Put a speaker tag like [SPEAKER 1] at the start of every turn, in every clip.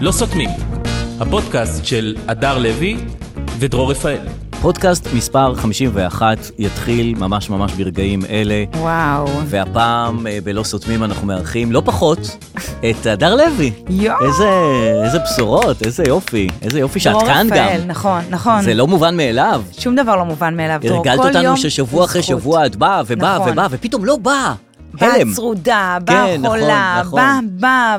[SPEAKER 1] לא סותמים, הפודקאסט של הדר לוי ודרור רפאל.
[SPEAKER 2] פודקאסט מספר 51 יתחיל ממש ממש ברגעים אלה,
[SPEAKER 3] וואו.
[SPEAKER 2] והפעם אה, בלא סותמים אנחנו מארחים לא פחות את הדר לוי.
[SPEAKER 3] יואו.
[SPEAKER 2] איזה, איזה בשורות, איזה יופי, איזה יופי שאת
[SPEAKER 3] דרור
[SPEAKER 2] כאן
[SPEAKER 3] רפאל,
[SPEAKER 2] גם.
[SPEAKER 3] נכון, נכון.
[SPEAKER 2] זה לא מובן מאליו.
[SPEAKER 3] שום דבר לא מובן מאליו, דרור.
[SPEAKER 2] הרגלת
[SPEAKER 3] כל יום
[SPEAKER 2] אותנו ששבוע אחרי
[SPEAKER 3] בזכות.
[SPEAKER 2] שבוע את באה ובאה
[SPEAKER 3] נכון.
[SPEAKER 2] ובאה, ופתאום לא באה.
[SPEAKER 3] באה
[SPEAKER 2] הלם.
[SPEAKER 3] צרודה,
[SPEAKER 2] כן,
[SPEAKER 3] באה
[SPEAKER 2] נכון,
[SPEAKER 3] חולה,
[SPEAKER 2] נכון.
[SPEAKER 3] באה,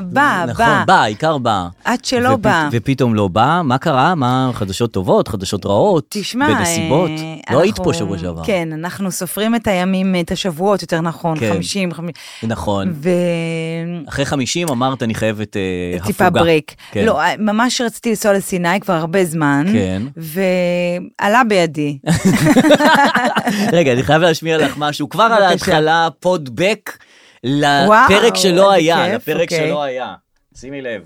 [SPEAKER 3] באה, באה,
[SPEAKER 2] נכון, באה, העיקר באה.
[SPEAKER 3] עד שלא
[SPEAKER 2] ופ-
[SPEAKER 3] באה.
[SPEAKER 2] ופתאום לא באה, מה קרה? מה, חדשות טובות, חדשות רעות?
[SPEAKER 3] תשמע,
[SPEAKER 2] בנסיבות?
[SPEAKER 3] אה,
[SPEAKER 2] לא
[SPEAKER 3] אנחנו-
[SPEAKER 2] היית פה שבוע שעבר.
[SPEAKER 3] כן, אנחנו סופרים את הימים, את השבועות, יותר נכון,
[SPEAKER 2] כן.
[SPEAKER 3] 50, 50,
[SPEAKER 2] נכון.
[SPEAKER 3] ו...
[SPEAKER 2] אחרי 50 אמרת, אני חייבת אה, הפוגה.
[SPEAKER 3] טיפה ברייק.
[SPEAKER 2] כן.
[SPEAKER 3] לא, ממש רציתי לנסוע לסיני כבר הרבה זמן,
[SPEAKER 2] כן.
[SPEAKER 3] ועלה בידי.
[SPEAKER 2] רגע, אני חייב להשמיע לך משהו. כבר על
[SPEAKER 3] בבקשה.
[SPEAKER 2] ההתחלה, פודבק,
[SPEAKER 3] וואו,
[SPEAKER 2] לפרק שלא
[SPEAKER 3] איזה
[SPEAKER 2] היה,
[SPEAKER 3] כיף,
[SPEAKER 2] לפרק
[SPEAKER 3] אוקיי.
[SPEAKER 2] שלא היה. שימי לב.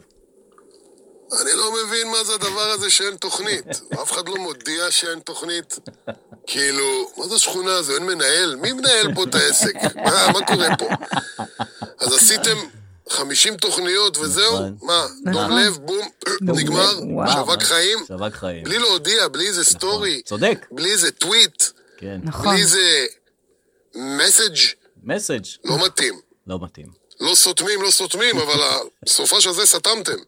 [SPEAKER 4] אני לא מבין מה זה הדבר הזה שאין תוכנית. אף אחד לא מודיע שאין תוכנית. כאילו, מה זה השכונה הזו? אין מנהל? מי מנהל פה את העסק? מה, מה קורה פה? אז עשיתם 50 תוכניות וזהו?
[SPEAKER 2] נכון.
[SPEAKER 4] מה, דום
[SPEAKER 3] נכון.
[SPEAKER 4] לב, בום,
[SPEAKER 3] דום
[SPEAKER 4] נגמר?
[SPEAKER 3] לב, וואו.
[SPEAKER 4] שווק חיים?
[SPEAKER 2] שבק חיים. נכון.
[SPEAKER 4] בלי להודיע, בלי איזה סטורי,
[SPEAKER 2] צודק,
[SPEAKER 4] בלי איזה טוויט,
[SPEAKER 2] כן.
[SPEAKER 3] נכון.
[SPEAKER 4] בלי איזה מסאג'
[SPEAKER 2] מסאג'
[SPEAKER 4] לא מתאים.
[SPEAKER 2] לא מתאים.
[SPEAKER 4] לא סותמים, לא סותמים, אבל הסופה של זה סתמתם.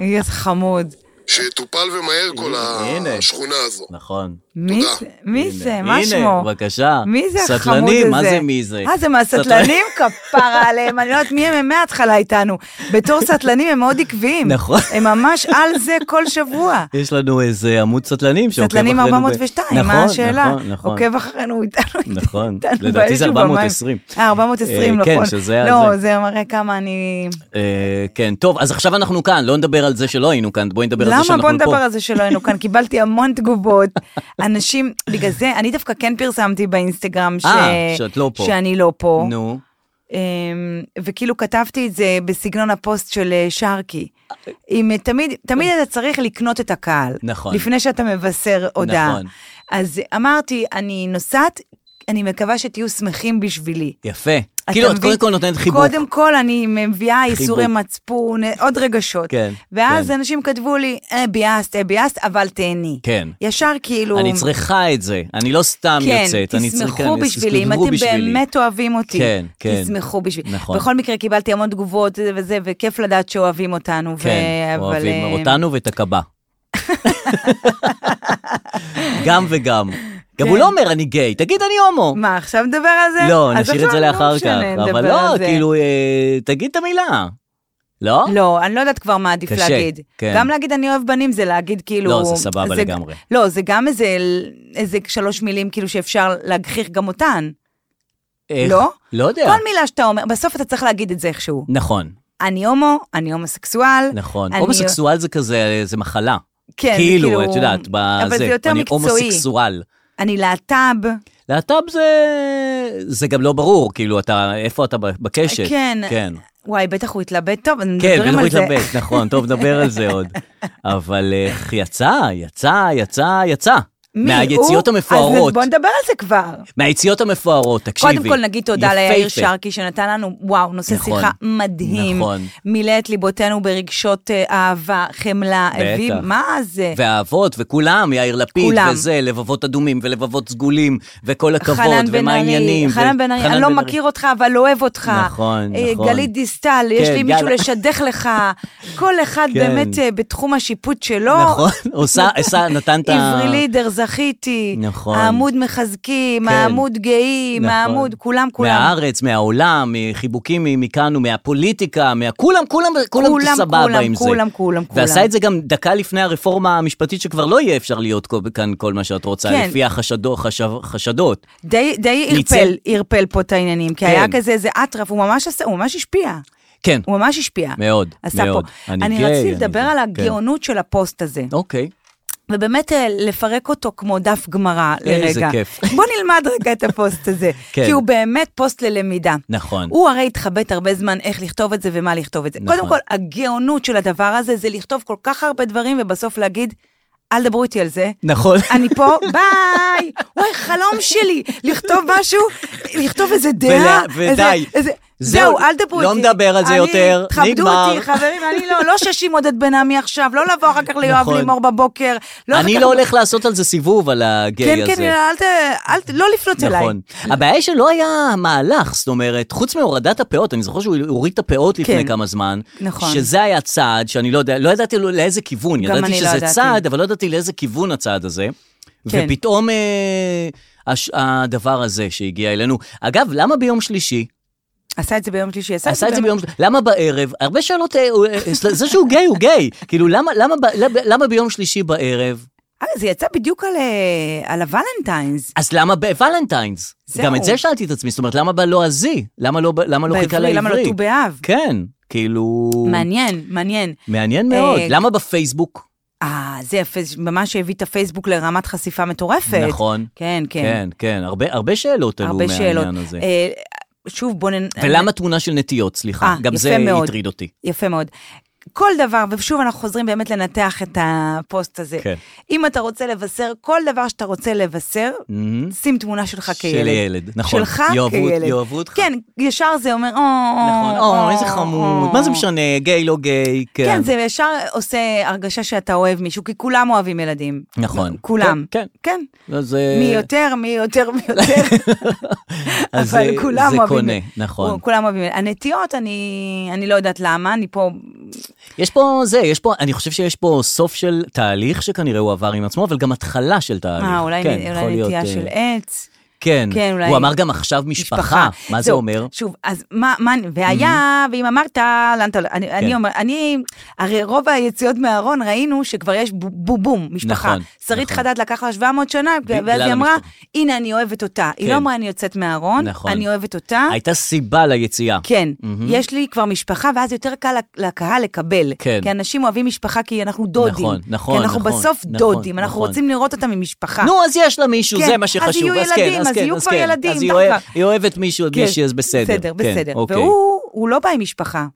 [SPEAKER 3] איזה חמוד.
[SPEAKER 4] שיטופל ומהר כל
[SPEAKER 2] הנה.
[SPEAKER 4] השכונה הזו.
[SPEAKER 2] נכון.
[SPEAKER 3] מי זה? מי זה? מה
[SPEAKER 2] הנה,
[SPEAKER 3] שמו?
[SPEAKER 2] בבקשה.
[SPEAKER 3] מי זה החמוד הזה?
[SPEAKER 2] סטלנים, מה זה מי זה?
[SPEAKER 3] אה, זה מהסטלנים? כפרה עליהם, אני לא יודעת מי הם, הם מההתחלה איתנו. בתור סטלנים הם מאוד עקביים.
[SPEAKER 2] נכון.
[SPEAKER 3] הם ממש על זה כל שבוע.
[SPEAKER 2] יש לנו איזה עמוד סטלנים שעוקב אחרינו.
[SPEAKER 3] סטלנים
[SPEAKER 2] ב-
[SPEAKER 3] 402,
[SPEAKER 2] נכון,
[SPEAKER 3] מה השאלה?
[SPEAKER 2] נכון, נכון.
[SPEAKER 3] עוקב אחרינו איתנו.
[SPEAKER 2] נכון.
[SPEAKER 3] איתנו
[SPEAKER 2] לדעתי זה
[SPEAKER 3] באש
[SPEAKER 2] 420.
[SPEAKER 3] ובמים. אה, 420,
[SPEAKER 2] אה,
[SPEAKER 3] נכון.
[SPEAKER 2] כן, שזה ה-
[SPEAKER 3] לא,
[SPEAKER 2] זה.
[SPEAKER 3] זה מראה כמה אני...
[SPEAKER 2] אה, כן, טוב, אז עכשיו אנחנו כאן, לא נדבר על זה שלא היינו כאן, בואי נדבר על זה
[SPEAKER 3] למה
[SPEAKER 2] שאנחנו פה.
[SPEAKER 3] בוא נדבר על זה שלא היינו כאן? קיבלתי המון תגובות. אנשים, בגלל זה, אני דווקא כן פרסמתי באינסטגרם ש...
[SPEAKER 2] אה, שאת לא פה.
[SPEAKER 3] שאני לא פה.
[SPEAKER 2] נו.
[SPEAKER 3] אמ, וכאילו כתבתי את זה בסגנון הפוסט של אה, שרקי. אם אה, תמיד, תמיד אתה צריך לקנות את הקהל.
[SPEAKER 2] נכון.
[SPEAKER 3] לפני שאתה מבשר הודעה.
[SPEAKER 2] נכון.
[SPEAKER 3] אז אמרתי, אני נוסעת, אני מקווה שתהיו שמחים בשבילי.
[SPEAKER 2] יפה.
[SPEAKER 3] אתה
[SPEAKER 2] כאילו, את
[SPEAKER 3] מבין?
[SPEAKER 2] קודם כל נותנת חיבוק.
[SPEAKER 3] קודם כל אני מביאה איסורי
[SPEAKER 2] חיבוק.
[SPEAKER 3] מצפון, עוד רגשות.
[SPEAKER 2] כן,
[SPEAKER 3] ואז
[SPEAKER 2] כן.
[SPEAKER 3] אנשים כתבו לי, אה, ביאסת, אה, ביאסת, אבל תהני.
[SPEAKER 2] כן.
[SPEAKER 3] ישר כאילו...
[SPEAKER 2] אני צריכה את זה, אני לא סתם
[SPEAKER 3] כן,
[SPEAKER 2] יוצאת, אני צריכה,
[SPEAKER 3] תשמחו
[SPEAKER 2] אני-
[SPEAKER 3] בשבילי, אם
[SPEAKER 2] תסתדרו
[SPEAKER 3] אתם
[SPEAKER 2] בשבילי.
[SPEAKER 3] באמת אוהבים אותי,
[SPEAKER 2] כן, כן.
[SPEAKER 3] תשמחו בשבילי.
[SPEAKER 2] נכון.
[SPEAKER 3] בכל מקרה, קיבלתי המון תגובות וזה, וזה, וכיף לדעת שאוהבים אותנו.
[SPEAKER 2] כן,
[SPEAKER 3] ו...
[SPEAKER 2] אוהבים
[SPEAKER 3] אבל, אה,
[SPEAKER 2] אותנו ואת הקב"א. גם וגם. גם הוא לא אומר אני גיי, תגיד אני הומו.
[SPEAKER 3] כן. מה, עכשיו נדבר על זה?
[SPEAKER 2] לא,
[SPEAKER 3] אז
[SPEAKER 2] נשאיר את
[SPEAKER 3] עכשיו
[SPEAKER 2] זה
[SPEAKER 3] לא
[SPEAKER 2] לאחר כך,
[SPEAKER 3] משנה, נדבר
[SPEAKER 2] אבל
[SPEAKER 3] על
[SPEAKER 2] לא,
[SPEAKER 3] זה.
[SPEAKER 2] כאילו, אה, תגיד את המילה. לא?
[SPEAKER 3] לא, אני לא יודעת כבר מה עדיף
[SPEAKER 2] קשה,
[SPEAKER 3] להגיד.
[SPEAKER 2] כן.
[SPEAKER 3] גם להגיד אני אוהב בנים זה להגיד כאילו...
[SPEAKER 2] לא, זה סבבה לגמרי.
[SPEAKER 3] לא, זה גם איזה, איזה שלוש מילים כאילו שאפשר להגחיך גם אותן.
[SPEAKER 2] איך?
[SPEAKER 3] לא?
[SPEAKER 2] לא יודע.
[SPEAKER 3] כל מילה שאתה אומר, בסוף אתה צריך להגיד את זה איכשהו.
[SPEAKER 2] נכון,
[SPEAKER 3] אני הומו, אני הומוסקסואל.
[SPEAKER 2] נכון.
[SPEAKER 3] אני-
[SPEAKER 2] הומוסקסואל זה כזה, זה מחלה.
[SPEAKER 3] כן, זה
[SPEAKER 2] כאילו, את יודעת, בזה.
[SPEAKER 3] אבל זה יותר
[SPEAKER 2] אני
[SPEAKER 3] מקצועי.
[SPEAKER 2] הומוסקסואל.
[SPEAKER 3] אני להט"ב.
[SPEAKER 2] להט"ב זה... זה גם לא ברור, כאילו, אתה, איפה אתה ב- בקשת?
[SPEAKER 3] כן.
[SPEAKER 2] כן,
[SPEAKER 3] וואי, בטח הוא התלבט טוב, אנחנו
[SPEAKER 2] כן,
[SPEAKER 3] מדברים
[SPEAKER 2] בטח
[SPEAKER 3] על זה.
[SPEAKER 2] התלבט, נכון, טוב, נדבר על זה עוד. אבל איך יצא, יצא, יצא, יצא.
[SPEAKER 3] מי
[SPEAKER 2] מהיציאות
[SPEAKER 3] הוא?
[SPEAKER 2] המפוארות.
[SPEAKER 3] אז בוא נדבר על זה כבר.
[SPEAKER 2] מהיציאות המפוארות, תקשיבי.
[SPEAKER 3] קודם כל נגיד תודה
[SPEAKER 2] יפהפה.
[SPEAKER 3] ליאיר שרקי שנתן לנו, וואו, נושא
[SPEAKER 2] נכון.
[SPEAKER 3] שיחה מדהים.
[SPEAKER 2] נכון.
[SPEAKER 3] מילא את ליבותינו ברגשות אה, אהבה, חמלה,
[SPEAKER 2] בטח.
[SPEAKER 3] הביא, מה זה?
[SPEAKER 2] והאבות וכולם, יאיר לפיד
[SPEAKER 3] כולם.
[SPEAKER 2] וזה, לבבות אדומים ולבבות סגולים, וכל הכבוד,
[SPEAKER 3] חנן בן
[SPEAKER 2] ומה
[SPEAKER 3] ארי,
[SPEAKER 2] העניינים.
[SPEAKER 3] חנן בן ארי, אני לא מכיר אותך, אבל אוהב אותך.
[SPEAKER 2] נכון,
[SPEAKER 3] אה,
[SPEAKER 2] נכון.
[SPEAKER 3] גלית דיסטל, יש
[SPEAKER 2] כן,
[SPEAKER 3] לי מישהו
[SPEAKER 2] גל-
[SPEAKER 3] לשדך לך. כל אחד
[SPEAKER 2] כן.
[SPEAKER 3] באמת אה, בתחום השיפוט שלו.
[SPEAKER 2] נכון, עושה, עשה, נתן את ה...
[SPEAKER 3] עברי לידר, זכיתי.
[SPEAKER 2] נכון.
[SPEAKER 3] העמוד מחזקים,
[SPEAKER 2] כן.
[SPEAKER 3] העמוד גאים,
[SPEAKER 2] נכון.
[SPEAKER 3] העמוד, כולם, כולם.
[SPEAKER 2] מהארץ, מהעולם, מחיבוקים מכאן ומהפוליטיקה, מה... כולם, כולם, כולם,
[SPEAKER 3] כולם,
[SPEAKER 2] סבבה
[SPEAKER 3] כולם,
[SPEAKER 2] עם זה.
[SPEAKER 3] כולם, כולם, כולם.
[SPEAKER 2] ועשה את זה גם דקה לפני הרפורמה המשפטית, שכבר לא יהיה אפשר להיות כל- כאן כל מה שאת רוצה,
[SPEAKER 3] כן.
[SPEAKER 2] לפי החשדו, חשב, חשדות.
[SPEAKER 3] די די
[SPEAKER 2] ניצל-
[SPEAKER 3] ערפל, ערפל פה את העניינים, כי
[SPEAKER 2] כן.
[SPEAKER 3] היה כזה איזה אטרף, הוא ממש עשה, הוא ממש השפיע.
[SPEAKER 2] כן,
[SPEAKER 3] הוא ממש השפיע.
[SPEAKER 2] מאוד,
[SPEAKER 3] עשה
[SPEAKER 2] מאוד.
[SPEAKER 3] פה.
[SPEAKER 2] אני
[SPEAKER 3] אני
[SPEAKER 2] גיי,
[SPEAKER 3] רציתי
[SPEAKER 2] אני
[SPEAKER 3] לדבר
[SPEAKER 2] זה,
[SPEAKER 3] על
[SPEAKER 2] כן.
[SPEAKER 3] הגאונות של הפוסט הזה.
[SPEAKER 2] אוקיי.
[SPEAKER 3] ובאמת אה, לפרק אותו כמו דף גמרא לרגע.
[SPEAKER 2] איזה כיף.
[SPEAKER 3] בוא נלמד רגע את הפוסט הזה,
[SPEAKER 2] כן.
[SPEAKER 3] כי הוא באמת פוסט ללמידה.
[SPEAKER 2] נכון.
[SPEAKER 3] הוא הרי התחבט הרבה זמן איך לכתוב את זה ומה לכתוב את זה.
[SPEAKER 2] נכון.
[SPEAKER 3] קודם כל, הגאונות של הדבר הזה זה לכתוב כל כך הרבה דברים ובסוף להגיד, אל דברו איתי על זה.
[SPEAKER 2] נכון.
[SPEAKER 3] אני פה, ביי, וואי, חלום שלי, לכתוב משהו לכתוב איזה דעה,
[SPEAKER 2] ול-
[SPEAKER 3] איזה-
[SPEAKER 2] ודי.
[SPEAKER 3] איזה-
[SPEAKER 2] זהו,
[SPEAKER 3] זהו, אל דברו
[SPEAKER 2] לא
[SPEAKER 3] איתי.
[SPEAKER 2] נדבר על זה
[SPEAKER 3] אני-
[SPEAKER 2] יותר,
[SPEAKER 3] תכבדו
[SPEAKER 2] נגמר.
[SPEAKER 3] אותי, חברים, אני לא, לא שש עם עודד בן עמי עכשיו, לא לבוא אחר כך ליואב
[SPEAKER 2] נכון.
[SPEAKER 3] לימור בבוקר.
[SPEAKER 2] אני
[SPEAKER 3] אחר
[SPEAKER 2] לא
[SPEAKER 3] כך-
[SPEAKER 2] הולך לעשות על זה סיבוב, על הגיי
[SPEAKER 3] כן,
[SPEAKER 2] הזה.
[SPEAKER 3] כן, אל ת... אל ת- לא לפנות אליי.
[SPEAKER 2] נכון. הבעיה היא שלא היה מהלך, זאת אומרת, חוץ מהורדת הפאות, אני זוכר שהוא הוריד את הפאות לפני
[SPEAKER 3] כן.
[SPEAKER 2] כמה זמן.
[SPEAKER 3] נכון.
[SPEAKER 2] שזה היה צעד שאני לא יודע, לא ידעתי לו- לאיזה כיוון,
[SPEAKER 3] גם
[SPEAKER 2] ידעתי
[SPEAKER 3] אני לא
[SPEAKER 2] שזה
[SPEAKER 3] ידעתי.
[SPEAKER 2] צעד, אבל לא ידעתי לאיזה כיוון הצעד הזה.
[SPEAKER 3] כן.
[SPEAKER 2] ופתאום אה, הש- הדבר הזה שהגיע אלינו. אגב, למה ביום שלישי?
[SPEAKER 3] עשה את זה ביום שלישי,
[SPEAKER 2] עשה את זה ביום, למה בערב? הרבה שאלות, אה, הוא, אה, זה שהוא גיי הוא גיי. כאילו, למה, למה, ב- למה, למה ביום שלישי בערב?
[SPEAKER 3] אה, זה יצא בדיוק על, אה, על הוולנטיינס.
[SPEAKER 2] אז למה בוולנטיינס?
[SPEAKER 3] זהו.
[SPEAKER 2] גם את זה שאלתי את עצמי, זאת אומרת, למה בלועזי? למה לא, ב- למה לא חיכה
[SPEAKER 3] בעברי,
[SPEAKER 2] לעברי?
[SPEAKER 3] למה לא ט"ו באב?
[SPEAKER 2] כן, כאילו...
[SPEAKER 3] מעניין, מעניין.
[SPEAKER 2] מעניין מאוד.
[SPEAKER 3] אה,
[SPEAKER 2] למה בפייסבוק?
[SPEAKER 3] אה, זה יפה, זה ממש הביא את הפייסבוק לרמת חשיפה מטורפת.
[SPEAKER 2] נכון.
[SPEAKER 3] כן, כן.
[SPEAKER 2] כן, כן, הרבה, הרבה שאלות עלו
[SPEAKER 3] הרבה שאלות.
[SPEAKER 2] מהעניין הזה.
[SPEAKER 3] אה, שוב, בוא נ...
[SPEAKER 2] ולמה תמונה של נטיות, סליחה,
[SPEAKER 3] אה,
[SPEAKER 2] גם
[SPEAKER 3] יפה
[SPEAKER 2] זה
[SPEAKER 3] מאוד.
[SPEAKER 2] הטריד אותי.
[SPEAKER 3] יפה מאוד. כל דבר, ושוב אנחנו חוזרים באמת לנתח את הפוסט הזה.
[SPEAKER 2] כן.
[SPEAKER 3] אם אתה רוצה לבשר, כל דבר שאתה רוצה לבשר,
[SPEAKER 2] מהמם.
[SPEAKER 3] שים תמונה שלך
[SPEAKER 2] של
[SPEAKER 3] כילד.
[SPEAKER 2] ילד, נכון.
[SPEAKER 3] שלך
[SPEAKER 2] יאהבו-
[SPEAKER 3] כילד.
[SPEAKER 2] יאהבו אותך.
[SPEAKER 3] כן, ישר זה אומר, או,
[SPEAKER 2] נכון, או, איזה חמוד, מה זה משנה, גיי, לא גיי, כן.
[SPEAKER 3] אה, כן, זה ישר עושה הרגשה שאתה אוהב מישהו, כי כולם אוהבים ילדים.
[SPEAKER 2] נכון.
[SPEAKER 3] כולם.
[SPEAKER 2] כן,
[SPEAKER 3] כן.
[SPEAKER 2] לא, זה...
[SPEAKER 3] מי יותר, מי יותר, מי יותר.
[SPEAKER 2] אז
[SPEAKER 3] אבל
[SPEAKER 2] זה-
[SPEAKER 3] כולם
[SPEAKER 2] זה
[SPEAKER 3] אוהבים.
[SPEAKER 2] קונה, נכון.
[SPEAKER 3] כולם אוהבים. הנטיות, אני, אני לא יודעת למה, אני פה...
[SPEAKER 2] יש פה זה, יש פה, אני חושב שיש פה סוף של תהליך שכנראה הוא עבר עם עצמו, אבל גם התחלה של תהליך.
[SPEAKER 3] אה, אולי,
[SPEAKER 2] כן,
[SPEAKER 3] אולי
[SPEAKER 2] יכול להיות,
[SPEAKER 3] נטייה
[SPEAKER 2] אה,
[SPEAKER 3] של עץ.
[SPEAKER 2] כן,
[SPEAKER 3] כן, אולי-
[SPEAKER 2] הוא אמר גם עכשיו משפחה, מה זה
[SPEAKER 3] זהו,
[SPEAKER 2] אומר?
[SPEAKER 3] שוב, אז מה, מה, והיה, ואם אמרת, לאן אתה... אני, אני
[SPEAKER 2] כן.
[SPEAKER 3] אומר, אני, הרי רוב היציאות מהארון ראינו שכבר יש בו- בובום, משפחה.
[SPEAKER 2] נכון,
[SPEAKER 3] שרית
[SPEAKER 2] נכון.
[SPEAKER 3] חדד לקח לה 700 שנה, ואז
[SPEAKER 2] בגלל
[SPEAKER 3] היא אמרה,
[SPEAKER 2] המשפחה.
[SPEAKER 3] הנה, אני אוהבת אותה. היא
[SPEAKER 2] כן.
[SPEAKER 3] לא אמרה, אני יוצאת מהארון,
[SPEAKER 2] נכון.
[SPEAKER 3] אני אוהבת אותה.
[SPEAKER 2] הייתה סיבה ליציאה.
[SPEAKER 3] כן, יש לי כבר משפחה, ואז יותר קל לק- לקהל לקבל.
[SPEAKER 2] כן.
[SPEAKER 3] כי אנשים אוהבים משפחה כי אנחנו דודים.
[SPEAKER 2] נכון, נכון,
[SPEAKER 3] כי אנחנו
[SPEAKER 2] נכון,
[SPEAKER 3] בסוף
[SPEAKER 2] נכון,
[SPEAKER 3] דודים, אנחנו
[SPEAKER 2] נכון.
[SPEAKER 3] רוצים לראות אותם עם משפחה.
[SPEAKER 2] נו, אז יש לה מישהו,
[SPEAKER 3] כן,
[SPEAKER 2] זה מה
[SPEAKER 3] אז
[SPEAKER 2] שחשוב.
[SPEAKER 3] יהיו
[SPEAKER 2] כן,
[SPEAKER 3] ילדים, אז
[SPEAKER 2] כן,
[SPEAKER 3] יהיו כבר
[SPEAKER 2] כן.
[SPEAKER 3] ילדים,
[SPEAKER 2] אז היא
[SPEAKER 3] דווקא.
[SPEAKER 2] אוהב- היא אוהבת מישהו, עוד
[SPEAKER 3] כן,
[SPEAKER 2] מישהי, אז בסדר.
[SPEAKER 3] בסדר,
[SPEAKER 2] כן,
[SPEAKER 3] בסדר.
[SPEAKER 2] אוקיי.
[SPEAKER 3] והוא הוא לא בא עם משפחה,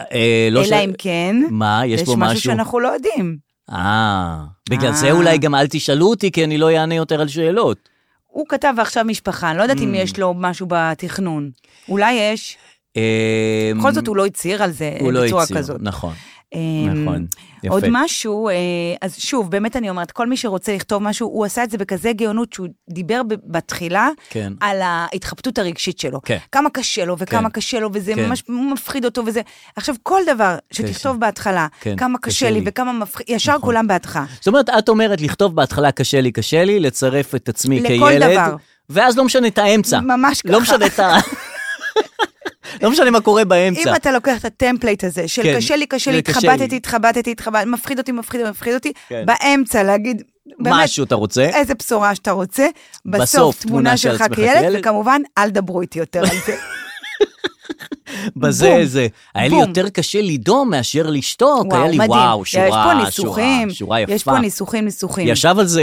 [SPEAKER 2] אה, לא ש-
[SPEAKER 3] אלא אם כן,
[SPEAKER 2] מה, יש
[SPEAKER 3] יש
[SPEAKER 2] בו
[SPEAKER 3] משהו
[SPEAKER 2] משהו?
[SPEAKER 3] שאנחנו לא יודעים.
[SPEAKER 2] אה, בגלל
[SPEAKER 3] אה.
[SPEAKER 2] זה אולי גם אל תשאלו אותי, כי אני לא אענה יותר על שאלות.
[SPEAKER 3] הוא כתב עכשיו משפחה, אני לא יודעת
[SPEAKER 2] Hmm.
[SPEAKER 3] אם יש לו משהו בתכנון. אולי יש,
[SPEAKER 2] אה,
[SPEAKER 3] בכל זאת הוא לא הצהיר על זה
[SPEAKER 2] הוא לא
[SPEAKER 3] בצורה
[SPEAKER 2] הציע,
[SPEAKER 3] כזאת.
[SPEAKER 2] נכון,
[SPEAKER 3] אמ,
[SPEAKER 2] נכון, יפה.
[SPEAKER 3] עוד משהו, אה, אז שוב, באמת אני אומרת, כל מי שרוצה לכתוב משהו, הוא עשה את זה בכזה גאונות שהוא דיבר ב- בתחילה
[SPEAKER 2] כן.
[SPEAKER 3] על ההתחבטות הרגשית שלו.
[SPEAKER 2] כן.
[SPEAKER 3] כמה קשה לו, וכמה
[SPEAKER 2] כן.
[SPEAKER 3] קשה לו, וזה
[SPEAKER 2] כן.
[SPEAKER 3] ממש מפחיד אותו, וזה... עכשיו, כל דבר שתכתוב בהתחלה,
[SPEAKER 2] כן,
[SPEAKER 3] כמה
[SPEAKER 2] קשה
[SPEAKER 3] קשה לי
[SPEAKER 2] לי. נכון.
[SPEAKER 3] וכמה מפחיד, ישר כולם בעדך.
[SPEAKER 2] זאת אומרת, את אומרת לכתוב בהתחלה קשה לי, קשה לי, לצרף את עצמי
[SPEAKER 3] לכל
[SPEAKER 2] כילד.
[SPEAKER 3] דבר.
[SPEAKER 2] ואז לא משנה את האמצע.
[SPEAKER 3] ממש ככה.
[SPEAKER 2] לא משנה את ה... לא משנה מה קורה באמצע.
[SPEAKER 3] אם אתה לוקח את הטמפלייט הזה, של
[SPEAKER 2] כן,
[SPEAKER 3] קשה לי, קשה לי,
[SPEAKER 2] זה קשה לי.
[SPEAKER 3] התחבטתי, התחבטתי, התחבטתי, מפחיד אותי, מפחיד אותי, מפחיד אותי,
[SPEAKER 2] כן.
[SPEAKER 3] באמצע להגיד, באמת, אה,
[SPEAKER 2] משהו אתה רוצה.
[SPEAKER 3] איזה בשורה שאתה רוצה, בסוף,
[SPEAKER 2] בסוף,
[SPEAKER 3] תמונה,
[SPEAKER 2] תמונה של
[SPEAKER 3] שלך
[SPEAKER 2] עצמך
[SPEAKER 3] כילד,
[SPEAKER 2] כילד.
[SPEAKER 3] וכמובן, אל דברו איתי יותר על זה.
[SPEAKER 2] בזה
[SPEAKER 3] בום.
[SPEAKER 2] זה. היה לי
[SPEAKER 3] בום.
[SPEAKER 2] יותר קשה לדום מאשר לשתוק.
[SPEAKER 3] וואו,
[SPEAKER 2] היה לי
[SPEAKER 3] מדהים.
[SPEAKER 2] אוקיי, וואו, שורה,
[SPEAKER 3] יש פה
[SPEAKER 2] שורה,
[SPEAKER 3] ניסוחים,
[SPEAKER 2] שורה יפה.
[SPEAKER 3] יש פה ניסוחים, ניסוחים.
[SPEAKER 2] ישב על זה,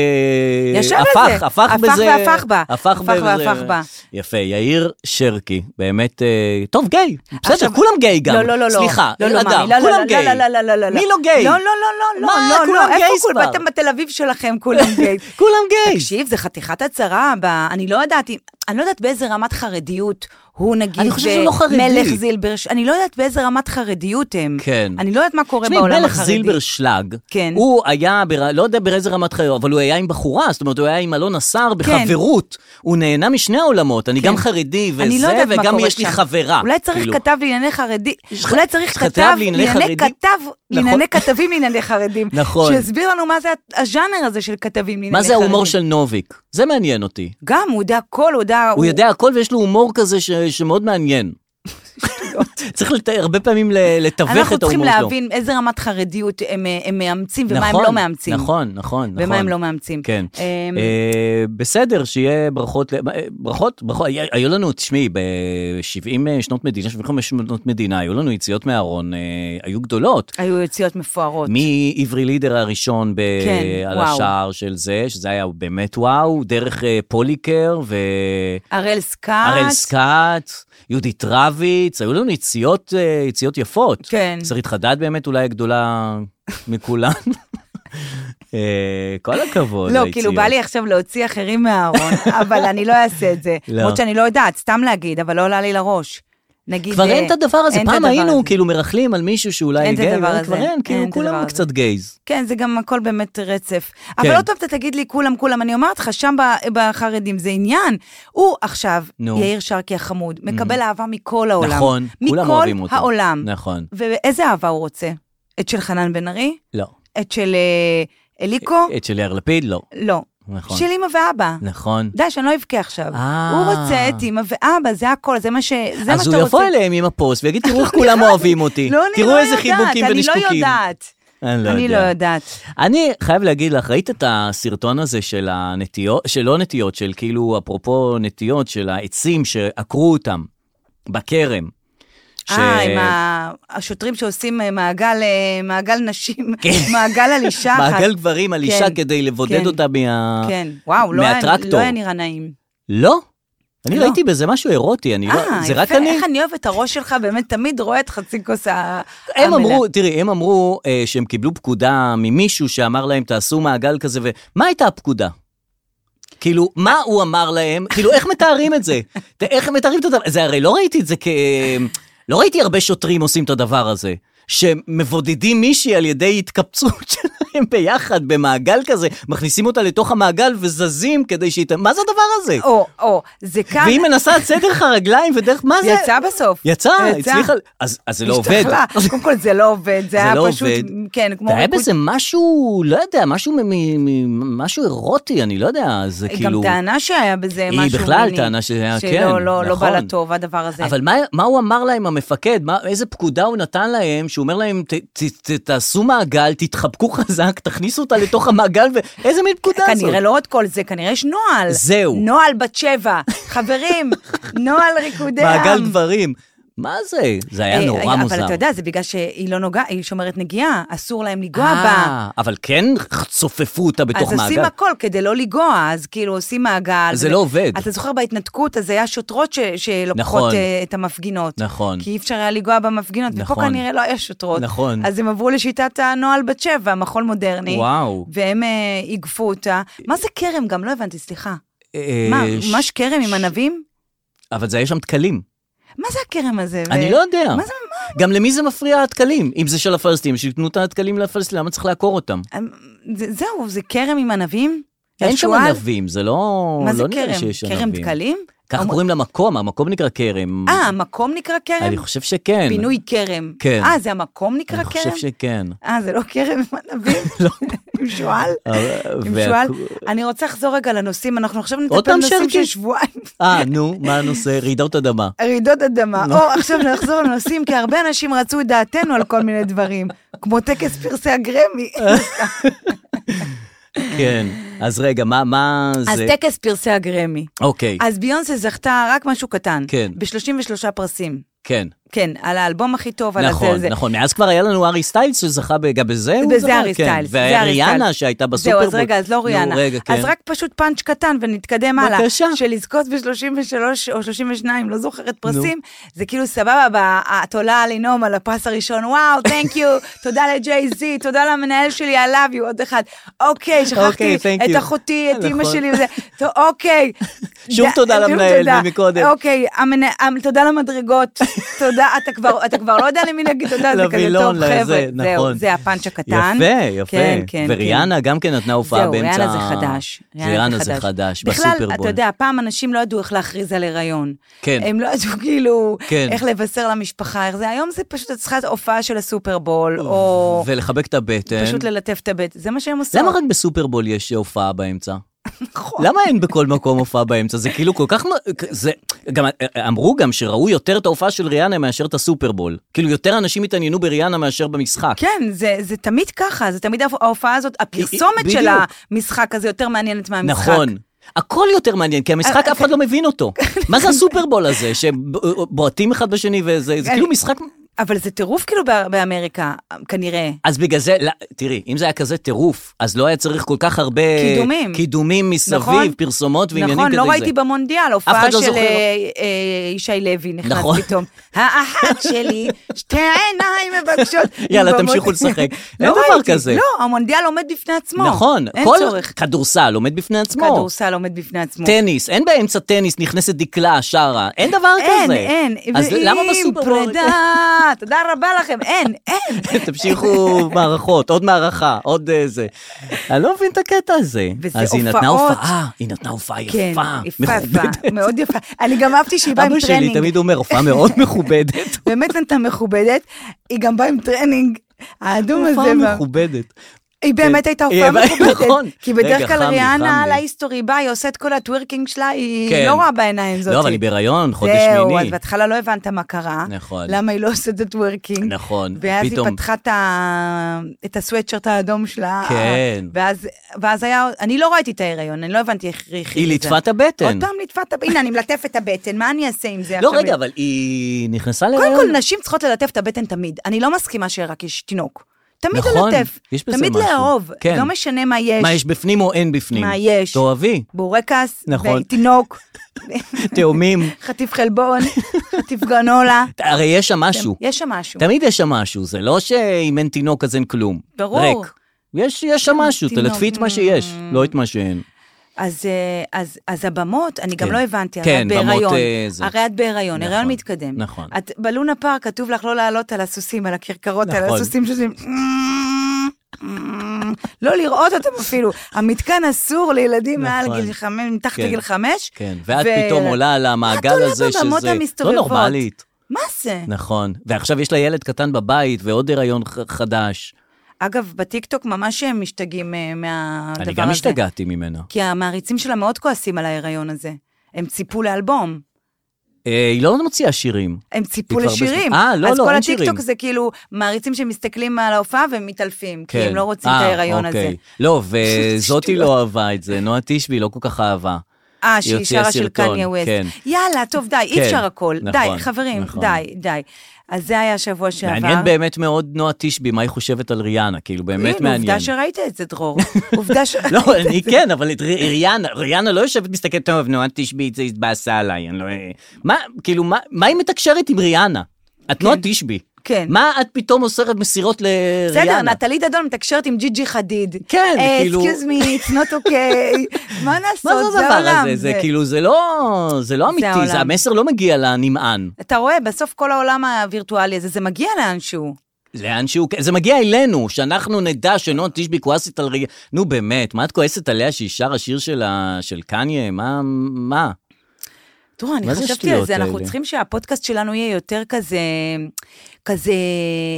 [SPEAKER 3] ישב על
[SPEAKER 2] הפך,
[SPEAKER 3] זה.
[SPEAKER 2] הפך
[SPEAKER 3] הפך
[SPEAKER 2] בזה,
[SPEAKER 3] והפך בה.
[SPEAKER 2] הפך
[SPEAKER 3] הפך
[SPEAKER 2] בזה.
[SPEAKER 3] והפך בה.
[SPEAKER 2] יפה, יאיר שרקי, באמת, אה, טוב, גיי, בסדר,
[SPEAKER 3] עכשיו-
[SPEAKER 2] כולם גיי גם.
[SPEAKER 3] לא, לא, לא, לא.
[SPEAKER 2] סליחה,
[SPEAKER 3] לא, לא,
[SPEAKER 2] אדם,
[SPEAKER 3] מאמי, לא, לא,
[SPEAKER 2] כולם
[SPEAKER 3] לא,
[SPEAKER 2] גיי.
[SPEAKER 3] לא, לא, לא, לא, לא, לא.
[SPEAKER 2] מי לא גיי?
[SPEAKER 3] לא, לא, לא, לא,
[SPEAKER 2] מה,
[SPEAKER 3] לא,
[SPEAKER 2] כולם
[SPEAKER 3] לא,
[SPEAKER 2] גייז
[SPEAKER 3] איפה כולם?
[SPEAKER 2] כבר?
[SPEAKER 3] אתם בתל אביב שלכם כולם גיי.
[SPEAKER 2] כולם גיי.
[SPEAKER 3] תקשיב, זה חתיכת הצהרה, ב- אני לא יודעת, אם- אני לא יודעת באיזה רמת חרדיות הוא נגיד,
[SPEAKER 2] אני חושב שהוא לא חרדי.
[SPEAKER 3] מלך זילברש, אני לא יודעת באיזה רמת חרדיות הם.
[SPEAKER 2] כן.
[SPEAKER 3] אני לא יודעת מה קורה
[SPEAKER 2] תשמעי,
[SPEAKER 3] בעולם החרדי.
[SPEAKER 2] מלך זילבר שלג,
[SPEAKER 3] כן.
[SPEAKER 2] הוא היה, בר... לא יודע באיזה רמת חיו, אבל הוא היה עם בחורה, זאת אומרת, הוא היה עם אלון השר
[SPEAKER 3] כן.
[SPEAKER 2] בחברות. הוא נהנה משני העולמות, אני גם חרדי וזה,
[SPEAKER 3] אני לא יודעת מה
[SPEAKER 2] וגם
[SPEAKER 3] קורה
[SPEAKER 2] יש לי
[SPEAKER 3] שם.
[SPEAKER 2] חברה.
[SPEAKER 3] אולי צריך
[SPEAKER 2] כאילו.
[SPEAKER 3] כתב לענייני חרדי,
[SPEAKER 2] יש לך-
[SPEAKER 3] אולי צריך
[SPEAKER 2] כתב
[SPEAKER 3] כתב
[SPEAKER 2] לענייני
[SPEAKER 3] לענייני
[SPEAKER 2] חרדי?
[SPEAKER 3] כתב,
[SPEAKER 2] נכון.
[SPEAKER 3] לענייני כתבים לענייני חרדים.
[SPEAKER 2] נכון.
[SPEAKER 3] שיסביר לנו מה זה הז'אנר הזה של כתבים לענייני
[SPEAKER 2] מה
[SPEAKER 3] חרדים.
[SPEAKER 2] זה ההומור של נוביק? זה מעניין אותי.
[SPEAKER 3] גם, הוא יודע הכל, הוא יודע...
[SPEAKER 2] הוא יודע הכל ויש לו הומור כזה ש... שמאוד מעניין. צריך לת... הרבה פעמים ל- לתווך את ההומור שלו.
[SPEAKER 3] אנחנו צריכים להבין איזה רמת חרדיות הם, אה, הם מאמצים ומה
[SPEAKER 2] נכון,
[SPEAKER 3] הם לא מאמצים.
[SPEAKER 2] נכון, נכון, נכון.
[SPEAKER 3] ומה הם לא מאמצים.
[SPEAKER 2] כן.
[SPEAKER 3] אמ,
[SPEAKER 2] אה, בסדר, שיהיה ברכות, ל- אה, ברכות, ברכות, היה- היו לנו, תשמעי, ב-70 שנות מדינה, 75 שנות מדינה, היו לנו יציאות מהארון, אה, היו גדולות.
[SPEAKER 3] היו יציאות מפוארות.
[SPEAKER 2] מעברי לידר הראשון ב-
[SPEAKER 3] כן,
[SPEAKER 2] על
[SPEAKER 3] וואו.
[SPEAKER 2] השער של זה, שזה היה באמת וואו, דרך אה, פוליקר והראל
[SPEAKER 3] הראל סקאט.
[SPEAKER 2] סקאט, יהודית רביץ, היו לנו יציאות, אה, יציאות יפות.
[SPEAKER 3] כן.
[SPEAKER 2] שרית חדד באמת אולי הגדולה מכולן. אה, כל הכבוד
[SPEAKER 3] לא,
[SPEAKER 2] ליציאות.
[SPEAKER 3] כאילו, בא לי עכשיו להוציא אחרים מהארון, אבל אני לא אעשה את זה.
[SPEAKER 2] לא.
[SPEAKER 3] למרות שאני לא יודעת, סתם להגיד, אבל לא עולה לי לראש. נגיד...
[SPEAKER 2] כבר
[SPEAKER 3] אה,
[SPEAKER 2] אין את הדבר הזה,
[SPEAKER 3] אין את
[SPEAKER 2] פעם
[SPEAKER 3] הדבר
[SPEAKER 2] היינו
[SPEAKER 3] הזה.
[SPEAKER 2] כאילו מרכלים על מישהו שאולי
[SPEAKER 3] אין את
[SPEAKER 2] גיי,
[SPEAKER 3] הדבר
[SPEAKER 2] אבל
[SPEAKER 3] הזה,
[SPEAKER 2] כבר אין, כאילו
[SPEAKER 3] אין את הדבר
[SPEAKER 2] כולם
[SPEAKER 3] הזה.
[SPEAKER 2] קצת גייז.
[SPEAKER 3] כן, זה גם הכל באמת רצף. אבל
[SPEAKER 2] כן.
[SPEAKER 3] עוד פעם אתה תגיד לי, כולם, כולם, אני אומרת לך, שם ב- בחרדים זה עניין. הוא עכשיו,
[SPEAKER 2] נו. Mm-hmm.
[SPEAKER 3] יאיר שרקי החמוד, מקבל אהבה מכל העולם.
[SPEAKER 2] נכון, כולם אוהבים אותו.
[SPEAKER 3] מכל העולם.
[SPEAKER 2] נכון,
[SPEAKER 3] ואיזה אהבה הוא רוצה? את של חנן בן ארי?
[SPEAKER 2] לא.
[SPEAKER 3] את של אה, אליקו?
[SPEAKER 2] את של יאיר לפיד, לא.
[SPEAKER 3] לא.
[SPEAKER 2] נכון.
[SPEAKER 3] של אמא ואבא.
[SPEAKER 2] נכון.
[SPEAKER 3] די, שאני לא אבכה עכשיו.
[SPEAKER 2] אה.
[SPEAKER 3] הוא רוצה את אמא ואבא, זה הכל, זה מה ש... זה מה
[SPEAKER 2] אז
[SPEAKER 3] שאתה
[SPEAKER 2] הוא
[SPEAKER 3] רוצה.
[SPEAKER 2] יבוא אליהם עם הפוסט ויגיד, תראו איך כולם אוהבים אותי.
[SPEAKER 3] לא, אני
[SPEAKER 2] תראו
[SPEAKER 3] לא
[SPEAKER 2] איזה
[SPEAKER 3] יודעת,
[SPEAKER 2] חיבוקים
[SPEAKER 3] אני לא
[SPEAKER 2] ונשקוקים.
[SPEAKER 3] יודעת.
[SPEAKER 2] אני
[SPEAKER 3] אני לא יודעת.
[SPEAKER 2] אני חייב להגיד לך, ראית את הסרטון הזה של הנטיות, שלא נטיות, של כאילו, אפרופו נטיות, של העצים שעקרו אותם בכרם. ש-
[SPEAKER 3] אה, עם ה- השוטרים שעושים אה, מעגל, אה, מעגל נשים, מעגל על אישה אחת.
[SPEAKER 2] כן. מעגל גברים על אישה
[SPEAKER 3] כן,
[SPEAKER 2] כדי לבודד
[SPEAKER 3] כן,
[SPEAKER 2] אותה מה...
[SPEAKER 3] כן, וואו, לא היה-
[SPEAKER 2] מהטרקטור.
[SPEAKER 3] לא היה נראה נעים.
[SPEAKER 2] לא. אני
[SPEAKER 3] לא.
[SPEAKER 2] ראיתי בזה משהו אירוטי, אני לא...
[SPEAKER 3] אה,
[SPEAKER 2] זה רק
[SPEAKER 3] יפה,
[SPEAKER 2] אני.
[SPEAKER 3] איך אני אוהבת את הראש שלך, באמת תמיד רואה את חצי כוס ה-
[SPEAKER 2] הם
[SPEAKER 3] המלאה.
[SPEAKER 2] אמרו, תראי, הם אמרו אה, שהם קיבלו פקודה ממישהו שאמר להם, תעשו מעגל כזה, ומה הייתה הפקודה? כאילו, מה הוא אמר להם? כאילו, איך מתארים את זה? ת- איך הם מתארים את הדבר? זה הרי לא ראיתי את זה כ... לא ראיתי הרבה שוטרים עושים את הדבר הזה. שמבודדים מישהי על ידי התקבצות שלהם ביחד במעגל כזה, מכניסים אותה לתוך המעגל וזזים כדי שהיא... ת- מה זה הדבר הזה?
[SPEAKER 3] או, או, זה כאן,
[SPEAKER 2] והיא מנסה לצאת דרך הרגליים ודרך... מה זה?
[SPEAKER 3] יצא בסוף.
[SPEAKER 2] יצא, הצליחה... אז אז זה לא עובד.
[SPEAKER 3] השתחלה. קודם כל, זה לא עובד, זה היה פשוט, כן, כמו...
[SPEAKER 2] היה
[SPEAKER 3] ריקוד-
[SPEAKER 2] בזה משהו, לא יודע, משהו, מ- מ- מ- משהו אירוטי, אני לא יודע, זה כאילו...
[SPEAKER 3] גם טענה שהיה בזה משהו
[SPEAKER 2] היא
[SPEAKER 3] מיני.
[SPEAKER 2] בכלל טענה שהיה, כן,
[SPEAKER 3] שלא, לא, לא
[SPEAKER 2] נכון.
[SPEAKER 3] בא לה טוב הדבר הזה.
[SPEAKER 2] אבל מה, מה הוא אמר להם, המפקד? מה, איזה פקודה הוא נתן להם, שהוא אומר להם, ת, ת, ת, תעשו מעגל, תתחבקו חזק, תכניסו אותה לתוך המעגל, ו... איזה מין פקודה זאת?
[SPEAKER 3] כנראה לא עוד כל זה, כנראה יש נוהל.
[SPEAKER 2] זהו.
[SPEAKER 3] נוהל בת שבע. חברים, נוהל ריקודי עם.
[SPEAKER 2] מעגל גברים. מה זה? זה היה
[SPEAKER 3] לא אה,
[SPEAKER 2] נורא מוזר.
[SPEAKER 3] אבל אתה יודע, זה בגלל שהיא לא נוגעת, היא שומרת נגיעה, אסור להם לנגוע בה.
[SPEAKER 2] אה, אבל כן צופפו אותה בתוך
[SPEAKER 3] אז עושים
[SPEAKER 2] מעגל.
[SPEAKER 3] הכל כדי לא לנגוע, אז כאילו עושים מעגל.
[SPEAKER 2] זה
[SPEAKER 3] ו-
[SPEAKER 2] לא עובד.
[SPEAKER 3] אתה זוכר בהתנתקות, אז היה שוטרות ש-
[SPEAKER 2] נכון.
[SPEAKER 3] שלוקחות אה, את המפגינות.
[SPEAKER 2] נכון.
[SPEAKER 3] כי אי אפשר היה לנגוע במפגינות, ופה
[SPEAKER 2] נכון.
[SPEAKER 3] כנראה לא היה שוטרות.
[SPEAKER 2] נכון.
[SPEAKER 3] אז הם עברו לשיטת הנוהל בת שבע, מחול מודרני.
[SPEAKER 2] וואו.
[SPEAKER 3] והם אה, איגפו אותה. מה זה כרם? גם לא הבנתי, סליחה.
[SPEAKER 2] אה,
[SPEAKER 3] מה,
[SPEAKER 2] ש-
[SPEAKER 3] ממש כרם עם ענבים?
[SPEAKER 2] אבל זה היה שם דקלים.
[SPEAKER 3] מה זה הכרם הזה? ו-
[SPEAKER 2] אני לא יודע.
[SPEAKER 3] מה זה,
[SPEAKER 2] גם למי זה מפריע הדקלים? אם זה של הפלסטינים, שייתנו את הדקלים לפלסטינים, למה צריך לעקור אותם?
[SPEAKER 3] מה, אמ, זה- זהו, זה כרם עם ענבים?
[SPEAKER 2] אין שם
[SPEAKER 3] השועל?
[SPEAKER 2] ענבים, זה לא...
[SPEAKER 3] מה זה
[SPEAKER 2] לא נראה
[SPEAKER 3] כרם?
[SPEAKER 2] שיש
[SPEAKER 3] כרם
[SPEAKER 2] ענבים.
[SPEAKER 3] דקלים?
[SPEAKER 2] ככה
[SPEAKER 3] אמר-
[SPEAKER 2] קוראים למקום, המקום נקרא כרם.
[SPEAKER 3] אה, המקום נקרא כרם?
[SPEAKER 2] אני חושב שכן.
[SPEAKER 3] בינוי כרם.
[SPEAKER 2] כן.
[SPEAKER 3] אה, זה המקום נקרא
[SPEAKER 2] אני
[SPEAKER 3] כרם?
[SPEAKER 2] חושב לא. שכן.
[SPEAKER 3] אה, זה לא כרם עם ענבים? עם שועל? עם
[SPEAKER 2] וה-
[SPEAKER 3] שועל? אני רוצה לחזור רגע לנושאים, אנחנו עכשיו
[SPEAKER 2] עוד
[SPEAKER 3] נטפל
[SPEAKER 2] פעם
[SPEAKER 3] בנושאים של
[SPEAKER 2] שרקי?
[SPEAKER 3] שבועיים.
[SPEAKER 2] אה, נו, מה הנושא? רעידות אדמה.
[SPEAKER 3] רעידות אדמה. או, עכשיו נחזור לנושאים, כי הרבה אנשים רצו את דעתנו על כל מיני דברים, כמו טקס פרסי הגרמי.
[SPEAKER 2] כן. אז רגע, מה, מה
[SPEAKER 3] אז
[SPEAKER 2] זה?
[SPEAKER 3] טקס פרסי הגרמי.
[SPEAKER 2] אוקיי,
[SPEAKER 3] אז ביונסה זכתה רק משהו קטן.
[SPEAKER 2] כן.
[SPEAKER 3] ב-33 פרסים.
[SPEAKER 2] כן.
[SPEAKER 3] כן, על האלבום הכי טוב, על הזה,
[SPEAKER 2] נכון,
[SPEAKER 3] זה.
[SPEAKER 2] נכון. מאז כבר היה לנו ארי סטיילס שזכה, ב- גם בזה הוא זכה?
[SPEAKER 3] וזה הארי
[SPEAKER 2] כן.
[SPEAKER 3] סטיילס, זה
[SPEAKER 2] והיה
[SPEAKER 3] הארי
[SPEAKER 2] ריאנה
[SPEAKER 3] סטיילס.
[SPEAKER 2] שהייתה
[SPEAKER 3] זהו,
[SPEAKER 2] בסופרבול.
[SPEAKER 3] אז רגע, אז לא ריאנה.
[SPEAKER 2] נו, רגע, כן.
[SPEAKER 3] אז רק פשוט פאנץ' קטן ונתקדם הלאה.
[SPEAKER 2] בבקשה.
[SPEAKER 3] שלזכות ב-33 או 32, לא זוכרת פרסים, זה כאילו סבבה, ב- את עולה לנאום על הפרס הראשון, וואו, תנק יו, תודה לג'יי זי, תודה למנהל שלי, I love you, עוד אחד. אוקיי, שכחתי
[SPEAKER 2] אוקיי, thank
[SPEAKER 3] את
[SPEAKER 2] you.
[SPEAKER 3] אחותי, את אימא
[SPEAKER 2] נכון.
[SPEAKER 3] שלי וזה. טוב, אוקיי.
[SPEAKER 2] שוב
[SPEAKER 3] ד-
[SPEAKER 2] תודה
[SPEAKER 3] שוב
[SPEAKER 2] למנהל
[SPEAKER 3] תודה.
[SPEAKER 2] ממקודם.
[SPEAKER 3] אוקיי, המנה- המ- תודה למדרגות, תודה, אתה כבר- אתה כבר לא יודע למי להגיד תודה, זה כזה
[SPEAKER 2] לווילון,
[SPEAKER 3] טוב, חבר'ה.
[SPEAKER 2] לזה, נכון.
[SPEAKER 3] זהו, זה הפאנץ' הקטן.
[SPEAKER 2] יפה, יפה.
[SPEAKER 3] כן, כן. כן.
[SPEAKER 2] וריאנה גם כן נתנה הופעה
[SPEAKER 3] זהו,
[SPEAKER 2] באמצע...
[SPEAKER 3] ריאנה זה חדש.
[SPEAKER 2] ריאנה זה חדש,
[SPEAKER 3] בכלל,
[SPEAKER 2] בסופרבול.
[SPEAKER 3] אתה יודע, פעם אנשים לא ידעו איך להכריז על הריון.
[SPEAKER 2] כן.
[SPEAKER 3] הם לא ידעו כאילו,
[SPEAKER 2] כן.
[SPEAKER 3] איך לבשר למשפחה, איך זה. היום זה פשוט, את צריכה הופעה של הסופרבול, או
[SPEAKER 2] ולחבק את הבטן.
[SPEAKER 3] פשוט ללטף את הבט. זה מה שהם עושים.
[SPEAKER 2] למה רק בסופרבול יש הופעה באמצע?
[SPEAKER 3] נכון.
[SPEAKER 2] למה אין בכל מקום הופעה באמצע? זה כאילו כל כך... מ- זה... גם אה, אמרו גם שראו יותר את ההופעה של ריאנה מאשר את הסופרבול. כאילו, יותר אנשים התעניינו בריאנה מאשר במשחק.
[SPEAKER 3] כן, זה, זה תמיד ככה, זה תמיד ההופעה הזאת, הפרסומת של
[SPEAKER 2] בדיוק.
[SPEAKER 3] המשחק הזה יותר מעניינת מהמשחק.
[SPEAKER 2] נכון. הכל יותר מעניין, כי המשחק
[SPEAKER 3] אה,
[SPEAKER 2] אף אה, אחד לא מבין אותו. מה זה הסופרבול הזה, שבועטים אחד בשני וזה זה
[SPEAKER 3] אני-
[SPEAKER 2] כאילו משחק
[SPEAKER 3] אבל זה טירוף כאילו ב- באמריקה, כנראה.
[SPEAKER 2] אז בגלל זה, לא, תראי, אם זה היה כזה טירוף, אז לא היה צריך כל כך הרבה...
[SPEAKER 3] קידומים.
[SPEAKER 2] קידומים מסביב,
[SPEAKER 3] נכון.
[SPEAKER 2] פרסומות ועניינים
[SPEAKER 3] נכון,
[SPEAKER 2] כדי
[SPEAKER 3] לא
[SPEAKER 2] זה.
[SPEAKER 3] ראיתי במונדיאל, הופעה
[SPEAKER 2] אחד לא
[SPEAKER 3] של
[SPEAKER 2] זוכר.
[SPEAKER 3] אה, אה, ישי לוי נכנס
[SPEAKER 2] נכון.
[SPEAKER 3] פתאום. האחת שלי, שתי העיניים מבקשות.
[SPEAKER 2] יאללה,
[SPEAKER 3] במונדיאל.
[SPEAKER 2] תמשיכו לשחק.
[SPEAKER 3] לא
[SPEAKER 2] אין דבר
[SPEAKER 3] ראיתי,
[SPEAKER 2] כזה.
[SPEAKER 3] לא, המונדיאל עומד בפני עצמו.
[SPEAKER 2] נכון,
[SPEAKER 3] אין
[SPEAKER 2] כל
[SPEAKER 3] צורך.
[SPEAKER 2] כדורסל עומד בפני עצמו.
[SPEAKER 3] כדורסל עומד בפני עצמו.
[SPEAKER 2] טניס, אין באמצע טניס, נכנסת דקלה, שרה, אין דבר
[SPEAKER 3] אין,
[SPEAKER 2] כזה.
[SPEAKER 3] אין.
[SPEAKER 2] אז
[SPEAKER 3] ואם
[SPEAKER 2] למה בסופרבול?
[SPEAKER 3] פרידה, תודה רבה לכם. אין, אין.
[SPEAKER 2] תמשיכו מערכות, עוד מערכה, עוד אה, זה. אני לא מבין את הקטע הזה.
[SPEAKER 3] וזה
[SPEAKER 2] אז היא נתנה
[SPEAKER 3] הופעות.
[SPEAKER 2] הופעה, היא נתנה הופעה יפה,
[SPEAKER 3] כן, יפה,
[SPEAKER 2] מכובדת.
[SPEAKER 3] יפה, מאוד יפה. אני גם אהבתי שהיא באה עם
[SPEAKER 2] אבא שלי
[SPEAKER 3] טרנינג.
[SPEAKER 2] תמיד אומר, הופעה מאוד מכובדת.
[SPEAKER 3] באמת נתנה מכובדת, היא גם באה עם טרנינג. האדום הזה,
[SPEAKER 2] הופעה
[SPEAKER 3] מה-
[SPEAKER 2] מכובדת.
[SPEAKER 3] היא באמת הייתה
[SPEAKER 2] היא
[SPEAKER 3] הופעה
[SPEAKER 2] באמת- נכון.
[SPEAKER 3] מכובדת, כי בדרך
[SPEAKER 2] רגע,
[SPEAKER 3] כלל
[SPEAKER 2] חם לי, חם
[SPEAKER 3] ריאנה על
[SPEAKER 2] לי.
[SPEAKER 3] ההיסטורי באה, היא עושה את כל הטוורקינג שלה,
[SPEAKER 2] כן.
[SPEAKER 3] היא לא רואה בעיניים זאת.
[SPEAKER 2] לא, אבל היא בהיריון, חודש
[SPEAKER 3] זהו, אז
[SPEAKER 2] שמיני.
[SPEAKER 3] בהתחלה לא הבנת מה קרה,
[SPEAKER 2] נכון.
[SPEAKER 3] למה היא לא עושה את הטוורקינג,
[SPEAKER 2] נכון,
[SPEAKER 3] ואז היא
[SPEAKER 2] פתאום-
[SPEAKER 3] פתחה את ה- את הסוואטשרט האדום שלה,
[SPEAKER 2] כן.
[SPEAKER 3] ואז- ואז היה, אני לא ראיתי את ההיריון, אני לא הבנתי איך היא
[SPEAKER 2] היא
[SPEAKER 3] הכילה את
[SPEAKER 2] ליטפה
[SPEAKER 3] זה.
[SPEAKER 2] את הבטן.
[SPEAKER 3] עוד פעם ליטפה את הבטן, הנה אני מלטפת את הבטן, מה אני אעשה עם זה
[SPEAKER 2] לא,
[SPEAKER 3] עכשיו?
[SPEAKER 2] רגע, אבל היא נכנסה להיריון.
[SPEAKER 3] קודם כל, נשים צריכות ללטף את הבטן תמיד. אני לא מסכימה שרק יש תינוק. תמיד
[SPEAKER 2] נכון,
[SPEAKER 3] ללטף.
[SPEAKER 2] יש בזה
[SPEAKER 3] תמיד
[SPEAKER 2] משהו.
[SPEAKER 3] לאהוב.
[SPEAKER 2] כן.
[SPEAKER 3] לא משנה מה יש.
[SPEAKER 2] מה יש בפנים או אין בפנים?
[SPEAKER 3] מה יש?
[SPEAKER 2] תאהבי,
[SPEAKER 3] בורקס,
[SPEAKER 2] נכון.
[SPEAKER 3] תינוק,
[SPEAKER 2] תאומים.
[SPEAKER 3] חטיף חלבון, חטיף גרנולה.
[SPEAKER 2] הרי יש שם משהו.
[SPEAKER 3] יש שם משהו.
[SPEAKER 2] תמיד יש שם משהו, זה לא שאם אין תינוק אז אין כלום.
[SPEAKER 3] ברור.
[SPEAKER 2] ריק. יש, יש שם משהו,
[SPEAKER 3] תינוק, Mm.
[SPEAKER 2] תלטפי את מה שיש, לא את מה שאין.
[SPEAKER 3] אז, אה, אז, אז הבמות, אני
[SPEAKER 2] כן.
[SPEAKER 3] גם לא הבנתי, הרי
[SPEAKER 2] כן,
[SPEAKER 3] את
[SPEAKER 2] במות,
[SPEAKER 3] בהיריון.
[SPEAKER 2] אה, זה.
[SPEAKER 3] הרי את בהיריון,
[SPEAKER 2] נכון,
[SPEAKER 3] הריון מתקדם.
[SPEAKER 2] נכון.
[SPEAKER 3] את, בלונה פארק כתוב לך לא לעלות על הסוסים, על הכרכרות, על
[SPEAKER 2] נכון.
[SPEAKER 3] הסוסים שעושים... לא לראות אותם אפילו. המתקן אסור לילדים מעל
[SPEAKER 2] נכון.
[SPEAKER 3] גיל חמש, מתחת
[SPEAKER 2] כן.
[SPEAKER 3] לגיל חמש.
[SPEAKER 2] כן, ואת
[SPEAKER 3] ו-
[SPEAKER 2] פתאום עולה על
[SPEAKER 3] את
[SPEAKER 2] המעגל
[SPEAKER 3] עולה
[SPEAKER 2] הזה שזה...
[SPEAKER 3] בבמות המסתובבות.
[SPEAKER 2] לא נורמלית.
[SPEAKER 3] מה זה?
[SPEAKER 2] נכון. ועכשיו יש לה ילד קטן בבית ועוד הריון ח- חדש.
[SPEAKER 3] אגב, בטיקטוק ממש הם משתגעים אה, מהדבר הזה.
[SPEAKER 2] אני גם השתגעתי ממנה.
[SPEAKER 3] כי המעריצים שלה מאוד כועסים על ההיריון הזה. הם ציפו לאלבום.
[SPEAKER 2] אה, היא לא מוציאה שירים.
[SPEAKER 3] הם ציפו
[SPEAKER 2] היא כבר בזמן.
[SPEAKER 3] לשירים.
[SPEAKER 2] אה, לא, לא, אין
[SPEAKER 3] אז כל הטיקטוק
[SPEAKER 2] שירים.
[SPEAKER 3] זה כאילו מעריצים שמסתכלים על ההופעה ומתעלפים, כי הם לא רוצים את
[SPEAKER 2] אה,
[SPEAKER 3] ההיריון הזה.
[SPEAKER 2] אוקיי. לא, וזאתי
[SPEAKER 3] שטויות.
[SPEAKER 2] לא אהבה את זה, נועה תשבי לא כל כך אהבה.
[SPEAKER 3] אה, שהיא
[SPEAKER 2] הוציאה
[SPEAKER 3] שרה של
[SPEAKER 2] סרטון,
[SPEAKER 3] קניה ווסט.
[SPEAKER 2] כן.
[SPEAKER 3] יאללה, טוב, די,
[SPEAKER 2] כן,
[SPEAKER 3] אי אפשר הכל.
[SPEAKER 2] נכון,
[SPEAKER 3] די, חברים,
[SPEAKER 2] נכון.
[SPEAKER 3] די, די. אז זה היה שבוע שעבר.
[SPEAKER 2] מעניין באמת מאוד נועה תשבי, מה היא חושבת על ריאנה, כאילו באמת
[SPEAKER 3] הנה,
[SPEAKER 2] מעניין.
[SPEAKER 3] עובדה שראית את זה, דרור. עובדה ש...
[SPEAKER 2] לא, אני כן, אבל את רי- ריאנה, ריאנה לא יושבת מסתכלת, טוב, נו, את תשבי, זה התבאסה עליי, אני לא... מה, כאילו, מה- מה היא מתקשרת עם ריאנה? את נועה תשבי.
[SPEAKER 3] כן.
[SPEAKER 2] מה את פתאום אוסרת מסירות לריאנה?
[SPEAKER 3] בסדר, נטלי דדון מתקשרת עם ג'י ג'י חדיד.
[SPEAKER 2] כן, כאילו-
[SPEAKER 3] אסקיוז מי, it's not okay. מה לעשות,
[SPEAKER 2] מה זה הדבר
[SPEAKER 3] העולם,
[SPEAKER 2] הזה? זה כאילו, זה לא, זה לא אמיתי,
[SPEAKER 3] העולם.
[SPEAKER 2] זה המסר לא מגיע לנמען.
[SPEAKER 3] אתה רואה, בסוף כל העולם הווירטואלי הזה, זה מגיע לאנשהו.
[SPEAKER 2] לאן שהוא, זה מגיע אלינו, שאנחנו נדע שנועה תשבי כועסת על רגע... נו באמת, מה את כועסת עליה שהיא שרה שיר שלה, של קניה? מה, מה?
[SPEAKER 3] תראו, אני
[SPEAKER 2] מה זה
[SPEAKER 3] חשבתי על
[SPEAKER 2] השטויות
[SPEAKER 3] זה, אנחנו
[SPEAKER 2] האלה?
[SPEAKER 3] צריכים שהפודקאסט שלנו יהיה יותר כזה, כזה...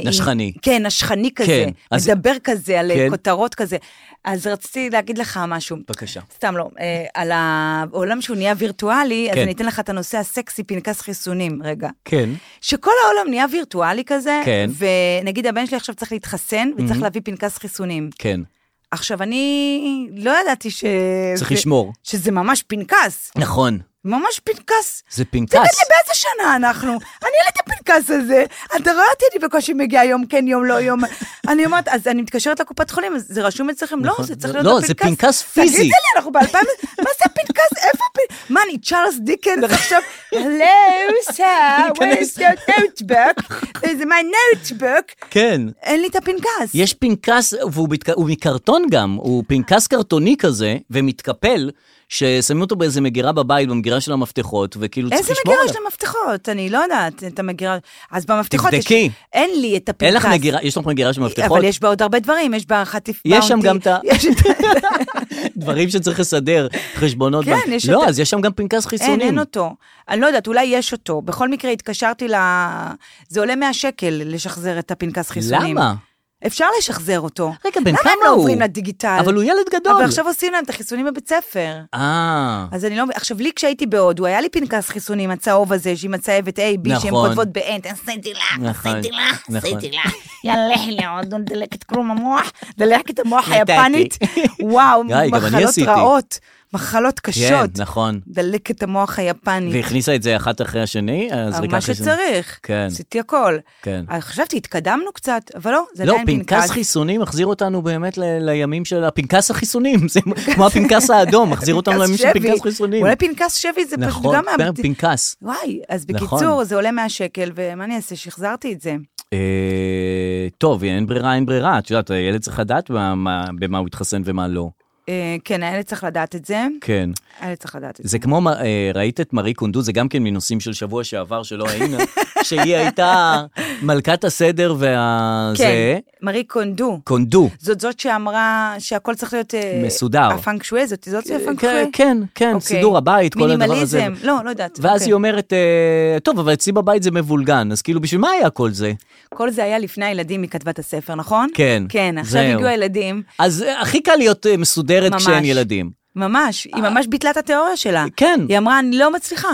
[SPEAKER 2] נשכני.
[SPEAKER 3] עם- כן, נשכני כזה.
[SPEAKER 2] כן, אז-
[SPEAKER 3] מדבר כזה, על
[SPEAKER 2] כן. אוקיי.
[SPEAKER 3] כותרות כזה. אז רציתי להגיד לך משהו.
[SPEAKER 2] בבקשה.
[SPEAKER 3] סתם לא, אה, על העולם שהוא נהיה וירטואלי, אז
[SPEAKER 2] כן.
[SPEAKER 3] אני אתן לך את הנושא הסקסי, פנקס חיסונים, רגע.
[SPEAKER 2] כן.
[SPEAKER 3] שכל העולם נהיה וירטואלי כזה,
[SPEAKER 2] כן. Mm-hmm.
[SPEAKER 3] ונגיד הבן שלי עכשיו צריך להתחסן, וצריך להביא פנקס חיסונים.
[SPEAKER 2] כן.
[SPEAKER 3] עכשיו, אני לא ידעתי ש...
[SPEAKER 2] צריך
[SPEAKER 3] זה-
[SPEAKER 2] לשמור.
[SPEAKER 3] שזה ממש פנקס,
[SPEAKER 2] נכון,
[SPEAKER 3] ממש פנקס.
[SPEAKER 2] זה
[SPEAKER 3] תגיד
[SPEAKER 2] פנקס.
[SPEAKER 3] לי, באיזה שנה אנחנו? אני העליתי פנקס הזה. אתה רואה אותי, אני בקושי מגיעה יום כן, יום לא, יום... אני אומרת, אז אני מתקשרת לקופת חולים, אז זה רשום אצלכם? לא,
[SPEAKER 2] נכון.
[SPEAKER 3] זה צריך להיות
[SPEAKER 2] לא,
[SPEAKER 3] הפנקס.
[SPEAKER 2] זה פנקס פיזי.
[SPEAKER 3] תגידי לי, אנחנו באלפיים... מה זה הפנקס? איפה הפנקס? מה, אני צ'ארלס דיקנס
[SPEAKER 2] נכון.
[SPEAKER 3] עכשיו? Hello, sir, where's your notebook? זה my notebook.
[SPEAKER 2] כן.
[SPEAKER 3] אין לי את הפנקס.
[SPEAKER 2] יש פנקס, והוא מתק- הוא מקרטון גם, הוא פנקס קרטוני כזה, ומתקפל, ששמים אותו באיזה מגירה בבית, במגירה של המפתחות, וכאילו צריך
[SPEAKER 3] איזה
[SPEAKER 2] לשמור
[SPEAKER 3] מגירה
[SPEAKER 2] עליו.
[SPEAKER 3] יש למפתחות? אני לא יודעת את המגירה. אז במפתחות יש...
[SPEAKER 2] תבדקי.
[SPEAKER 3] אין לי את הפנקס.
[SPEAKER 2] אין לך מגירה, יש לך מגירה של מפתחות?
[SPEAKER 3] אבל יש בה עוד הרבה דברים, יש בה חטיף
[SPEAKER 2] יש
[SPEAKER 3] באונטי.
[SPEAKER 2] שם גם את ה-
[SPEAKER 3] יש את ה...
[SPEAKER 2] דברים שצריך לסדר, חשבונות.
[SPEAKER 3] כן,
[SPEAKER 2] בנק.
[SPEAKER 3] יש
[SPEAKER 2] לא,
[SPEAKER 3] את ה-
[SPEAKER 2] אז יש שם גם פנקס חיסונים.
[SPEAKER 3] אין, אין אותו. אני לא יודעת, אולי יש אותו. בכל מקרה, התקשרתי ל... זה עולה 100 שקל לשחזר את הפנקס חיסונים.
[SPEAKER 2] למה?
[SPEAKER 3] אפשר לשחזר אותו.
[SPEAKER 2] רגע, בן
[SPEAKER 3] למה
[SPEAKER 2] כמה
[SPEAKER 3] הם
[SPEAKER 2] הוא?
[SPEAKER 3] לא עוברים לדיגיטל?
[SPEAKER 2] אבל הוא ילד גדול.
[SPEAKER 3] אבל עכשיו עושים להם את החיסונים בבית ספר.
[SPEAKER 2] אה,
[SPEAKER 3] אז אני לא... עכשיו, לי כשהייתי בהודו, היה לי פנקס חיסונים, הצהוב הזה, שהיא מצהבת A, B, שהן
[SPEAKER 2] נכון.
[SPEAKER 3] כותבות ב-N,
[SPEAKER 5] עשיתי לה,
[SPEAKER 2] נכון,
[SPEAKER 5] עשיתי לה,
[SPEAKER 2] נכון.
[SPEAKER 5] עשיתי לה. יאללה, לכי לעוד דלקת קרום המוח.
[SPEAKER 3] דלקת המוח
[SPEAKER 2] נתתי.
[SPEAKER 3] היפנית. וואו,
[SPEAKER 2] גיא, גם אני
[SPEAKER 3] מחלות
[SPEAKER 2] עשיתי.
[SPEAKER 3] רעות. מחלות
[SPEAKER 2] כן,
[SPEAKER 3] קשות.
[SPEAKER 2] נכון.
[SPEAKER 3] דלקת המוח היפנית.
[SPEAKER 2] והכניסה את זה אחת אחרי השני, הזריקה
[SPEAKER 3] מה
[SPEAKER 2] אחרי השני.
[SPEAKER 3] שצריך.
[SPEAKER 2] כן.
[SPEAKER 3] עשיתי הכל.
[SPEAKER 2] כן.
[SPEAKER 3] אה, חשבתי, התקדמנו קצת, אבל לא, זה
[SPEAKER 2] לא,
[SPEAKER 3] עדיין
[SPEAKER 2] פנקס חיסונים מחזיר אותנו באמת ל- לימים של הפנקס החיסונים, זה כמו הפנקס האדום, מחזיר אותנו
[SPEAKER 3] פנקס
[SPEAKER 2] לימים של
[SPEAKER 3] שבי.
[SPEAKER 2] פנקס חיסונים.
[SPEAKER 3] אולי פנקס שבי זה פשוט
[SPEAKER 2] נכון,
[SPEAKER 3] גם... מה-
[SPEAKER 2] פנקס.
[SPEAKER 3] וואי, אז
[SPEAKER 2] נכון.
[SPEAKER 3] בקיצור, זה עולה 100 שקל, ומה אני אעשה, שחזרתי את זה.
[SPEAKER 2] אה, טוב, אין ברירה, אין ברירה. את יודעת, הילד צריך לדעת מה- מה- במה הוא התחסן ומה לא.
[SPEAKER 3] אה, כן, הילד צריך לדעת את זה.
[SPEAKER 2] כן.
[SPEAKER 3] הילד צריך לדעת את זה.
[SPEAKER 2] זה כמו, מה- אה, ראית את מארי קונדו, זה גם כן מנושאים של שבוע שעבר שלא היינו, שהיא הייתה מלכת הסדר וה... זה,
[SPEAKER 3] כן, מארי קונדו.
[SPEAKER 2] קונדו.
[SPEAKER 3] זאת זאת שאמרה שהכל צריך להיות... אה,
[SPEAKER 2] מסודר.
[SPEAKER 3] הפנקשוי, זאת זאת
[SPEAKER 2] כן,
[SPEAKER 3] הפנקשוי.
[SPEAKER 2] כן, כן,
[SPEAKER 3] אוקיי.
[SPEAKER 2] סידור הבית, כל הדבר הזה.
[SPEAKER 3] מינימליזם, לא, לא יודעת.
[SPEAKER 2] ואז
[SPEAKER 3] אוקיי.
[SPEAKER 2] היא אומרת, אה, טוב, אבל אצלי בבית זה מבולגן, אז כאילו, בשביל מה היה כל זה?
[SPEAKER 3] כל זה היה לפני הילדים, היא כתבה את הספר, נכון?
[SPEAKER 2] כן,
[SPEAKER 3] כן, עכשיו
[SPEAKER 2] זהו.
[SPEAKER 3] הגיעו הילדים,
[SPEAKER 2] אז אה, הכי קל להיות אה, מסודרת
[SPEAKER 3] ממש.
[SPEAKER 2] כשאין ילדים.
[SPEAKER 3] ממש, היא ממש ביטלה את התיאוריה שלה.
[SPEAKER 2] כן.
[SPEAKER 3] היא אמרה, אני לא מצליחה.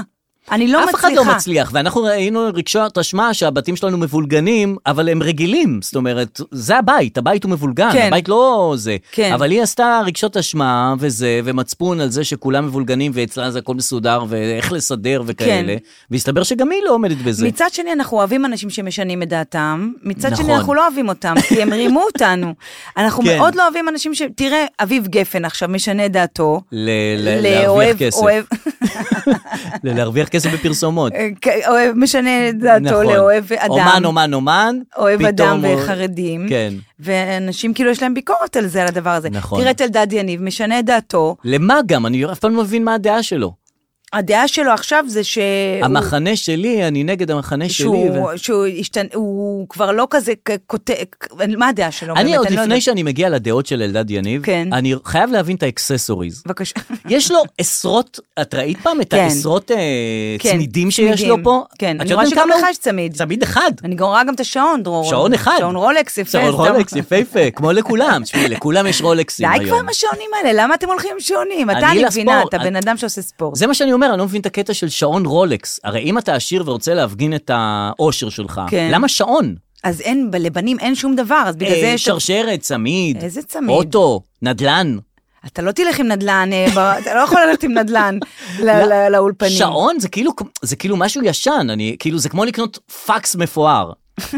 [SPEAKER 3] אני לא
[SPEAKER 2] אף
[SPEAKER 3] מצליחה.
[SPEAKER 2] אחד לא מצליח, ואנחנו ראינו רגשות אשמה שהבתים שלנו מבולגנים, אבל הם רגילים, זאת אומרת, זה הבית, הבית הוא מבולגן,
[SPEAKER 3] כן.
[SPEAKER 2] הבית לא זה.
[SPEAKER 3] כן.
[SPEAKER 2] אבל היא עשתה רגשות אשמה וזה, ומצפון על זה שכולם מבולגנים ואצלה זה הכל מסודר, ואיך לסדר וכאלה,
[SPEAKER 3] כן.
[SPEAKER 2] והסתבר שגם היא לא עומדת בזה.
[SPEAKER 3] מצד שני, אנחנו אוהבים אנשים שמשנים את דעתם, מצד
[SPEAKER 2] נכון.
[SPEAKER 3] שני, אנחנו לא אוהבים אותם, כי הם רימו אותנו. אנחנו
[SPEAKER 2] כן.
[SPEAKER 3] מאוד לא אוהבים אנשים ש... תראה, אביב גפן עכשיו משנה את דעתו.
[SPEAKER 2] ל- ל-
[SPEAKER 3] לאוהב-
[SPEAKER 2] להרוויח כסף.
[SPEAKER 3] אוהב-
[SPEAKER 2] ל- להרוויח כסף בפרסומות.
[SPEAKER 3] אה, אוהב, משנה את דעתו
[SPEAKER 2] נכון.
[SPEAKER 3] לאוהב אדם.
[SPEAKER 2] אומן, אומן, אומן.
[SPEAKER 3] אוהב אדם
[SPEAKER 2] פתאום הוא-
[SPEAKER 3] וחרדים,
[SPEAKER 2] כן.
[SPEAKER 3] ואנשים כאילו יש להם ביקורת על זה, על הדבר הזה.
[SPEAKER 2] נכון.
[SPEAKER 3] תראה את אלדד יניב, משנה את דעתו,
[SPEAKER 2] למה גם? אני אף פעם לא מבין מה הדעה שלו.
[SPEAKER 3] אה, הדעה שלו עכשיו זה שהוא...
[SPEAKER 2] המחנה שלי, אני נגד המחנה שלי. ו-
[SPEAKER 3] שהוא, לא, שהוא השתנ... הוא כבר לא כזה כ- כותב, מה הדעה שלו?
[SPEAKER 2] אני
[SPEAKER 3] באמת,
[SPEAKER 2] עוד
[SPEAKER 3] לא
[SPEAKER 2] לפני
[SPEAKER 3] יודעת.
[SPEAKER 2] שאני מגיע לדעות של אלדד יניב,
[SPEAKER 3] כן.
[SPEAKER 2] אני חייב להבין את האקססוריז.
[SPEAKER 3] בבקשה.
[SPEAKER 2] יש לו עשרות, את ראית פעם את
[SPEAKER 3] כן.
[SPEAKER 2] העשרות אה,
[SPEAKER 3] כן,
[SPEAKER 2] צמידים שיש
[SPEAKER 3] צמידים.
[SPEAKER 2] לו פה?
[SPEAKER 3] כן,
[SPEAKER 2] את
[SPEAKER 3] אני
[SPEAKER 2] יודעת
[SPEAKER 3] רואה
[SPEAKER 2] בן
[SPEAKER 3] שגם
[SPEAKER 2] כמה
[SPEAKER 3] לך
[SPEAKER 2] הוא?
[SPEAKER 3] יש צמיד.
[SPEAKER 2] צמיד אחד.
[SPEAKER 3] אני גם רואה גם את השעון, דרור.
[SPEAKER 2] שעון אחד.
[SPEAKER 3] שעון רולקס, יפה.
[SPEAKER 2] שעון
[SPEAKER 3] סתם.
[SPEAKER 2] רולקס יפהפה, כמו לכולם. תשמעי, לכולם יש
[SPEAKER 3] די
[SPEAKER 2] רולקסים היום.
[SPEAKER 3] כבר עם השעונים האלה, למה אתם הולכים עם שעונים? אתה,
[SPEAKER 2] אני
[SPEAKER 3] אני מבינה,
[SPEAKER 2] לספורט.
[SPEAKER 3] אתה בן
[SPEAKER 2] אני-
[SPEAKER 3] אדם שעושה ספורט.
[SPEAKER 2] זה מה שאני אומר, אני לא מבין את הקטע של שעון רולקס. הרי אם אתה עשיר ורוצה להפגין את העושר שלך,
[SPEAKER 3] כן.
[SPEAKER 2] למה שעון?
[SPEAKER 3] אז אין, לבנים אין שום דבר, אז בגלל זה...
[SPEAKER 2] אה,
[SPEAKER 3] יש-
[SPEAKER 2] שרשרת, צמיד,
[SPEAKER 3] איזה צמיד?
[SPEAKER 2] אוטו, נדל"ן,
[SPEAKER 3] אתה לא תלך עם נדל"ן, אה, ב- אתה לא יכול ללכת עם נדל"ן ל- ל- לאולפנים.
[SPEAKER 2] לא, שעון זה כאילו, זה כאילו משהו ישן, אני, כאילו זה כמו לקנות פקס מפואר.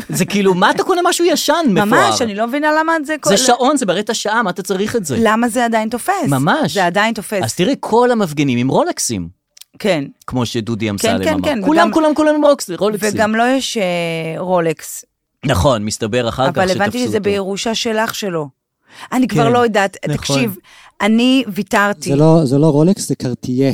[SPEAKER 2] זה כאילו, מה אתה קונה משהו ישן מפואר?
[SPEAKER 3] ממש, אני לא מבינה למה זה... כל-
[SPEAKER 2] זה שעון, זה בראת השעה, מה אתה צריך את זה?
[SPEAKER 3] למה זה עדיין תופס?
[SPEAKER 2] ממש.
[SPEAKER 3] זה עדיין תופס.
[SPEAKER 2] אז תראי, כל המפגינים עם רולקסים,
[SPEAKER 3] כן.
[SPEAKER 2] כמו שדודי אמסלם
[SPEAKER 3] כן,
[SPEAKER 2] אמר.
[SPEAKER 3] כן,
[SPEAKER 2] כולם,
[SPEAKER 3] וגם-
[SPEAKER 2] כולם, כולם עם רולקס- רולקסים.
[SPEAKER 3] וגם לא יש אה, רולקס,
[SPEAKER 2] נכון, מסתבר אחר כך
[SPEAKER 3] אבל
[SPEAKER 2] שתפסו
[SPEAKER 3] הבנתי שזה
[SPEAKER 2] אותו.
[SPEAKER 3] בירושה של אח שלו. אני כבר
[SPEAKER 2] כן,
[SPEAKER 3] לא יודעת,
[SPEAKER 2] נכון.
[SPEAKER 3] תקשיב, אני ויתרתי.
[SPEAKER 6] זה לא, זה לא רולקס, זה קרטייה.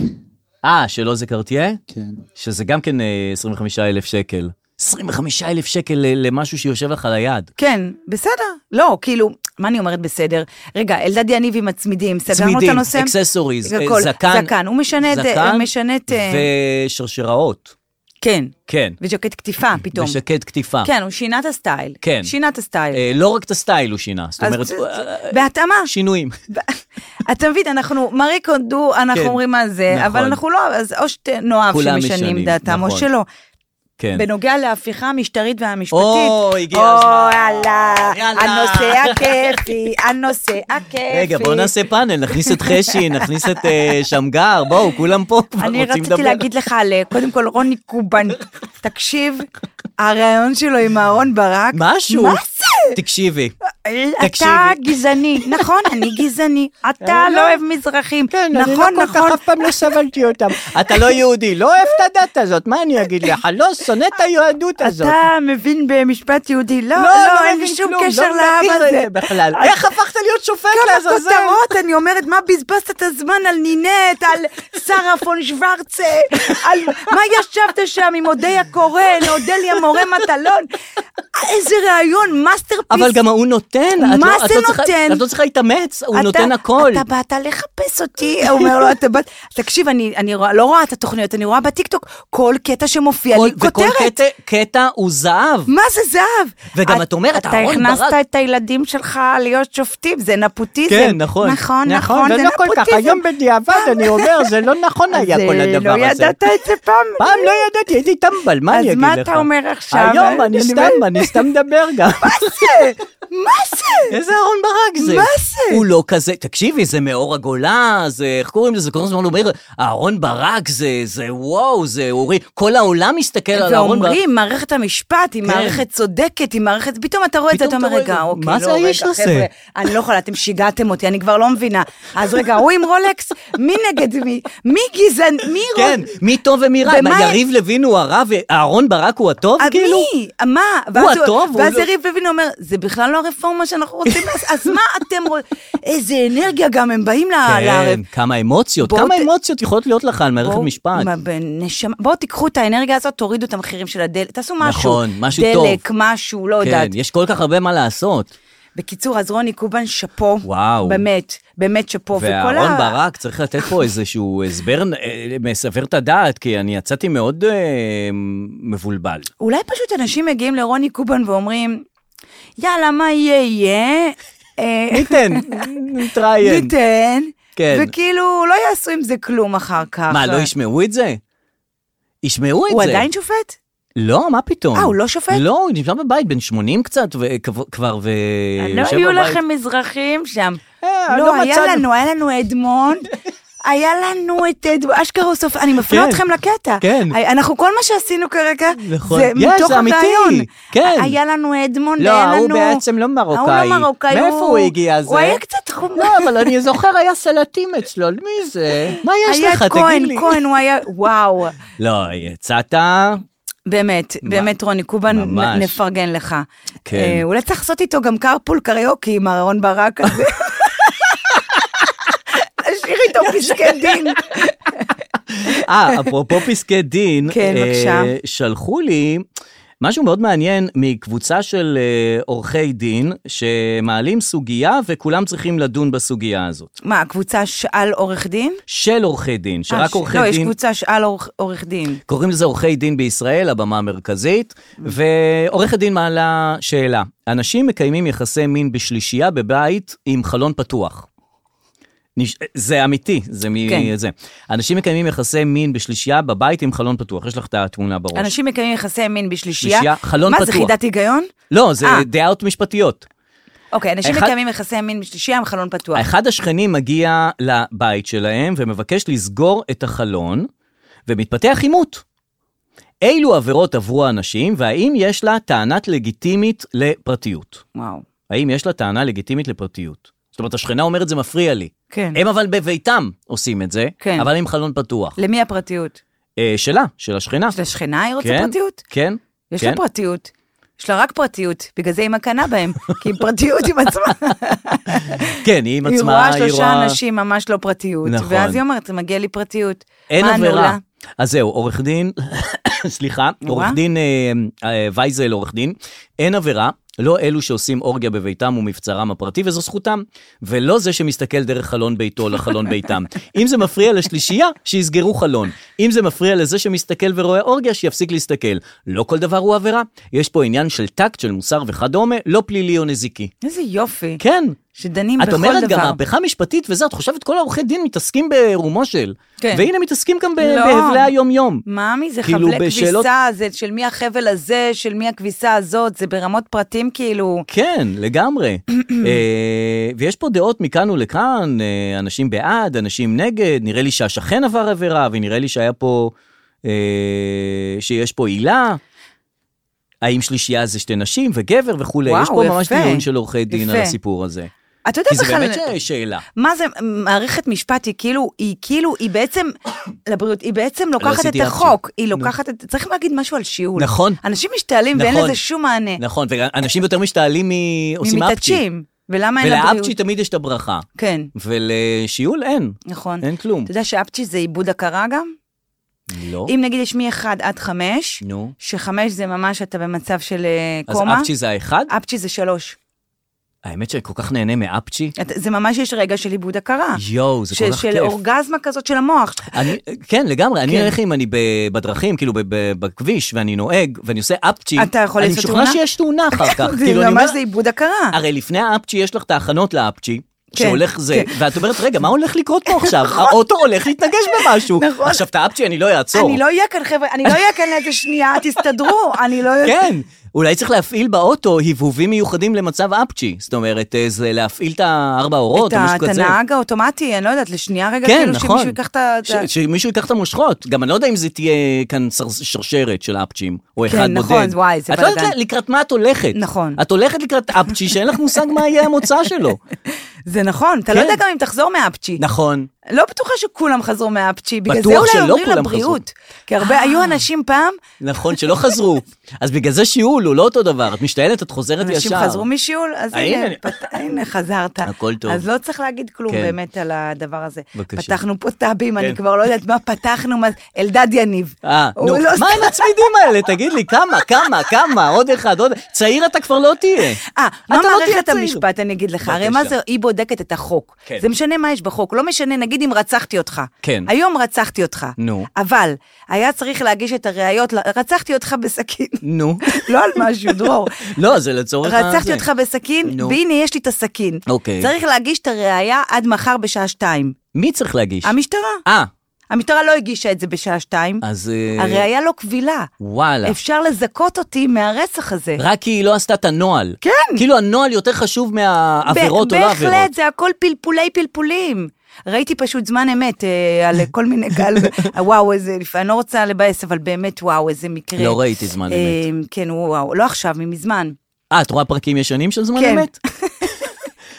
[SPEAKER 2] אה, שלא זה קרטייה?
[SPEAKER 6] כן.
[SPEAKER 2] שזה גם כן אה, 25,000 שקל. 25,000 שקל ל- למשהו שיושב לך על היד.
[SPEAKER 3] כן, בסדר. לא, כאילו, מה אני אומרת בסדר? רגע, אלדד יניב עם הצמידים, סגרנו את
[SPEAKER 2] צמידים,
[SPEAKER 3] הנושא?
[SPEAKER 2] אקססוריז, אה,
[SPEAKER 3] הכל.
[SPEAKER 2] זקן.
[SPEAKER 3] זקן, הוא משנה את...
[SPEAKER 2] זקן
[SPEAKER 3] הוא משנה את... אה,
[SPEAKER 2] ושרשראות,
[SPEAKER 3] כן,
[SPEAKER 2] כן.
[SPEAKER 3] וז'קט קטיפה פתאום.
[SPEAKER 2] ושקד קטיפה.
[SPEAKER 3] כן, הוא שינה את הסטייל.
[SPEAKER 2] כן.
[SPEAKER 3] שינה את הסטייל.
[SPEAKER 2] אה, לא רק את הסטייל הוא שינה, זאת
[SPEAKER 3] אז
[SPEAKER 2] אומרת,
[SPEAKER 3] זה-
[SPEAKER 2] הוא- אה,
[SPEAKER 3] זה- בהתאמה.
[SPEAKER 2] שינויים.
[SPEAKER 3] אתה מבין, אנחנו, מארי קונדו, אנחנו
[SPEAKER 2] כן,
[SPEAKER 3] אומרים מה זה, אבל
[SPEAKER 2] נכון.
[SPEAKER 3] אנחנו לא, אז או שנאהב
[SPEAKER 2] כולם
[SPEAKER 3] שמשנים
[SPEAKER 2] משנים,
[SPEAKER 3] דעתם, או
[SPEAKER 2] נכון.
[SPEAKER 3] שלא.
[SPEAKER 2] כן.
[SPEAKER 3] בנוגע להפיכה המשטרית והמשפטית.
[SPEAKER 2] או, הגיע
[SPEAKER 3] או,
[SPEAKER 2] הזמן.
[SPEAKER 3] יאללה,
[SPEAKER 2] יאללה.
[SPEAKER 3] הנושא הכיפי, הנושא הכיפי.
[SPEAKER 2] רגע, בואו נעשה פאנל, נכניס את חשי, נכניס את אה, שמגר, בואו, כולם פה כבר רוצים
[SPEAKER 3] אני
[SPEAKER 2] לדבר.
[SPEAKER 3] רציתי להגיד לך על, אה, קודם כל, רוני קובן, תקשיב, הרעיון שלו עם אהרון ברק.
[SPEAKER 2] משהו.
[SPEAKER 3] מה זה?
[SPEAKER 2] תקשיבי,
[SPEAKER 3] אתה
[SPEAKER 2] תקשיבי.
[SPEAKER 3] גזעני, נכון, אני גזעני, אתה לא אוהב מזרחים,
[SPEAKER 7] אה, כן, אני
[SPEAKER 3] נכון,
[SPEAKER 7] לא כל כך
[SPEAKER 3] נכון,
[SPEAKER 7] אף פעם לא סבלתי אותם.
[SPEAKER 2] אתה לא יהודי, לא
[SPEAKER 7] אוהב את הדת הזאת, מה אני אגיד לך? לא שונא את היהדות הזאת.
[SPEAKER 3] אתה מבין במשפט יהודי, לא,
[SPEAKER 7] לא, לא
[SPEAKER 3] לא, אין לי
[SPEAKER 7] מבין
[SPEAKER 3] שום
[SPEAKER 7] כלום, לא
[SPEAKER 3] קשר
[SPEAKER 7] מכיר
[SPEAKER 3] לעם
[SPEAKER 7] את
[SPEAKER 3] הזה.
[SPEAKER 7] זה בכלל.
[SPEAKER 3] אז
[SPEAKER 7] איך הפכת להיות שופט
[SPEAKER 3] כמה
[SPEAKER 7] לעזאזל?
[SPEAKER 3] כותרות, אני אומרת, מה בזבזת את הזמן על נינט, על שרה פון שוורצה, על מה ישבת שם עם אודיה קורן, אודליה מורה מטלון, איזה ראיון, מאסטרפיס.
[SPEAKER 2] אבל גם ההוא נותן. את
[SPEAKER 3] מה
[SPEAKER 2] לא- את
[SPEAKER 3] זה
[SPEAKER 2] לא צריכה-
[SPEAKER 3] נותן?
[SPEAKER 2] את לא צריכה להתאמץ, הוא
[SPEAKER 3] אתה-
[SPEAKER 2] נותן הכל.
[SPEAKER 3] אתה באת לחפש אותי, הוא אומר לו, אתה באת... תקשיב, אני אני רואה- לא רואה את התוכניות, אני רואה בטיקטוק כל קטע שמופיע לי
[SPEAKER 2] כל- וכל
[SPEAKER 3] כותרת.
[SPEAKER 2] קטע- קטע הוא זהב.
[SPEAKER 3] מה זה זהב?
[SPEAKER 2] וגם את אומרת,
[SPEAKER 3] אתה
[SPEAKER 2] אהרון
[SPEAKER 3] הכנסת
[SPEAKER 2] ברק-
[SPEAKER 3] את הילדים שלך להיות שופטים, זה נפוטיזם.
[SPEAKER 2] כן, נכון.
[SPEAKER 3] נכון, נכון,
[SPEAKER 7] נכון,
[SPEAKER 3] זה
[SPEAKER 7] ולא כל כך,
[SPEAKER 3] נפוטיזם.
[SPEAKER 7] היום בדיעבד אני אומר, זה לא נכון היה כל
[SPEAKER 3] אז, אה,
[SPEAKER 7] הדבר
[SPEAKER 3] לא
[SPEAKER 7] הזה.
[SPEAKER 3] ידעת את זה פעם?
[SPEAKER 7] פעם לא ידעתי, הייתי טמבל, מה
[SPEAKER 3] אז
[SPEAKER 7] אני אגיד לך?
[SPEAKER 3] מה אתה אומר עכשיו? אה?
[SPEAKER 7] היום אני סתם, אני סתם מדבר גם.
[SPEAKER 3] מה זה? מה זה?
[SPEAKER 2] איזה אהרון ברק זה?
[SPEAKER 3] מה זה?
[SPEAKER 2] הוא לא כזה, תקשיבי, זה מאור הגולה, זה, איך קוראים לזה? כל הזמן אומר, אהרון ברק זה, זה וואו, זה אורי, כל העולם מסתכל על אהרון ברק.
[SPEAKER 3] ואומרים, מערכת המשפט היא מערכת צודקת, היא מערכת... פתאום אתה רואה את זה, אתה
[SPEAKER 2] כן. פתאום
[SPEAKER 3] אומר,
[SPEAKER 2] אתה רואה,
[SPEAKER 3] רגע, אוקיי,
[SPEAKER 2] מה
[SPEAKER 3] לא,
[SPEAKER 2] זה האיש
[SPEAKER 3] רגע,
[SPEAKER 2] הזה?"
[SPEAKER 3] חבר'ה, אני לא יכולה, אתם שיגעתם אותי, אני כבר לא מבינה. אז רגע, הוא עם רולקס? מי נגד מי? מי גזען? מי רול-
[SPEAKER 2] כן, מי טוב ומי רע?
[SPEAKER 3] במה-
[SPEAKER 2] מה, יריב לוין הוא הרע ואהרון ברק הוא הטוב,
[SPEAKER 3] אה,
[SPEAKER 2] כאילו?
[SPEAKER 3] מי? מה? ואז
[SPEAKER 2] הטוב, הוא
[SPEAKER 3] ואז
[SPEAKER 2] לא-
[SPEAKER 3] יריב לוין אומר, זה בכלל לא הרפורמה שאנחנו רוצים לעשות, אז מה אתם רוצים? איזה אנרגיה גם, הם באים ל- לערב.
[SPEAKER 2] כן, כמה אמוציות,
[SPEAKER 3] בואו
[SPEAKER 2] כמה
[SPEAKER 3] ת-
[SPEAKER 2] אמוציות יכולות להיות לך על מערכת
[SPEAKER 3] בואו,
[SPEAKER 2] משפט.
[SPEAKER 3] מה, בנשמה- בואו תיקחו את האנרגיה הזאת, תורידו את המחירים של הדלק, תעשו משהו.
[SPEAKER 2] נכון, משהו טוב.
[SPEAKER 3] דלק, משהו, לא
[SPEAKER 2] כן,
[SPEAKER 3] יודעת.
[SPEAKER 2] יש כל כך הרבה מה לעשות.
[SPEAKER 3] בקיצור, אז רוני קובן, שאפו.
[SPEAKER 2] וואו.
[SPEAKER 3] באמת, באמת שאפו. וכל
[SPEAKER 2] ואהרון
[SPEAKER 3] ה-
[SPEAKER 2] ברק צריך לתת פה איזשהו הסבר אה, מסבר את הדעת, כי אני יצאתי מאוד אה, מבולבל.
[SPEAKER 3] אולי פשוט אנשים מגיעים לרוני קובן ואומרים, יאללה, מה יהיה, יהיה. אה,
[SPEAKER 2] ניתן, נתראיין.
[SPEAKER 3] ניתן.
[SPEAKER 2] כן.
[SPEAKER 3] וכאילו, לא יעשו עם זה כלום אחר כך. אה,
[SPEAKER 2] מה, לא ישמעו את זה? ישמעו את
[SPEAKER 3] הוא
[SPEAKER 2] זה.
[SPEAKER 3] עדיין שופט?
[SPEAKER 2] לא, מה פתאום?
[SPEAKER 3] אה, הוא לא שופט?
[SPEAKER 2] לא, הוא נשאר בבית, בן 80 קצת ו- כב- כבר, ו...
[SPEAKER 3] לא
[SPEAKER 2] אה, יושב
[SPEAKER 3] היו
[SPEAKER 2] בבית.
[SPEAKER 3] לכם מזרחים שם.
[SPEAKER 2] אה,
[SPEAKER 3] לא,
[SPEAKER 2] לא
[SPEAKER 3] היה
[SPEAKER 2] מצאנו.
[SPEAKER 3] לנו, היה לנו אדמון. היה לנו את אדמון, אשכרה הוא סוף, אני מפנה
[SPEAKER 2] כן,
[SPEAKER 3] אתכם לקטע.
[SPEAKER 2] כן.
[SPEAKER 3] הי- אנחנו, כל מה שעשינו כרגע,
[SPEAKER 2] נכון.
[SPEAKER 3] זה
[SPEAKER 2] יש, זה
[SPEAKER 3] מתוך
[SPEAKER 2] אמיתי,
[SPEAKER 3] הרעיון.
[SPEAKER 2] כן.
[SPEAKER 3] היה לנו אדמון,
[SPEAKER 2] לא,
[SPEAKER 3] והיה לנו...
[SPEAKER 2] ההוא בעצם לא מרוקאי.
[SPEAKER 3] ההוא לא מרוקאי,
[SPEAKER 2] מאיפה הוא הגיע, זה?
[SPEAKER 3] הוא היה קצת חומר.
[SPEAKER 2] לא, אבל אני זוכר, היה סלטים אצלו, מי זה? מה יש
[SPEAKER 3] היה
[SPEAKER 2] לך,
[SPEAKER 3] את
[SPEAKER 2] תגיד
[SPEAKER 3] כהן,
[SPEAKER 2] לי?
[SPEAKER 3] כהן, הוא היה... וואו.
[SPEAKER 2] לא, יצאת...
[SPEAKER 3] באמת, באמת, רוני קובן, נ-
[SPEAKER 2] ממש.
[SPEAKER 3] נפרגן לך.
[SPEAKER 2] כן.
[SPEAKER 3] אה, אולי צריך לעשות איתו גם קרפול קריוקי עם אהרון ברק הזה. להשאיר איתו פסקי דין.
[SPEAKER 2] אה, אפרופו פסקי דין,
[SPEAKER 3] כן,
[SPEAKER 2] אה,
[SPEAKER 3] בבקשה.
[SPEAKER 2] שלחו לי משהו מאוד מעניין מקבוצה של אה, עורכי דין שמעלים סוגיה וכולם צריכים לדון בסוגיה הזאת.
[SPEAKER 3] מה, הקבוצה שעל עורך דין?
[SPEAKER 2] של עורכי דין,
[SPEAKER 3] אה,
[SPEAKER 2] שרק
[SPEAKER 3] ש-
[SPEAKER 2] עורכי
[SPEAKER 3] לא, יש
[SPEAKER 2] דין...
[SPEAKER 3] קבוצה שעל עורך- עורך דין.
[SPEAKER 2] קוראים לזה עורכי דין בישראל, הבמה המרכזית, ועורכת דין מעלה שאלה. אנשים מקיימים יחסי מין בשלישייה בבית עם חלון פתוח. נש- זה אמיתי, זה
[SPEAKER 3] כן.
[SPEAKER 2] מזה. אנשים מקיימים יחסי מין בשלישייה בבית עם חלון פתוח, יש לך את התמונה בראש.
[SPEAKER 3] אנשים מקיימים יחסי מין בשלישייה.
[SPEAKER 2] שלישייה, חלון
[SPEAKER 3] מה זה,
[SPEAKER 2] פתוח.
[SPEAKER 3] חידת היגיון?
[SPEAKER 2] לא, זה
[SPEAKER 3] אה.
[SPEAKER 2] דעות משפטיות.
[SPEAKER 3] אוקיי, אנשים
[SPEAKER 2] האחד-
[SPEAKER 3] מקיימים יחסי מין בשלישייה עם חלון פתוח.
[SPEAKER 2] אחד השכנים מגיע לבית שלהם ומבקש לסגור את החלון, ומתפתח עימות. אילו עבירות עברו האנשים, והאם יש לה טענת לגיטימית לפרטיות?
[SPEAKER 3] וואו.
[SPEAKER 2] האם יש לה טענה לגיטימית לפרטיות? זאת אומרת, השכנה אומרת, זה מפריע לי.
[SPEAKER 3] כן.
[SPEAKER 2] הם אבל בביתם עושים את זה,
[SPEAKER 3] כן.
[SPEAKER 2] אה, אבל עם חלון פתוח.
[SPEAKER 3] למי הפרטיות?
[SPEAKER 2] אה, שלה, של השכנה.
[SPEAKER 3] של השכנה היא רוצה
[SPEAKER 2] כן,
[SPEAKER 3] פרטיות?
[SPEAKER 2] כן.
[SPEAKER 3] יש
[SPEAKER 2] כן.
[SPEAKER 3] לה פרטיות. יש לה רק פרטיות, בגלל זה היא מקנאה בהם, כי היא פרטיות עם עצמה.
[SPEAKER 2] כן, היא עם
[SPEAKER 3] היא
[SPEAKER 2] עצמה,
[SPEAKER 3] רואה שלושה אנשים ממש לא פרטיות,
[SPEAKER 2] נכון.
[SPEAKER 3] ואז היא אומרת, מגיע לי פרטיות.
[SPEAKER 2] אין
[SPEAKER 3] מה ענו
[SPEAKER 2] עבירה.
[SPEAKER 3] לה?
[SPEAKER 2] אז זהו, עורך דין, סליחה,
[SPEAKER 3] נו,
[SPEAKER 2] עורך
[SPEAKER 3] אה?
[SPEAKER 2] דין אה, אה, וייזל, עורך דין, אין עבירה, לא אלו שעושים אורגיה בביתם ומבצרם הפרטי, וזו זכותם, ולא זה שמסתכל דרך חלון ביתו לחלון ביתם. אם זה מפריע לשלישייה, שיסגרו חלון. אם זה מפריע לזה שמסתכל ורואה אורגיה, שיפסיק להסתכל. לא כל דבר הוא עבירה, יש פה עניין של טקט, של מוסר וכדומה, לא פלילי או נזיקי.
[SPEAKER 3] איזה יופי,
[SPEAKER 2] כן.
[SPEAKER 3] שדנים
[SPEAKER 2] את
[SPEAKER 3] בכל דבר.
[SPEAKER 2] אומרת גם מהפכה משפטית וזה, את חושבת כל העורכי דין מתעסקים ברומו של.
[SPEAKER 3] כן.
[SPEAKER 2] והנה מתעסקים גם ב-
[SPEAKER 3] לא.
[SPEAKER 2] בהבלי היום-יום.
[SPEAKER 3] מאמי, זה
[SPEAKER 2] כאילו,
[SPEAKER 3] חבלי
[SPEAKER 2] בשאלות-
[SPEAKER 3] כביסה, זה של מי החבל הזה, של מי הכביסה הזאת, זה ברמות פרטים כאילו.
[SPEAKER 2] כן, לגמרי. אה, ויש פה דעות מכאן ולכאן, אה, אנשים בעד, אנשים נגד, נראה לי שהשכן עבר עבירה, ונראה לי שהיה פה, אה, שיש פה עילה. האם שלישייה זה שתי נשים וגבר וכולי,
[SPEAKER 3] וואו,
[SPEAKER 2] יש פה ממש
[SPEAKER 3] יפה.
[SPEAKER 2] דיון של עורכי דין על
[SPEAKER 3] יפה.
[SPEAKER 2] הסיפור הזה.
[SPEAKER 3] אתה יודע
[SPEAKER 2] כי זה
[SPEAKER 3] בכלל...
[SPEAKER 2] באמת ש- שאלה.
[SPEAKER 3] מה זה, מערכת משפט היא כאילו, היא כאילו, היא בעצם, לבריאות, היא בעצם לוקחת את
[SPEAKER 2] לא עשיתי
[SPEAKER 3] החוק, היא לוקחת את, צריך להגיד משהו על שיעול.
[SPEAKER 2] נכון.
[SPEAKER 3] אנשים משתעלים ואין
[SPEAKER 2] נכון.
[SPEAKER 3] לזה שום מענה.
[SPEAKER 2] נכון, ואנשים יותר משתעלים מ- עושים אפצ'י.
[SPEAKER 3] ממתעדשים. ולמה אין לבריאות?
[SPEAKER 2] ולאפצ'י תמיד יש את הברכה,
[SPEAKER 3] כן,
[SPEAKER 2] ולשיעול אין,
[SPEAKER 3] נכון.
[SPEAKER 2] אין כלום.
[SPEAKER 3] אתה יודע שאפצ'י זה עיבוד הכרה גם?
[SPEAKER 2] לא.
[SPEAKER 3] אם נגיד יש מ-1 עד 5,
[SPEAKER 2] נו.
[SPEAKER 3] שחמש זה ממש אתה במצב של אה,
[SPEAKER 2] אז
[SPEAKER 3] קומה,
[SPEAKER 2] אפצ'י זה האחד?
[SPEAKER 3] אפצ'י זה שלוש.
[SPEAKER 2] האמת שאני כל כך נהנה מאפצ'י.
[SPEAKER 3] אתה- זה ממש יש רגע של עיבוד הכרה.
[SPEAKER 2] יואו, זה
[SPEAKER 3] ש-
[SPEAKER 2] כל כך
[SPEAKER 3] של
[SPEAKER 2] כיף.
[SPEAKER 3] אורגזמה כזאת של המוח.
[SPEAKER 2] אני, כן, לגמרי, אני
[SPEAKER 3] כן.
[SPEAKER 2] הולך אם אני ב- בדרכים, כאילו ב- ב- בכביש, ואני נוהג, ואני עושה אפצ'י,
[SPEAKER 3] אתה יכול
[SPEAKER 2] אני
[SPEAKER 3] לעשות
[SPEAKER 2] משוכנע
[SPEAKER 3] תאונה?
[SPEAKER 2] שיש תאונה אחר כך.
[SPEAKER 3] זה
[SPEAKER 2] כאילו, אני
[SPEAKER 3] ממש
[SPEAKER 2] אומר,
[SPEAKER 3] זה עיבוד הכרה.
[SPEAKER 2] הרי לפני האפצ'י יש לך את ההכנות לאפצ'י,
[SPEAKER 3] כן,
[SPEAKER 2] שהולך זה,
[SPEAKER 3] כן.
[SPEAKER 2] ואת אומרת, רגע, מה הולך לקרות פה עכשיו? האוטו הולך להתנגש במשהו.
[SPEAKER 3] נכון.
[SPEAKER 2] עכשיו תאפצ'י, אני לא אעצור.
[SPEAKER 3] אני לא אהיה כאן, חבר'ה, אני לא אהיה כאן איזה שנייה, תסתדרו, אני לא...
[SPEAKER 2] כן, אולי צריך להפעיל באוטו הבהובים מיוחדים למצב אפצ'י. זאת אומרת, אה, זה להפעיל את הארבע אורות
[SPEAKER 3] את
[SPEAKER 2] או
[SPEAKER 3] ה-
[SPEAKER 2] משהו
[SPEAKER 3] את
[SPEAKER 2] כזה.
[SPEAKER 3] הנהג האוטומטי, אני לא יודעת, לשנייה רגע,
[SPEAKER 2] כן,
[SPEAKER 3] כאילו
[SPEAKER 2] נכון.
[SPEAKER 3] שמישהו ייקח את ה...
[SPEAKER 2] ש- שמישהו ייקח את המושכות. גם אני לא יודע אם זה תהיה כאן שר- שרשרת של אפצ'ים, או
[SPEAKER 3] כן,
[SPEAKER 2] אחד בודד.
[SPEAKER 3] נכון, וואי, זה
[SPEAKER 2] את לא יודעת
[SPEAKER 3] בלאגן.
[SPEAKER 2] לקראת מה את הולכת.
[SPEAKER 3] נכון.
[SPEAKER 2] את הולכת לקראת אפצ'י שאין לך מושג מה יהיה המוצא שלו.
[SPEAKER 3] זה נכון, אתה לא
[SPEAKER 2] כן.
[SPEAKER 3] יודע גם אם תחזור מאפצ'י.
[SPEAKER 2] נכון.
[SPEAKER 3] לא בטוחה שכולם חזרו מאפצ'י, בגלל
[SPEAKER 2] בטוח
[SPEAKER 3] זה אולי
[SPEAKER 2] שלא
[SPEAKER 3] אומרים
[SPEAKER 2] כולם אה.
[SPEAKER 3] לבריאות. כי הרבה, היו אנשים פעם,
[SPEAKER 2] נכון, שלא חזרו. אז בגלל זה שיעול הוא לא אותו דבר. את משתעלת, את חוזרת ישר.
[SPEAKER 3] אנשים חזרו משיעול, אז
[SPEAKER 2] אה,
[SPEAKER 3] הנה,
[SPEAKER 2] הנה, אני-
[SPEAKER 3] פת- הנה, חזרת.
[SPEAKER 2] הכל טוב.
[SPEAKER 3] אז לא צריך להגיד כלום
[SPEAKER 2] כן.
[SPEAKER 3] באמת על הדבר הזה.
[SPEAKER 2] בבקשה.
[SPEAKER 3] פתחנו פה טאבים, אני
[SPEAKER 2] כן.
[SPEAKER 3] כבר לא יודעת מה פתחנו, מה- אלדד יניב.
[SPEAKER 2] אה,
[SPEAKER 3] הוא
[SPEAKER 2] נו,
[SPEAKER 3] לא-
[SPEAKER 2] מה עם הצמידים האלה? תגיד לי, כמה, כמה, כמה, עוד אחד, עוד... צעיר אתה כבר לא תהיה.
[SPEAKER 3] אה,
[SPEAKER 2] אתה
[SPEAKER 3] מה
[SPEAKER 2] לא תהיה
[SPEAKER 3] מערכת
[SPEAKER 2] צעיר.
[SPEAKER 3] המשפט, אני אגיד לך, הרי
[SPEAKER 2] בבקשה.
[SPEAKER 3] מה זה, היא בודקת את החוק.
[SPEAKER 2] כן.
[SPEAKER 3] זה משנה מה יש בחוק, לא משנה, נגיד אם רצחתי אותך.
[SPEAKER 2] כן.
[SPEAKER 3] היום רצחתי אותך.
[SPEAKER 2] נו.
[SPEAKER 3] אבל, היה צריך להגיש את הראיות, ל- רצחתי אותך בסכין.
[SPEAKER 2] נו.
[SPEAKER 3] לא על משהו, דרור.
[SPEAKER 2] לא, זה לצורך הזה.
[SPEAKER 3] רצחתי אותך בסכין,
[SPEAKER 2] נו.
[SPEAKER 3] והנה יש לי את הסכין.
[SPEAKER 2] אוקיי.
[SPEAKER 3] צריך להגיש את הראייה עד מחר בשעה שתיים.
[SPEAKER 2] מי צריך להגיש?
[SPEAKER 3] המשטרה.
[SPEAKER 2] אה,
[SPEAKER 3] המשטרה לא הגישה את זה בשעה שתיים.
[SPEAKER 2] אז... אה,
[SPEAKER 3] הראייה לא קבילה.
[SPEAKER 2] וואלה.
[SPEAKER 3] אפשר לזכות אותי מהרצח הזה.
[SPEAKER 2] רק כי היא לא עשתה את הנוהל.
[SPEAKER 3] כן.
[SPEAKER 2] כאילו הנוהל יותר חשוב מהעבירות
[SPEAKER 3] ב-
[SPEAKER 2] או לא עבירות.
[SPEAKER 3] בהחלט, זה הכל פלפולי פלפולים. ראיתי פשוט זמן אמת אה, על כל מיני קהל, וואו איזה, לפעמים אני לא רוצה לבאס, אבל באמת וואו איזה מקרה.
[SPEAKER 2] לא ראיתי זמן
[SPEAKER 3] אה,
[SPEAKER 2] אמת.
[SPEAKER 3] כן, וואו, לא עכשיו, ממזמן.
[SPEAKER 2] אה, את רואה פרקים ישנים של זמן
[SPEAKER 3] כן.
[SPEAKER 2] אמת?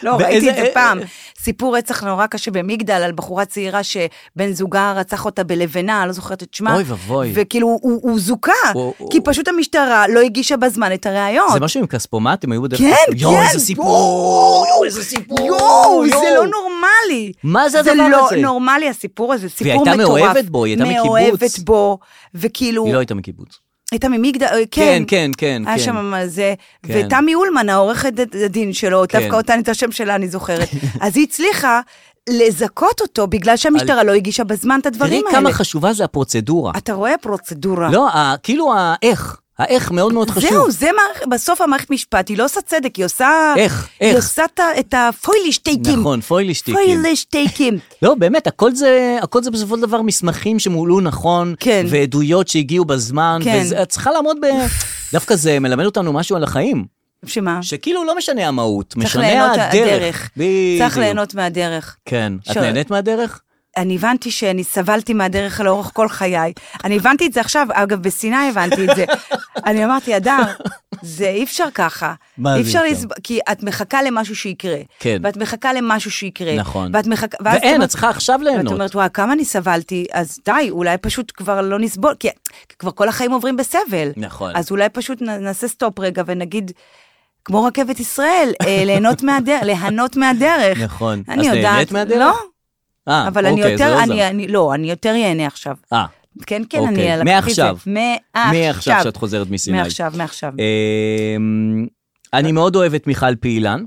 [SPEAKER 3] לא,
[SPEAKER 2] באיזה-
[SPEAKER 3] ראיתי את זה
[SPEAKER 2] אה,
[SPEAKER 3] פעם.
[SPEAKER 2] אה.
[SPEAKER 3] סיפור רצח נורא קשה במגדל על בחורה צעירה שבן זוגה רצח אותה בלבנה, לא זוכרת את שמה.
[SPEAKER 2] אוי ואבוי.
[SPEAKER 3] וכאילו, הוא- הוא זוכה,
[SPEAKER 2] הוא- הוא-
[SPEAKER 3] כי פשוט המשטרה לא הגישה בזמן את הראיות.
[SPEAKER 2] זה משהו עם כספומט, הם היו בדרך
[SPEAKER 3] כן,
[SPEAKER 2] כלל- יואו,
[SPEAKER 3] כן,
[SPEAKER 2] איזה סיפור! יואו, איזה סיפור!
[SPEAKER 3] יואו, זה לא נורמלי.
[SPEAKER 2] מה זה הדבר הזה?
[SPEAKER 3] זה לא נורמלי, הסיפור הזה, סיפור מטורף.
[SPEAKER 2] הייתה מאוהבת בו, היא הייתה מקיבוץ.
[SPEAKER 3] מאוהבת בו, וכאילו,
[SPEAKER 2] היא לא הייתה מקיבוץ.
[SPEAKER 3] הייתה ממגדל, אה,
[SPEAKER 2] כן,
[SPEAKER 3] כן.
[SPEAKER 2] כן, כן.
[SPEAKER 3] היה
[SPEAKER 2] כן.
[SPEAKER 3] שם זה,
[SPEAKER 2] כן.
[SPEAKER 3] ותמי אולמן, העורכת ד- הדין שלו,
[SPEAKER 2] כן.
[SPEAKER 3] דווקא אותה, את השם שלה אני זוכרת. אז היא הצליחה לזכות אותו, בגלל שהמשטרה לא הגישה בזמן את
[SPEAKER 2] תראי
[SPEAKER 3] הדברים האלה.
[SPEAKER 2] כמה חשובה זה הפרוצדורה.
[SPEAKER 3] אתה רואה פרוצדורה.
[SPEAKER 2] לא, ה- כאילו האיך, האיך מאוד מאוד חשוב.
[SPEAKER 3] זהו, זה מערכ... בסוף המערכת משפט, היא לא עושה צדק, היא עושה...
[SPEAKER 2] איך?
[SPEAKER 3] היא
[SPEAKER 2] איך?
[SPEAKER 3] עושה את ה- את הפוילישטייקים.
[SPEAKER 2] נכון, פוילישטיקים.
[SPEAKER 3] פוילישטייקים.
[SPEAKER 2] לא, באמת, הכל זה, הכל זה בסופו של דבר מסמכים שמולאו נכון,
[SPEAKER 3] כן.
[SPEAKER 2] ועדויות שהגיעו בזמן,
[SPEAKER 3] כן.
[SPEAKER 2] וזה- את צריכה לעמוד ב... דווקא זה מלמד אותנו משהו על החיים,
[SPEAKER 3] שמה?
[SPEAKER 2] שכאילו לא משנה המהות, משנה
[SPEAKER 3] ליהנות
[SPEAKER 2] הדרך.
[SPEAKER 3] הדרך.
[SPEAKER 2] בדיוק.
[SPEAKER 3] צריך ליהנות מהדרך.
[SPEAKER 2] כן. את
[SPEAKER 3] שואל.
[SPEAKER 2] נהנית מהדרך?
[SPEAKER 3] אני הבנתי שאני סבלתי מהדרך לאורך כל חיי. אני הבנתי את זה עכשיו, אגב, בסיני הבנתי את זה. אני אמרתי, אדם, זה אי אפשר ככה.
[SPEAKER 2] מה
[SPEAKER 3] אי
[SPEAKER 2] זה
[SPEAKER 3] אפשר
[SPEAKER 2] אי אפשר?
[SPEAKER 3] לסב... כי את מחכה למשהו שיקרה.
[SPEAKER 2] כן.
[SPEAKER 3] ואת מחכה למשהו שיקרה.
[SPEAKER 2] נכון.
[SPEAKER 3] אה, ואת מחכה... ואז את
[SPEAKER 2] ואין,
[SPEAKER 3] אומרת-
[SPEAKER 2] את צריכה עכשיו
[SPEAKER 3] ואת
[SPEAKER 2] ליהנות.
[SPEAKER 3] אומרת, וואי, כמה אני סבלתי, אז די, אולי פשוט כבר לא נסבול, כי כי כבר כל החיים עוברים בסבל.
[SPEAKER 2] נכון.
[SPEAKER 3] אז אולי פשוט נ- נעשה סטופ רגע ונגיד, כמו רכבת ישראל, אה, ליהנות מהדרך, ליהנות מהדרך.
[SPEAKER 2] נכון.
[SPEAKER 3] אני
[SPEAKER 2] אז
[SPEAKER 3] יודעת.
[SPEAKER 2] נהנית מהדרך?
[SPEAKER 3] לא,
[SPEAKER 2] אה,
[SPEAKER 3] אבל אני
[SPEAKER 2] אוקיי, זה
[SPEAKER 3] יותר,
[SPEAKER 2] לא
[SPEAKER 3] אני,
[SPEAKER 2] עזר.
[SPEAKER 3] אני, לא, אני יותר ייהנה עכשיו.
[SPEAKER 2] אה,
[SPEAKER 3] כן, כן,
[SPEAKER 2] אוקיי.
[SPEAKER 3] אני לקחתי את זה.
[SPEAKER 2] מעכשיו.
[SPEAKER 3] מעכשיו.
[SPEAKER 2] מעכשיו שאת חוזרת מסיני.
[SPEAKER 3] אה, מעכשיו, מעכשיו.
[SPEAKER 2] אמ, אני מאוד אוהב את מיכל פעילן.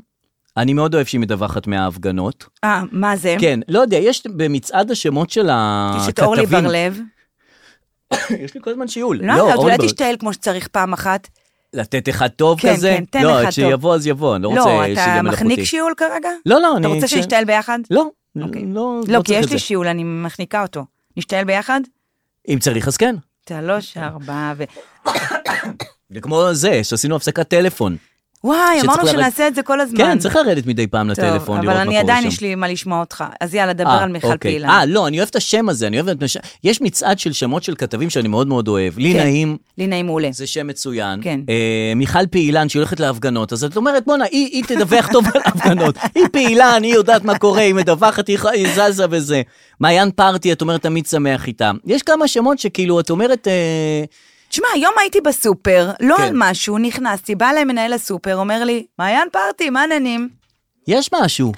[SPEAKER 2] אני מאוד אוהב שהיא מדווחת מההפגנות.
[SPEAKER 3] אה, מה זה?
[SPEAKER 2] כן, לא יודע, יש במצעד השמות של הכתבים...
[SPEAKER 3] יש את אורלי בר לב.
[SPEAKER 2] יש לי כל הזמן שיעול.
[SPEAKER 3] לא, יודעת,
[SPEAKER 2] אורלי
[SPEAKER 3] אולי
[SPEAKER 2] בר-
[SPEAKER 3] תשתעל כמו שצריך פעם אחת.
[SPEAKER 2] לתת אחד טוב
[SPEAKER 3] כן,
[SPEAKER 2] כזה?
[SPEAKER 3] כן, תן
[SPEAKER 2] לא,
[SPEAKER 3] אחד
[SPEAKER 2] עד שיבוא אז יבוא, אני לא רוצה
[SPEAKER 3] לא,
[SPEAKER 2] שיהיה
[SPEAKER 3] אתה
[SPEAKER 2] מלאכותי.
[SPEAKER 3] מחניק שיעול כרגע?
[SPEAKER 2] לא, לא, אני...
[SPEAKER 3] אתה רוצה
[SPEAKER 2] כש-
[SPEAKER 3] שנשתעל ביחד?
[SPEAKER 2] לא, לא,
[SPEAKER 3] אוקיי.
[SPEAKER 2] לא
[SPEAKER 3] לא, כי
[SPEAKER 2] צריך
[SPEAKER 3] יש
[SPEAKER 2] את זה.
[SPEAKER 3] לי שיעול, אני מחניקה אותו. נשתעל ביחד?
[SPEAKER 2] אם צריך, אז כן.
[SPEAKER 3] שלוש, ארבע ו...
[SPEAKER 2] זה כמו זה, שעשינו הפסקת טלפון.
[SPEAKER 3] וואי,
[SPEAKER 2] שצריך
[SPEAKER 3] אמרנו
[SPEAKER 2] לרדת-
[SPEAKER 3] שנעשה את זה כל הזמן.
[SPEAKER 2] כן, צריך לרדת מדי פעם
[SPEAKER 3] טוב,
[SPEAKER 2] לטלפון, לראות מה קורה שם.
[SPEAKER 3] אבל אני עדיין יש לי מה לשמוע אותך. אז יאללה, דבר
[SPEAKER 2] אה,
[SPEAKER 3] על מיכל
[SPEAKER 2] אוקיי.
[SPEAKER 3] פעילן.
[SPEAKER 2] אה, לא, אני אוהב את השם הזה, אני אוהב את... הש- יש מצעד של שמות של כתבים שאני מאוד מאוד אוהב. לי
[SPEAKER 3] כן.
[SPEAKER 2] נעים,
[SPEAKER 3] לי נעים מעולה.
[SPEAKER 2] זה שם מצוין.
[SPEAKER 3] כן.
[SPEAKER 2] אה, מיכל פעילן, שהיא הולכת להפגנות, אז את אומרת, בואנה, היא, היא תדווח טוב על ההפגנות. היא פעילן, היא יודעת מה קורה, היא מדווחת, היא, ח- היא זזה וזה. מעיין פרטי, את אומרת, תמיד שמח איתם. יש כמה שמות שכאילו, את אומרת, אה,
[SPEAKER 3] תשמע, היום הייתי בסופר, לא
[SPEAKER 2] כן.
[SPEAKER 3] על משהו, נכנסתי, בא אליי מנהל הסופר, אומר לי, מעיין פרטי, מה העניינים?
[SPEAKER 2] יש משהו.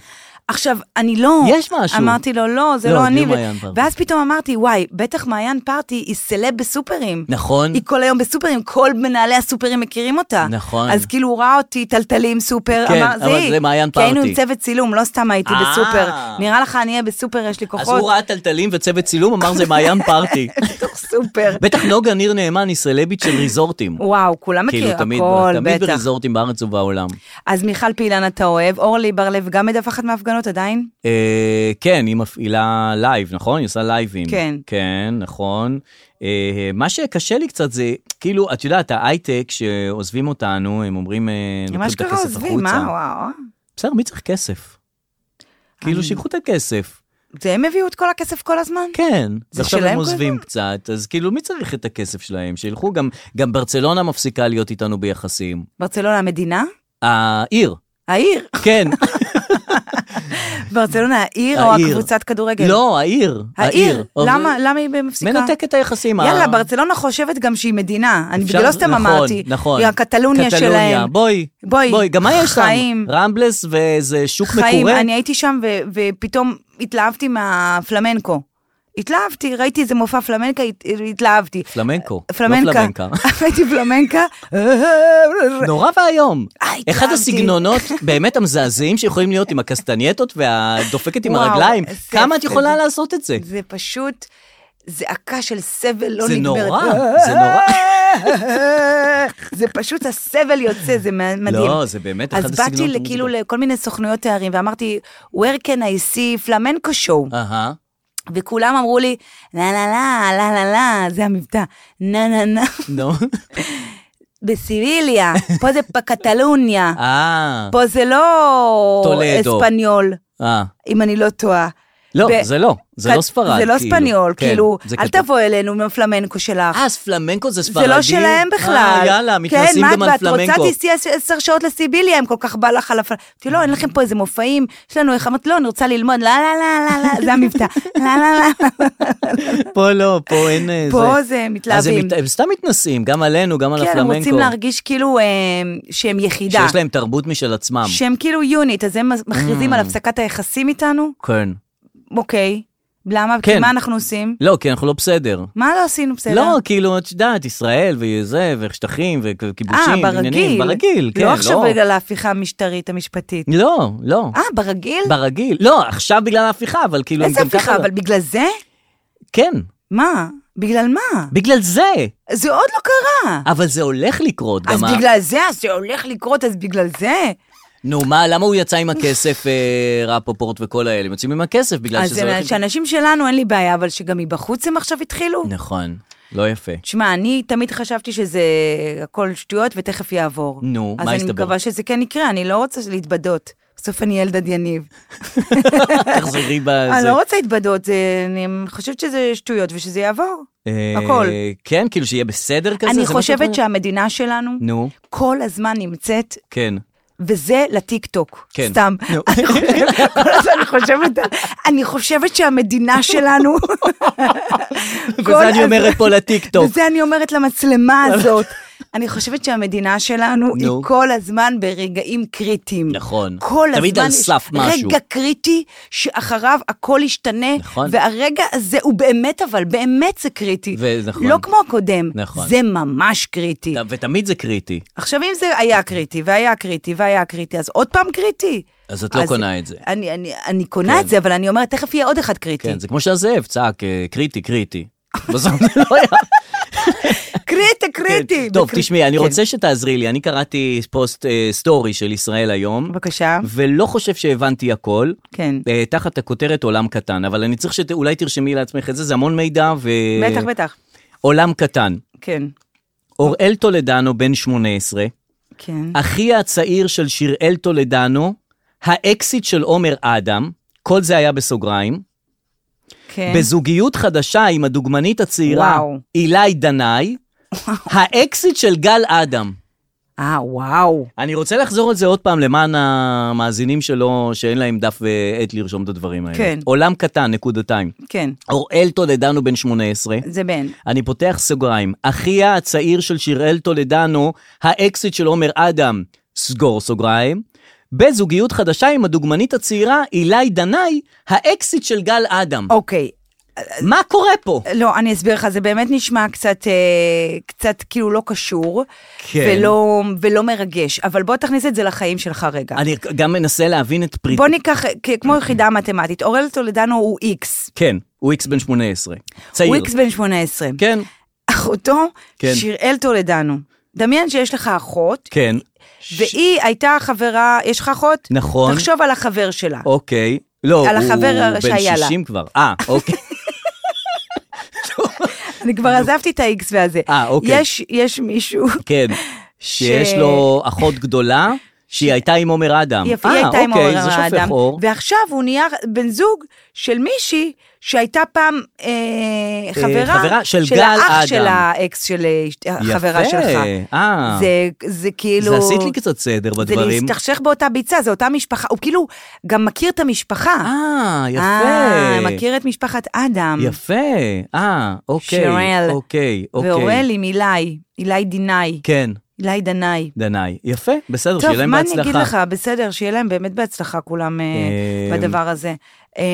[SPEAKER 3] עכשיו, אני לא...
[SPEAKER 2] יש משהו.
[SPEAKER 3] אמרתי לו, לא, זה
[SPEAKER 2] לא,
[SPEAKER 3] לא,
[SPEAKER 2] בלי
[SPEAKER 3] אני. ו-
[SPEAKER 2] מעיין פרטי.
[SPEAKER 3] ואז פתאום אמרתי, וואי, בטח מעיין פרטי היא סלב בסופרים.
[SPEAKER 2] נכון?
[SPEAKER 3] היא כל היום בסופרים, כל מנהלי הסופרים מכירים אותה.
[SPEAKER 2] נכון.
[SPEAKER 3] אז כאילו הוא ראה אותי טלטלים סופר,
[SPEAKER 2] כן,
[SPEAKER 3] אמר, זה
[SPEAKER 2] אבל
[SPEAKER 3] היא.
[SPEAKER 2] זה מעיין
[SPEAKER 3] כי היינו עם
[SPEAKER 2] פרטי.
[SPEAKER 3] צוות צילום, לא סתם הייתי
[SPEAKER 2] אה.
[SPEAKER 3] בסופר. נראה לך אני אהיה בסופר, יש לי
[SPEAKER 2] אז
[SPEAKER 3] כוחות.
[SPEAKER 2] הוא ראה טלטלים וצוות צילום, אמר, זה מעיין פרטי.
[SPEAKER 3] בתוך סופר.
[SPEAKER 2] בטח נוגה ניר נאמן היא סלבית של ריזורטים.
[SPEAKER 3] וואו, כולם
[SPEAKER 2] כאילו,
[SPEAKER 3] מכירים,
[SPEAKER 2] תמיד,
[SPEAKER 3] הכל,
[SPEAKER 2] תמיד
[SPEAKER 3] בטח.
[SPEAKER 2] בריזורטים בארץ ובעולם.
[SPEAKER 3] אז מיכל פעילן אתה אוהב, אורלי בר לב גם מדווחת קטנות עדיין?
[SPEAKER 2] אה, כן, היא מפעילה לייב, נכון? היא עושה לייבים.
[SPEAKER 3] כן.
[SPEAKER 2] כן, נכון. אה, מה שקשה לי קצת זה, כאילו, את יודעת, ההייטק, שעוזבים אותנו, הם אומרים, אה,
[SPEAKER 3] הם
[SPEAKER 2] נותנים את
[SPEAKER 3] אשכרה
[SPEAKER 2] הכסף
[SPEAKER 3] עוזבים, אה,
[SPEAKER 2] החוצה.
[SPEAKER 3] וואו.
[SPEAKER 2] בסדר, מי צריך כסף? כאילו,
[SPEAKER 3] אני-
[SPEAKER 2] שיקחו את הכסף.
[SPEAKER 3] זה הם הביאו את כל הכסף כל הזמן?
[SPEAKER 2] כן,
[SPEAKER 3] זה
[SPEAKER 2] ועכשיו
[SPEAKER 3] שלהם
[SPEAKER 2] הם
[SPEAKER 3] כל
[SPEAKER 2] עוזבים קצת, אז כאילו, מי צריך את הכסף שלהם? שילכו, גם, גם ברצלונה מפסיקה להיות איתנו ביחסים.
[SPEAKER 3] ברצלונה המדינה?
[SPEAKER 2] העיר,
[SPEAKER 3] העיר.
[SPEAKER 2] כן,
[SPEAKER 3] ברצלונה העיר או
[SPEAKER 2] העיר.
[SPEAKER 3] הקבוצת כדורגל?
[SPEAKER 2] לא, העיר,
[SPEAKER 3] אוקיי. העיר.
[SPEAKER 2] אבל
[SPEAKER 3] למה למה היא מפסיקה?
[SPEAKER 2] מנתק את היחסים. ה-
[SPEAKER 3] יאללה, ברצלונה חושבת גם שהיא מדינה. אני
[SPEAKER 2] אפשר-
[SPEAKER 3] בגלל לא סתם
[SPEAKER 2] נכון,
[SPEAKER 3] אמרתי.
[SPEAKER 2] נכון.
[SPEAKER 3] היא הקטלוניה
[SPEAKER 2] קטלוניה,
[SPEAKER 3] שלהם.
[SPEAKER 2] בואי,
[SPEAKER 3] בואי,
[SPEAKER 2] בואי, גם מה יש שם?
[SPEAKER 3] חיים.
[SPEAKER 2] רמבלס ואיזה שוק
[SPEAKER 3] חיים,
[SPEAKER 2] מקורה?
[SPEAKER 3] אני הייתי שם ו- ופתאום התלהבתי מהפלמנקו. התלהבתי, ראיתי איזה מופע פלמנקה, הת- התלהבתי.
[SPEAKER 2] פלמנקו,
[SPEAKER 3] פלמנקה.
[SPEAKER 2] לא פלמנקה.
[SPEAKER 3] ראיתי פלמנקה.
[SPEAKER 2] נורא ואיום.
[SPEAKER 3] אה,
[SPEAKER 2] אחד
[SPEAKER 3] התלהבתי.
[SPEAKER 2] הסגנונות באמת המזעזעים שיכולים להיות עם הקסטנייטות והדופקת עם
[SPEAKER 3] וואו,
[SPEAKER 2] הרגליים.
[SPEAKER 3] זה-
[SPEAKER 2] כמה את
[SPEAKER 3] זה-
[SPEAKER 2] יכולה
[SPEAKER 3] זה-
[SPEAKER 2] לעשות את זה?
[SPEAKER 3] זה פשוט זעקה של סבל לא
[SPEAKER 2] זה
[SPEAKER 3] נגמרת.
[SPEAKER 2] נורא, זה נורא.
[SPEAKER 3] זה פשוט הסבל יוצא, זה מה- מדהים.
[SPEAKER 2] לא, זה באמת אחד
[SPEAKER 3] אז
[SPEAKER 2] הסגנונות.
[SPEAKER 3] באתי כאילו
[SPEAKER 2] המוזיקה.
[SPEAKER 3] לכל מיני סוכנויות תארים ואמרתי, where can I see flamenco show?
[SPEAKER 2] אהה.
[SPEAKER 3] וכולם אמרו לי, לה לה לה, לה לה לה, זה המבטא, נה נה נה,
[SPEAKER 2] נו.
[SPEAKER 3] בסיביליה, פה זה בקטלוניה,
[SPEAKER 2] אה.
[SPEAKER 3] פה זה לא
[SPEAKER 2] טולדו.
[SPEAKER 3] אספניול,
[SPEAKER 2] אה.
[SPEAKER 3] אם אני לא טועה.
[SPEAKER 2] לא,
[SPEAKER 3] ב-
[SPEAKER 2] זה לא, זה לא
[SPEAKER 3] קט-
[SPEAKER 2] ספרד.
[SPEAKER 3] זה לא
[SPEAKER 2] כאילו.
[SPEAKER 3] אספניול,
[SPEAKER 2] כן,
[SPEAKER 3] כאילו,
[SPEAKER 2] זה
[SPEAKER 3] אל
[SPEAKER 2] כתוב.
[SPEAKER 3] תבוא אלינו עם הפלמנקו שלך.
[SPEAKER 2] אה, אז פלמנקו זה
[SPEAKER 3] זה
[SPEAKER 2] ספרדי?
[SPEAKER 3] לא שלהם בכלל.
[SPEAKER 2] אה, יאללה,
[SPEAKER 3] כן,
[SPEAKER 2] מתנסים
[SPEAKER 3] מה
[SPEAKER 2] גם
[SPEAKER 3] את-
[SPEAKER 2] על
[SPEAKER 3] ואת רוצה
[SPEAKER 2] פלמנקו.
[SPEAKER 3] תיסעי עש- עשר שעות לסיביליה, אם כל כך בא לך על הפלמנקו. אמרתי, לא, אין לכם פה איזה מופעים, יש לנו איך אמרת, לא, אני רוצה ללמוד, לה לה לה לה לה, זה המבטא, לה לה לה,
[SPEAKER 2] פה לא, פה אין אה,
[SPEAKER 3] פה זה
[SPEAKER 2] אז הם
[SPEAKER 3] מתלהבים.
[SPEAKER 2] מת- הם סתם מתנסים, גם עלינו, גם על
[SPEAKER 3] כן, הם
[SPEAKER 2] הפלמנקו.
[SPEAKER 3] רוצים להרגיש כאילו אה, שהם יחידה.
[SPEAKER 2] שיש להם Mm. תרבות משל עצמם.
[SPEAKER 3] שהם כאילו יוניט, אז הם מכריזים על הפסקת היחסים איתנו?
[SPEAKER 2] כן.
[SPEAKER 3] אוקיי. למה?
[SPEAKER 2] כן.
[SPEAKER 3] כי מה אנחנו עושים?
[SPEAKER 2] לא, כי אנחנו לא בסדר.
[SPEAKER 3] מה לא עשינו בסדר?
[SPEAKER 2] לא, כאילו, את יודעת, ישראל וזה, ושטחים,
[SPEAKER 3] אה,
[SPEAKER 2] וכיבושים,
[SPEAKER 3] ברגיל.
[SPEAKER 2] עניינים, ברגיל, כן, לא.
[SPEAKER 3] לא עכשיו בגלל ההפיכה המשטרית המשפטית.
[SPEAKER 2] לא, לא.
[SPEAKER 3] אה, ברגיל?
[SPEAKER 2] ברגיל. לא, עכשיו בגלל ההפיכה, אבל כאילו...
[SPEAKER 3] איזה
[SPEAKER 2] גם ככה
[SPEAKER 3] הפיכה?
[SPEAKER 2] לא.
[SPEAKER 3] אבל בגלל זה?
[SPEAKER 2] כן,
[SPEAKER 3] מה? בגלל מה?
[SPEAKER 2] בגלל זה.
[SPEAKER 3] זה עוד לא קרה.
[SPEAKER 2] אבל זה הולך לקרות
[SPEAKER 3] אז
[SPEAKER 2] גם. ה-
[SPEAKER 3] בגלל זה, אז זה הולך לקרות, אז בגלל זה?
[SPEAKER 2] נו, מה, למה הוא יצא עם הכסף, אה, רפופורט וכל האלה? הם יוצאים עם הכסף בגלל
[SPEAKER 3] אז
[SPEAKER 2] שזה הולך... לקרות.
[SPEAKER 3] שאנשים שלנו אין לי בעיה, אבל שגם מבחוץ הם עכשיו התחילו?
[SPEAKER 2] נכון, לא יפה.
[SPEAKER 3] תשמע, אני תמיד חשבתי שזה הכל שטויות ותכף יעבור.
[SPEAKER 2] נו, מה
[SPEAKER 3] אז אני
[SPEAKER 2] הסתבר?
[SPEAKER 3] מקווה שזה כן יקרה, אני לא רוצה להתבדות. בסוף אני ילדד יניב.
[SPEAKER 2] תחזרי בזה.
[SPEAKER 3] אני לא רוצה להתבדות, זה- אני חושבת שזה שטויות ושזה יעבור.
[SPEAKER 2] אה,
[SPEAKER 3] הכל.
[SPEAKER 2] כן, כאילו שיהיה בסדר כזה?
[SPEAKER 3] אני
[SPEAKER 2] זה מה שאת
[SPEAKER 3] חושבת
[SPEAKER 2] אומרת?
[SPEAKER 3] שהמדינה שלנו
[SPEAKER 2] נו,
[SPEAKER 3] כל הזמן נמצאת
[SPEAKER 2] כן.
[SPEAKER 3] וזה לטיקטוק,
[SPEAKER 2] כן.
[SPEAKER 3] סתם. אני חושבת- כל הזמן אני חושבת, אני חושבת שהמדינה שלנו... כל
[SPEAKER 2] וזה אני אומרת פה לטיקטוק.
[SPEAKER 3] וזה אני אומרת למצלמה הזאת. אני חושבת שהמדינה שלנו היא
[SPEAKER 2] נו.
[SPEAKER 3] כל הזמן ברגעים קריטיים.
[SPEAKER 2] נכון.
[SPEAKER 3] כל הזמן
[SPEAKER 2] תמיד על
[SPEAKER 3] יש
[SPEAKER 2] סף משהו.
[SPEAKER 3] רגע קריטי שאחריו הכל ישתנה,
[SPEAKER 2] נכון.
[SPEAKER 3] והרגע הזה הוא באמת, אבל באמת זה קריטי.
[SPEAKER 2] ונכון.
[SPEAKER 3] לא כמו הקודם,
[SPEAKER 2] נכון.
[SPEAKER 3] זה ממש קריטי.
[SPEAKER 2] ת- לא, ותמיד זה קריטי, כן,
[SPEAKER 3] עכשיו, אם זה היה קריטי, והיה קריטי, והיה קריטי, אז עוד פעם קריטי.
[SPEAKER 2] אז את לא קונה את זה.
[SPEAKER 3] אני, אני, אני קונה את זה, אבל אני אומרת, תכף יהיה עוד אחד קריטי.
[SPEAKER 2] כן, זה כמו שהזאב צעק, אה, קריטי, קריטי. בסוף זה לא היה. כן.
[SPEAKER 3] קריטי, קריטי.
[SPEAKER 2] טוב,
[SPEAKER 3] בקריטי.
[SPEAKER 2] תשמעי, אני
[SPEAKER 3] כן.
[SPEAKER 2] רוצה שתעזרי לי. אני קראתי פוסט אה, סטורי של ישראל היום,
[SPEAKER 3] כן. בבקשה.
[SPEAKER 2] ולא חושב שהבנתי הכל.
[SPEAKER 3] כן.
[SPEAKER 2] אה, תחת הכותרת עולם קטן, אבל אני צריך שאולי תרשמי לעצמך את זה, זה המון מידע ו...
[SPEAKER 3] בטח, בטח.
[SPEAKER 2] עולם קטן.
[SPEAKER 3] כן.
[SPEAKER 2] אוראל טולדנו, בן 18,
[SPEAKER 3] כן.
[SPEAKER 2] אחי הצעיר של שיראל טולדנו, האקסיט של עומר אדם, כל זה היה בסוגריים,
[SPEAKER 3] כן.
[SPEAKER 2] בזוגיות חדשה עם הדוגמנית הצעירה
[SPEAKER 3] וואו.
[SPEAKER 2] אילי דנאי, האקסיט של גל אדם.
[SPEAKER 3] אה, וואו.
[SPEAKER 2] אני רוצה לחזור על זה עוד פעם למען המאזינים שלו, שאין להם דף ועט לרשום את הדברים האלה.
[SPEAKER 3] כן.
[SPEAKER 2] עולם קטן, נקודתיים.
[SPEAKER 3] כן.
[SPEAKER 2] אוראל טולדנו בן 18,
[SPEAKER 3] זה בן.
[SPEAKER 2] אני פותח סוגריים, אחיה הצעיר של שיראל טולדנו, האקסיט של עומר אדם, סגור סוגריים, בזוגיות חדשה עם הדוגמנית הצעירה אילי דנאי, האקסיט של גל אדם.
[SPEAKER 3] אוקיי.
[SPEAKER 2] מה קורה פה?
[SPEAKER 3] לא, אני אסביר לך, זה באמת נשמע קצת, אה, קצת כאילו לא קשור,
[SPEAKER 2] כן.
[SPEAKER 3] ולא, ולא מרגש, אבל בוא תכניס את זה לחיים שלך רגע.
[SPEAKER 2] אני גם מנסה להבין את פריט...
[SPEAKER 3] בוא ניקח, כ- כמו יחידה מתמטית, אורל טולדנו הוא איקס,
[SPEAKER 2] כן, הוא איקס בן 18. צעיר.
[SPEAKER 3] הוא איקס בן 18.
[SPEAKER 2] כן,
[SPEAKER 3] אחותו,
[SPEAKER 2] כן.
[SPEAKER 3] שיראל טולדנו, דמיין שיש לך אחות,
[SPEAKER 2] כן,
[SPEAKER 3] והיא הייתה חברה, יש לך אחות?
[SPEAKER 2] נכון.
[SPEAKER 3] תחשוב על החבר שלה.
[SPEAKER 2] אוקיי. לא,
[SPEAKER 3] על החבר
[SPEAKER 2] הוא
[SPEAKER 3] שהיה
[SPEAKER 2] בן
[SPEAKER 3] לה.
[SPEAKER 2] 60 כבר. אה, אוקיי.
[SPEAKER 3] אני כבר עזבתי את ה-X והזה.
[SPEAKER 2] אה, אוקיי.
[SPEAKER 3] יש- יש מישהו
[SPEAKER 2] כן.
[SPEAKER 3] ש-
[SPEAKER 2] שיש לו אחות גדולה, שהיא הייתה עם עומר אדם.
[SPEAKER 3] יפה, היא
[SPEAKER 2] אה,
[SPEAKER 3] הייתה עם
[SPEAKER 2] אוקיי,
[SPEAKER 3] אורן
[SPEAKER 2] זה שופך
[SPEAKER 3] אדם,
[SPEAKER 2] אור.
[SPEAKER 3] ועכשיו הוא נהיה בן זוג של מישהי שהייתה פעם אה, חברה,
[SPEAKER 2] חברה של גל אדם.
[SPEAKER 3] האח של האקס של אה, אשת- החברה
[SPEAKER 2] יפה,
[SPEAKER 3] שלך.
[SPEAKER 2] אה.
[SPEAKER 3] זה, זה כאילו...
[SPEAKER 2] זה עשית לי קצת סדר
[SPEAKER 3] זה
[SPEAKER 2] בדברים.
[SPEAKER 3] להסתכשך באותה ביצה, זה אותה משפחה, הוא כאילו גם מכיר את המשפחה.
[SPEAKER 2] אה,
[SPEAKER 3] אה,
[SPEAKER 2] יפה.
[SPEAKER 3] מכיר את משפחת אדם.
[SPEAKER 2] יפה, אה, אוקיי.
[SPEAKER 3] שרל.
[SPEAKER 2] אוקיי, אוקיי.
[SPEAKER 3] ואורל עם אילי, אילי דינאי,
[SPEAKER 2] כן,
[SPEAKER 3] אילי דנאי.
[SPEAKER 2] דנאי. יפה, בסדר,
[SPEAKER 3] טוב,
[SPEAKER 2] שיהיה להם
[SPEAKER 3] מה
[SPEAKER 2] בהצלחה.
[SPEAKER 3] אני אגיד לך? בסדר, שיהיה להם באמת בהצלחה כולם אה,
[SPEAKER 2] אה, כן.
[SPEAKER 3] בדבר הזה. אה,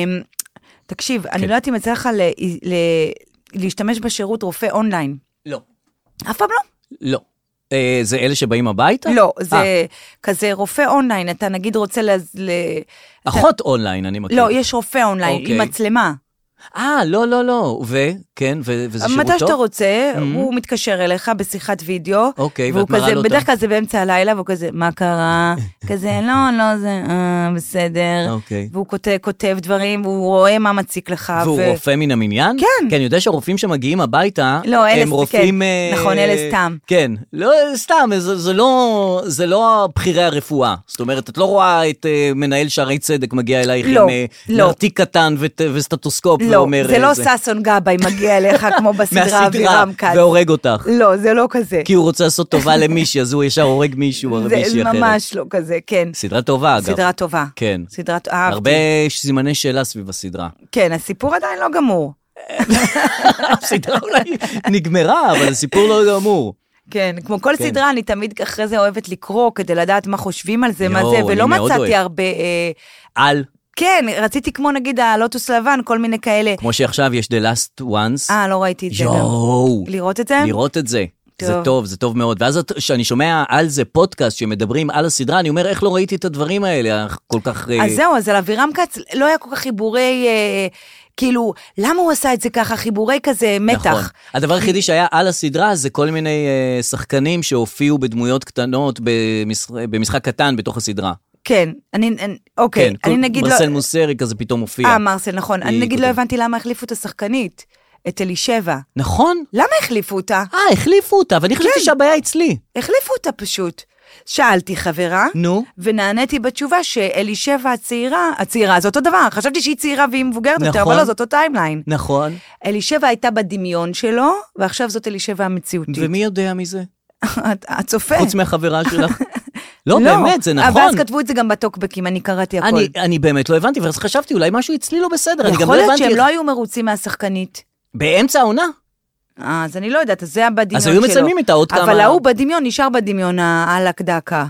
[SPEAKER 3] תקשיב, אני לא יודעת אם יצא לך ל- ל- להשתמש בשירות רופא אונליין.
[SPEAKER 2] לא.
[SPEAKER 3] אף פעם לא.
[SPEAKER 2] לא. אה, זה אלה שבאים הביתה?
[SPEAKER 3] לא,
[SPEAKER 2] אה,
[SPEAKER 3] זה כזה רופא אונליין, אתה נגיד רוצה ל... ל-
[SPEAKER 2] אחות אונליין, אני מכיר.
[SPEAKER 3] לא, יש רופא אונליין עם
[SPEAKER 2] אה. אוקיי.
[SPEAKER 3] מצלמה.
[SPEAKER 2] אה, לא, לא, לא. ו? כן, ו- וזה שירות טוב? Mm-hmm.
[SPEAKER 3] מתי שאתה רוצה, הוא מתקשר אליך בשיחת וידאו.
[SPEAKER 2] אוקיי,
[SPEAKER 3] והוא
[SPEAKER 2] ואת מראה
[SPEAKER 3] כזה-
[SPEAKER 2] לו את ה-
[SPEAKER 3] בדרך כלל זה באמצע הלילה, והוא כזה, מה קרה? כזה, לא, לא, זה, אה, בסדר.
[SPEAKER 2] אוקיי.
[SPEAKER 3] והוא כותב- כותב דברים, והוא רואה מה מציק לך.
[SPEAKER 2] והוא
[SPEAKER 3] ו-
[SPEAKER 2] רופא מן המניין?
[SPEAKER 3] כן.
[SPEAKER 2] כי אני יודע שהרופאים שמגיעים הביתה,
[SPEAKER 3] לא, אלה
[SPEAKER 2] הם
[SPEAKER 3] ס-
[SPEAKER 2] רופאים...
[SPEAKER 3] כן.
[SPEAKER 2] אה,
[SPEAKER 3] נכון, אלה סתם.
[SPEAKER 2] כן, לא, סתם, זה, זה, לא, זה לא בכירי הרפואה. זאת אומרת, את לא רואה את אה, מנהל שערי צדק מגיע אלייך
[SPEAKER 3] לא,
[SPEAKER 2] עם אה,
[SPEAKER 3] לא.
[SPEAKER 2] נרתיק קטן וט, וסטטוסקופ
[SPEAKER 3] לא,
[SPEAKER 2] ואומר...
[SPEAKER 3] זה
[SPEAKER 2] אה,
[SPEAKER 3] לא ששון גבאי מגיע אליך כמו בסדרה אבירם כץ.
[SPEAKER 2] והורג אותך.
[SPEAKER 3] לא, זה לא כזה.
[SPEAKER 2] כי הוא רוצה לעשות טובה למישהי, אז הוא ישר הורג מישהו או
[SPEAKER 3] זה
[SPEAKER 2] מישהי אחרת.
[SPEAKER 3] ממש לא כזה, כן.
[SPEAKER 2] סדרה טובה, אגב.
[SPEAKER 3] סדרה טובה.
[SPEAKER 2] כן.
[SPEAKER 3] סדרה טובה, אהבתי.
[SPEAKER 2] הרבה סימני שאלה סביב הסדרה.
[SPEAKER 3] כן, הסיפור עדיין לא גמור.
[SPEAKER 2] הסדרה אולי נגמרה, אבל הסיפור לא גמור.
[SPEAKER 3] כן, כמו כל
[SPEAKER 2] כן.
[SPEAKER 3] סדרה, אני תמיד אחרי זה אוהבת לקרוא כדי לדעת מה חושבים על זה, מה
[SPEAKER 2] יואו,
[SPEAKER 3] זה,
[SPEAKER 2] אני
[SPEAKER 3] ולא
[SPEAKER 2] מאוד אוהב.
[SPEAKER 3] מצאתי הרבה... אה,
[SPEAKER 2] על,
[SPEAKER 3] כן, רציתי כמו נגיד הלוטוס לבן, כל מיני כאלה.
[SPEAKER 2] כמו שעכשיו יש The Last Ones.
[SPEAKER 3] אה, לא ראיתי את זה גם.
[SPEAKER 2] יואו.
[SPEAKER 3] לראות את זה?
[SPEAKER 2] לראות את זה. זה
[SPEAKER 3] טוב.
[SPEAKER 2] טוב, זה טוב מאוד. ואז את- כשאני שומע על זה פודקאסט שמדברים על הסדרה, אני אומר, איך לא ראיתי את הדברים האלה אך, כל כך... אה,
[SPEAKER 3] אז זהו, אז על אבירם כץ לא היה כל כך חיבורי, אה, כאילו, למה הוא עשה את זה ככה? חיבורי כזה מתח.
[SPEAKER 2] נכון. הדבר היחידי שהיה על הסדרה זה כל מיני אה, שחקנים שהופיעו בדמויות קטנות במשחק, במשחק קטן בתוך הסדרה.
[SPEAKER 3] כן, אני, אני אוקיי,
[SPEAKER 2] כן,
[SPEAKER 3] אני
[SPEAKER 2] כל-
[SPEAKER 3] נגיד
[SPEAKER 2] מרסל
[SPEAKER 3] לא...
[SPEAKER 2] מוסרי כזה פתאום הופיע.
[SPEAKER 3] אה, מרסל, נכון. אני
[SPEAKER 2] היא
[SPEAKER 3] נגיד לא
[SPEAKER 2] כותבת.
[SPEAKER 3] הבנתי למה החליפו את השחקנית, את אלישבע.
[SPEAKER 2] נכון?
[SPEAKER 3] למה החליפו אותה?
[SPEAKER 2] אה, החליפו אותה, ואני חשבתי
[SPEAKER 3] כן.
[SPEAKER 2] שהבעיה אצלי.
[SPEAKER 3] החליפו אותה פשוט. שאלתי חברה,
[SPEAKER 2] נו.
[SPEAKER 3] ונעניתי בתשובה שאלישבע הצעירה, הצעירה זה אותו דבר, חשבתי שהיא צעירה והיא מבוגרת יותר,
[SPEAKER 2] נכון.
[SPEAKER 3] אבל לא, זה אותו טיימליין.
[SPEAKER 2] נכון.
[SPEAKER 3] אלישבע הייתה בדמיון שלו, ועכשיו זאת אלישבע המציאותית.
[SPEAKER 2] ומי יודע מזה?
[SPEAKER 3] הצופה.
[SPEAKER 2] חוץ מהחברה שלך. לא, באמת, זה נכון.
[SPEAKER 3] ואז כתבו את זה גם בטוקבקים, אני קראתי הכול.
[SPEAKER 2] אני, אני באמת לא הבנתי, ואז חשבתי, אולי משהו אצלי לא בסדר, אני גם לא
[SPEAKER 3] יכול
[SPEAKER 2] הבנתי.
[SPEAKER 3] להיות שהם
[SPEAKER 2] איך-
[SPEAKER 3] לא היו מרוצים מהשחקנית.
[SPEAKER 2] באמצע העונה.
[SPEAKER 3] אה, אז אני לא יודעת, אז זה היה בדמיון
[SPEAKER 2] אז
[SPEAKER 3] שלו.
[SPEAKER 2] היו מצלמים איתה עוד כמה...
[SPEAKER 3] אבל ההוא בדמיון נשאר בדמיון, העלק דקה.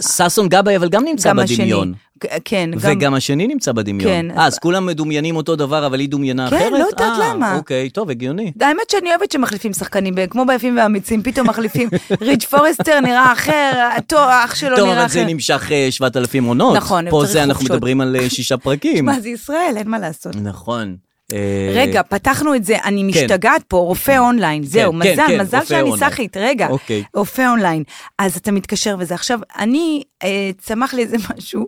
[SPEAKER 2] ששון גבאי, אבל גם נמצא
[SPEAKER 3] גם
[SPEAKER 2] בדמיון.
[SPEAKER 3] השני. כ- כן, גם...
[SPEAKER 2] וגם השני נמצא בדמיון.
[SPEAKER 3] כן,
[SPEAKER 2] אה, אז כולם מדומיינים אותו דבר, אבל היא דומיינה
[SPEAKER 3] כן,
[SPEAKER 2] אחרת?
[SPEAKER 3] לא יודעת
[SPEAKER 2] אה,
[SPEAKER 3] למה.
[SPEAKER 2] אוקיי, טוב, הגיוני.
[SPEAKER 3] האמת שאני אוהבת שמחליפים שחקנים, ב- כמו ביפים ואמיצים, פתאום מחליפים. ריג' פורסטר נראה אחר, התו- האח שלו
[SPEAKER 2] טוב,
[SPEAKER 3] לא נראה
[SPEAKER 2] אבל זה
[SPEAKER 3] אחר.
[SPEAKER 2] נמשך אה, 7,000 עונות.
[SPEAKER 3] נכון,
[SPEAKER 2] פה
[SPEAKER 3] צריך
[SPEAKER 2] זה אנחנו
[SPEAKER 3] חופשות.
[SPEAKER 2] מדברים על אה, שישה פרקים.
[SPEAKER 3] מה, זה ישראל, אין מה לעשות.
[SPEAKER 2] נכון. אה,
[SPEAKER 3] רגע, פתחנו את זה, אני משתגעת פה, רופא אונליין, זהו,
[SPEAKER 2] כן, כן,
[SPEAKER 3] מזל,
[SPEAKER 2] כן,
[SPEAKER 3] מזל
[SPEAKER 2] רופא
[SPEAKER 3] שאני
[SPEAKER 2] אונליין.
[SPEAKER 3] סאחית, רגע,
[SPEAKER 2] אוקיי.
[SPEAKER 3] רופא אונליין. אז אתה מתקשר וזה. עכשיו, אני, אה, צמח לי איזה משהו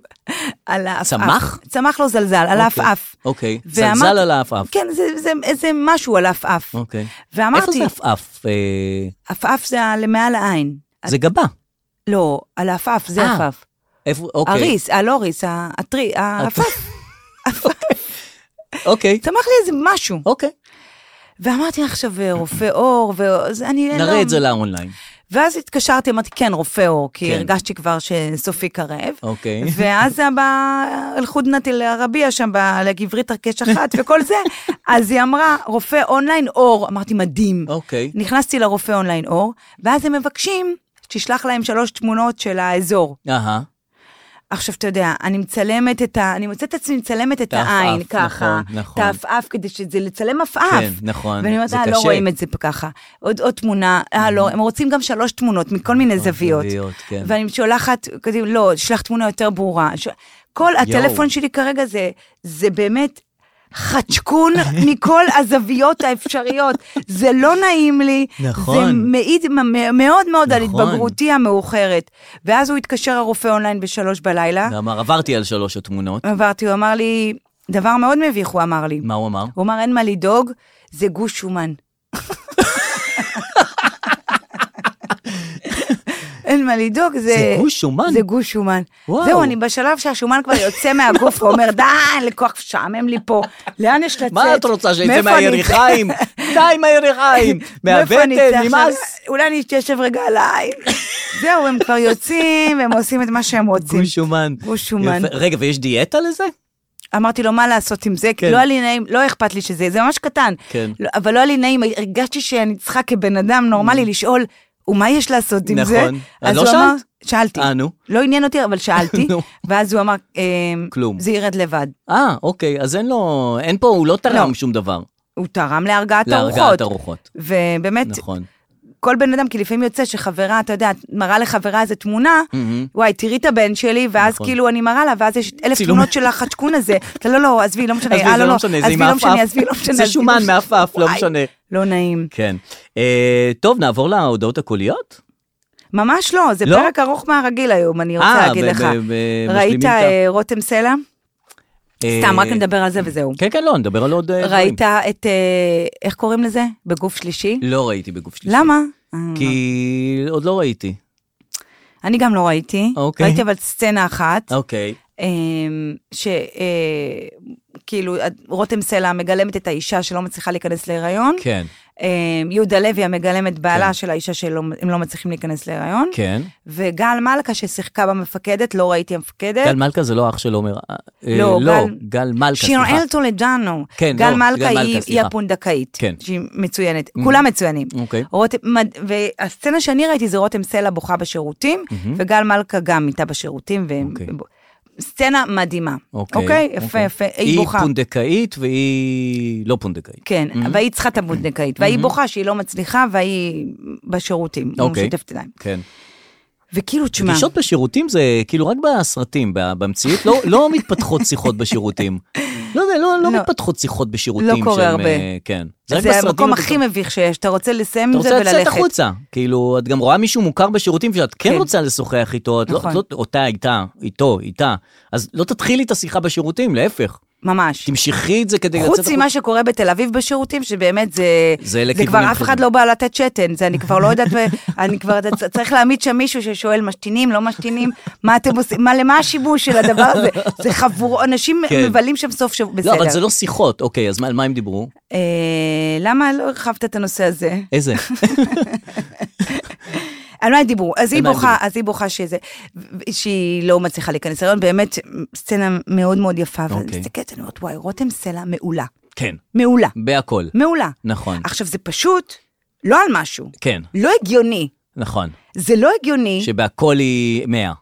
[SPEAKER 3] על העפעף.
[SPEAKER 2] צמח?
[SPEAKER 3] צמח לו זלזל, על
[SPEAKER 2] אוקיי.
[SPEAKER 3] העפעף.
[SPEAKER 2] אוקיי,
[SPEAKER 3] ואמרתי-
[SPEAKER 2] זלזל על העפעף.
[SPEAKER 3] כן, זה- זה איזה משהו על העפעף.
[SPEAKER 2] אוקיי. איפה
[SPEAKER 3] ואמרתי,
[SPEAKER 2] זה עפעף? אה,
[SPEAKER 3] עפעף זה למעל העין.
[SPEAKER 2] זה גבה.
[SPEAKER 3] לא, על העפעף, זה
[SPEAKER 2] אה,
[SPEAKER 3] עפעף.
[SPEAKER 2] איפה, אוקיי.
[SPEAKER 3] הריס, הלוריס, הטרי, העפעף.
[SPEAKER 2] אוקיי,
[SPEAKER 3] צמח לי איזה משהו.
[SPEAKER 2] אוקיי.
[SPEAKER 3] ואמרתי עכשיו, אה, רופא עור, ואני...
[SPEAKER 2] נראה את זה לאונליין.
[SPEAKER 3] ואז התקשרתי, אמרתי, כן, רופא עור, כי
[SPEAKER 2] כן.
[SPEAKER 3] הרגשתי כבר שסופי קרב.
[SPEAKER 2] אוקיי.
[SPEAKER 3] ואז הלכודנת אל הרביע שם, ב- לגברית הקש אחת וכל זה, אז היא אמרה, רופא אונליין אור. אמרתי, מדהים.
[SPEAKER 2] אוקיי.
[SPEAKER 3] נכנסתי לרופא אונליין אור, ואז הם מבקשים שתשלח להם שלוש תמונות של האזור.
[SPEAKER 2] אהה.
[SPEAKER 3] עכשיו, אתה יודע, אני מצלמת את ה... אני מוצאת את עצמי מצלמת את
[SPEAKER 2] העפעף,
[SPEAKER 3] העין ככה.
[SPEAKER 2] נכון, נכון.
[SPEAKER 3] את העפעף, כדי שזה לצלם עפעף.
[SPEAKER 2] כן, נכון,
[SPEAKER 3] ואני אומרת,
[SPEAKER 2] זה
[SPEAKER 3] אה, לא
[SPEAKER 2] קשה." Mm-hmm.
[SPEAKER 3] רואים את זה ככה. עוד עוד תמונה, אה, לא, הם רוצים גם שלוש תמונות מכל מיני זוויות.
[SPEAKER 2] זוויות, כן.
[SPEAKER 3] ואני שולחת, כזה, לא, שלח תמונה יותר ברורה. ש- כל הטלפון שלי כרגע זה, זה באמת... חצ'קון מכל הזוויות האפשריות. זה לא נעים לי.
[SPEAKER 2] נכון.
[SPEAKER 3] זה מעיד מ- מאוד מאוד על
[SPEAKER 2] נכון.
[SPEAKER 3] התבגרותי המאוחרת. ואז הוא התקשר הרופא אונליין בשלוש בלילה.
[SPEAKER 2] ואמר, עברתי על שלוש התמונות.
[SPEAKER 3] עברתי, הוא אמר לי, דבר מאוד מביך, הוא אמר לי.
[SPEAKER 2] מה הוא אמר?
[SPEAKER 3] הוא אמר, אין מה לדאוג, זה גוש שומן. אין מה לדאוג, זה...
[SPEAKER 2] זה גוש שומן?
[SPEAKER 3] זה גוש שומן.
[SPEAKER 2] וואו.
[SPEAKER 3] זהו, אני בשלב שהשומן כבר יוצא מהגוף, הוא אומר, די, לקוח משעמם לי פה, לאן יש לצאת?
[SPEAKER 2] מה את רוצה, שיצא
[SPEAKER 3] מאיפה אני
[SPEAKER 2] מהיריחיים? די מהיריחיים,
[SPEAKER 3] מאיפה אני
[SPEAKER 2] מהבטן,
[SPEAKER 3] אצא
[SPEAKER 2] נמאס.
[SPEAKER 3] עכשיו? אולי אני אתיישב רגע עליי. זהו, הם כבר יוצאים, הם עושים את מה שהם רוצים.
[SPEAKER 2] גוש שומן.
[SPEAKER 3] גוש שומן.
[SPEAKER 2] יפה. רגע, ויש דיאטה לזה?
[SPEAKER 3] אמרתי לו, מה לעשות עם זה? כי
[SPEAKER 2] כן.
[SPEAKER 3] לא היה לי נעים, לא אכפת לי שזה, זה ממש קטן.
[SPEAKER 2] כן.
[SPEAKER 3] לא, אבל לא היה לי נעים, הרגשתי שאני צריכה כבן אדם נורמלי לשאול, ומה יש לעשות עם זה?
[SPEAKER 2] Mm. נכון. אז
[SPEAKER 3] אז
[SPEAKER 2] לא
[SPEAKER 3] הוא אמר- שאלתי.
[SPEAKER 2] אה, נו.
[SPEAKER 3] לא עניין אותי, אבל שאלתי.
[SPEAKER 2] נו.
[SPEAKER 3] ואז הוא אמר, אמ,
[SPEAKER 2] כלום.
[SPEAKER 3] זה ירד לבד.
[SPEAKER 2] אה, אוקיי, אז אין לו, אין פה, הוא לא תרם
[SPEAKER 3] לא.
[SPEAKER 2] שום דבר.
[SPEAKER 3] הוא תרם להרגעת
[SPEAKER 2] להרגעת
[SPEAKER 3] הרוחות.
[SPEAKER 2] הרוחות.
[SPEAKER 3] ובאמת,
[SPEAKER 2] נכון.
[SPEAKER 3] כל בן אדם, כי לפעמים יוצא שחברה, אתה יודע, את מראה לחברה איזה תמונה,
[SPEAKER 2] מהמם.
[SPEAKER 3] וואי, תראי את הבן שלי, ואז
[SPEAKER 2] נכון.
[SPEAKER 3] כאילו אני מראה לה, ואז יש אלף
[SPEAKER 2] צילום.
[SPEAKER 3] תמונות של החשקון הזה. אתה לא, לא, עזבי, לא משנה,
[SPEAKER 2] עזבי, זה
[SPEAKER 3] אה, לא,
[SPEAKER 2] לא
[SPEAKER 3] לא,
[SPEAKER 2] משנה, זה
[SPEAKER 3] עזבי,
[SPEAKER 2] עם
[SPEAKER 3] לא
[SPEAKER 2] העפעף.
[SPEAKER 3] משנה, עזבי, לא משנה.
[SPEAKER 2] זה
[SPEAKER 3] עזבי,
[SPEAKER 2] שומן
[SPEAKER 3] לא משנה.
[SPEAKER 2] מעפעף, לא
[SPEAKER 3] וואי,
[SPEAKER 2] משנה.
[SPEAKER 3] לא נעים.
[SPEAKER 2] כן. אה, טוב, נעבור להודעות הקוליות?
[SPEAKER 3] ממש לא, זה
[SPEAKER 2] לא?
[SPEAKER 3] פרק ארוך מהרגיל היום, אני
[SPEAKER 2] אה,
[SPEAKER 3] רוצה להגיד
[SPEAKER 2] ב-
[SPEAKER 3] לך.
[SPEAKER 2] ב- ב-
[SPEAKER 3] ראית
[SPEAKER 2] משלימים את ה-
[SPEAKER 3] אה, רותם סלע?
[SPEAKER 2] אה,
[SPEAKER 3] סתם, רק נדבר על זה וזהו.
[SPEAKER 2] כן, כן, לא, נדבר על עוד... אה, דברים.
[SPEAKER 3] ראית את, אה, איך קוראים לזה? בגוף שלישי?
[SPEAKER 2] לא ראיתי בגוף שלישי.
[SPEAKER 3] למה? אה,
[SPEAKER 2] כי עוד לא ראיתי.
[SPEAKER 3] אני גם לא ראיתי.
[SPEAKER 2] אוקיי.
[SPEAKER 3] ראיתי אבל סצנה אחת.
[SPEAKER 2] אוקיי.
[SPEAKER 3] אמ, שכאילו אה, כאילו, רותם סלע מגלמת את האישה שלא מצליחה להיכנס להיריון,
[SPEAKER 2] כן,
[SPEAKER 3] אה, יהודה לוי המגלמת בעלה
[SPEAKER 2] כן.
[SPEAKER 3] של האישה שהם לא מצליחים להיכנס להיריון,
[SPEAKER 2] כן.
[SPEAKER 3] וגל מלכה ששיחקה במפקדת, לא ראיתי המפקדת.
[SPEAKER 2] גל מלכה זה לא אח של עומר. אה, אה,
[SPEAKER 3] לא,
[SPEAKER 2] לא,
[SPEAKER 3] גל-
[SPEAKER 2] גל מלכה, סליחה.
[SPEAKER 3] שיראל טולדנו,
[SPEAKER 2] כן,
[SPEAKER 3] גל
[SPEAKER 2] לא, גל
[SPEAKER 3] מלכה
[SPEAKER 2] מלכה,
[SPEAKER 3] היא- היא
[SPEAKER 2] סליחה.
[SPEAKER 3] הפונדקאית,
[SPEAKER 2] כן.
[SPEAKER 3] שהיא מצוינת, כולם מצוינים.
[SPEAKER 2] אוקיי.
[SPEAKER 3] רותם, מד- והסצנה שאני ראיתי זה רותם סלע בוכה בשירותים, וגל מלכה גם איתה בשירותים. והם-
[SPEAKER 2] Mm-hmm. אוקיי.
[SPEAKER 3] סצנה מדהימה.
[SPEAKER 2] אוקיי,
[SPEAKER 3] יפה,
[SPEAKER 2] אוקיי.
[SPEAKER 3] יפה, היא
[SPEAKER 2] היא
[SPEAKER 3] בוכה.
[SPEAKER 2] פונדקאית והיא לא פונדקאית.
[SPEAKER 3] כן, והיא צריכה את הבודנקאית,
[SPEAKER 2] Mm-hmm.
[SPEAKER 3] והיא בוכה שהיא לא מצליחה, והיא בשירותים, לא
[SPEAKER 2] אוקיי.
[SPEAKER 3] משותפת ידיים.
[SPEAKER 2] כן.
[SPEAKER 3] וכאילו, תשמע,
[SPEAKER 2] פגישות בשירותים זה כאילו רק בסרטים, ב- במציאות לא- לא מתפתחות שיחות בשירותים. לא יודע, לא- לא
[SPEAKER 3] לא.
[SPEAKER 2] מתפתחות שיחות בשירותים.
[SPEAKER 3] לא קורה
[SPEAKER 2] שהם,
[SPEAKER 3] הרבה.
[SPEAKER 2] אה, כן. רק
[SPEAKER 3] זה
[SPEAKER 2] בסרטים
[SPEAKER 3] המקום
[SPEAKER 2] אתה-
[SPEAKER 3] הכי מביך שיש, אתה רוצה לסיים
[SPEAKER 2] אתה
[SPEAKER 3] עם זה
[SPEAKER 2] רוצה לצאת
[SPEAKER 3] וללכת.
[SPEAKER 2] החוצה, כאילו, את גם רואה מישהו מוכר בשירותים שאת כן
[SPEAKER 3] כן.
[SPEAKER 2] רוצה לשוחח איתו, את לא,
[SPEAKER 3] נכון.
[SPEAKER 2] את לא אותה איתה, איתו, איתה, אז לא תתחילי את השיחה בשירותים, להפך,
[SPEAKER 3] ממש.
[SPEAKER 2] תמשכי את זה כדי לצאת
[SPEAKER 3] חוץ ממה שקורה בתל אביב בשירותים, שבאמת זה,
[SPEAKER 2] זה
[SPEAKER 3] זה
[SPEAKER 2] לכיוונים
[SPEAKER 3] כבר אף אחד
[SPEAKER 2] אחרים.
[SPEAKER 3] לא בא לתת שתן, זה אני כבר לא יודעת, ו- אני כבר, אתה צ- צריך להעמיד שם מישהו ששואל משתינים, לא משתינים, מה אתם עושים, מה, למה השיבוש של הדבר הזה? זה חבור, אנשים
[SPEAKER 2] כן.
[SPEAKER 3] מבלים שם סוף שבוע, בסדר.
[SPEAKER 2] לא, אבל זה לא שיחות, אוקיי, אז מה, על מה הם דיברו?
[SPEAKER 3] אה, למה לא הרחבת את הנושא הזה?
[SPEAKER 2] איזה?
[SPEAKER 3] על מה הם דיברו? אז היא
[SPEAKER 2] מה הם
[SPEAKER 3] בוכה, אז היא בוכה שזה, ו- שהיא לא מצליחה להיכנס להיריון, באמת סצנה מאוד מאוד יפה, ואני
[SPEAKER 2] אוקיי.
[SPEAKER 3] מסתכלת, אני אומרת, וואי, רותם סלע מעולה,
[SPEAKER 2] כן,
[SPEAKER 3] מעולה,
[SPEAKER 2] בהכל.
[SPEAKER 3] מעולה.
[SPEAKER 2] נכון,
[SPEAKER 3] עכשיו, זה פשוט לא על משהו.
[SPEAKER 2] כן,
[SPEAKER 3] לא הגיוני.
[SPEAKER 2] נכון,
[SPEAKER 3] זה לא הגיוני, ש...
[SPEAKER 2] שבהכל היא 100.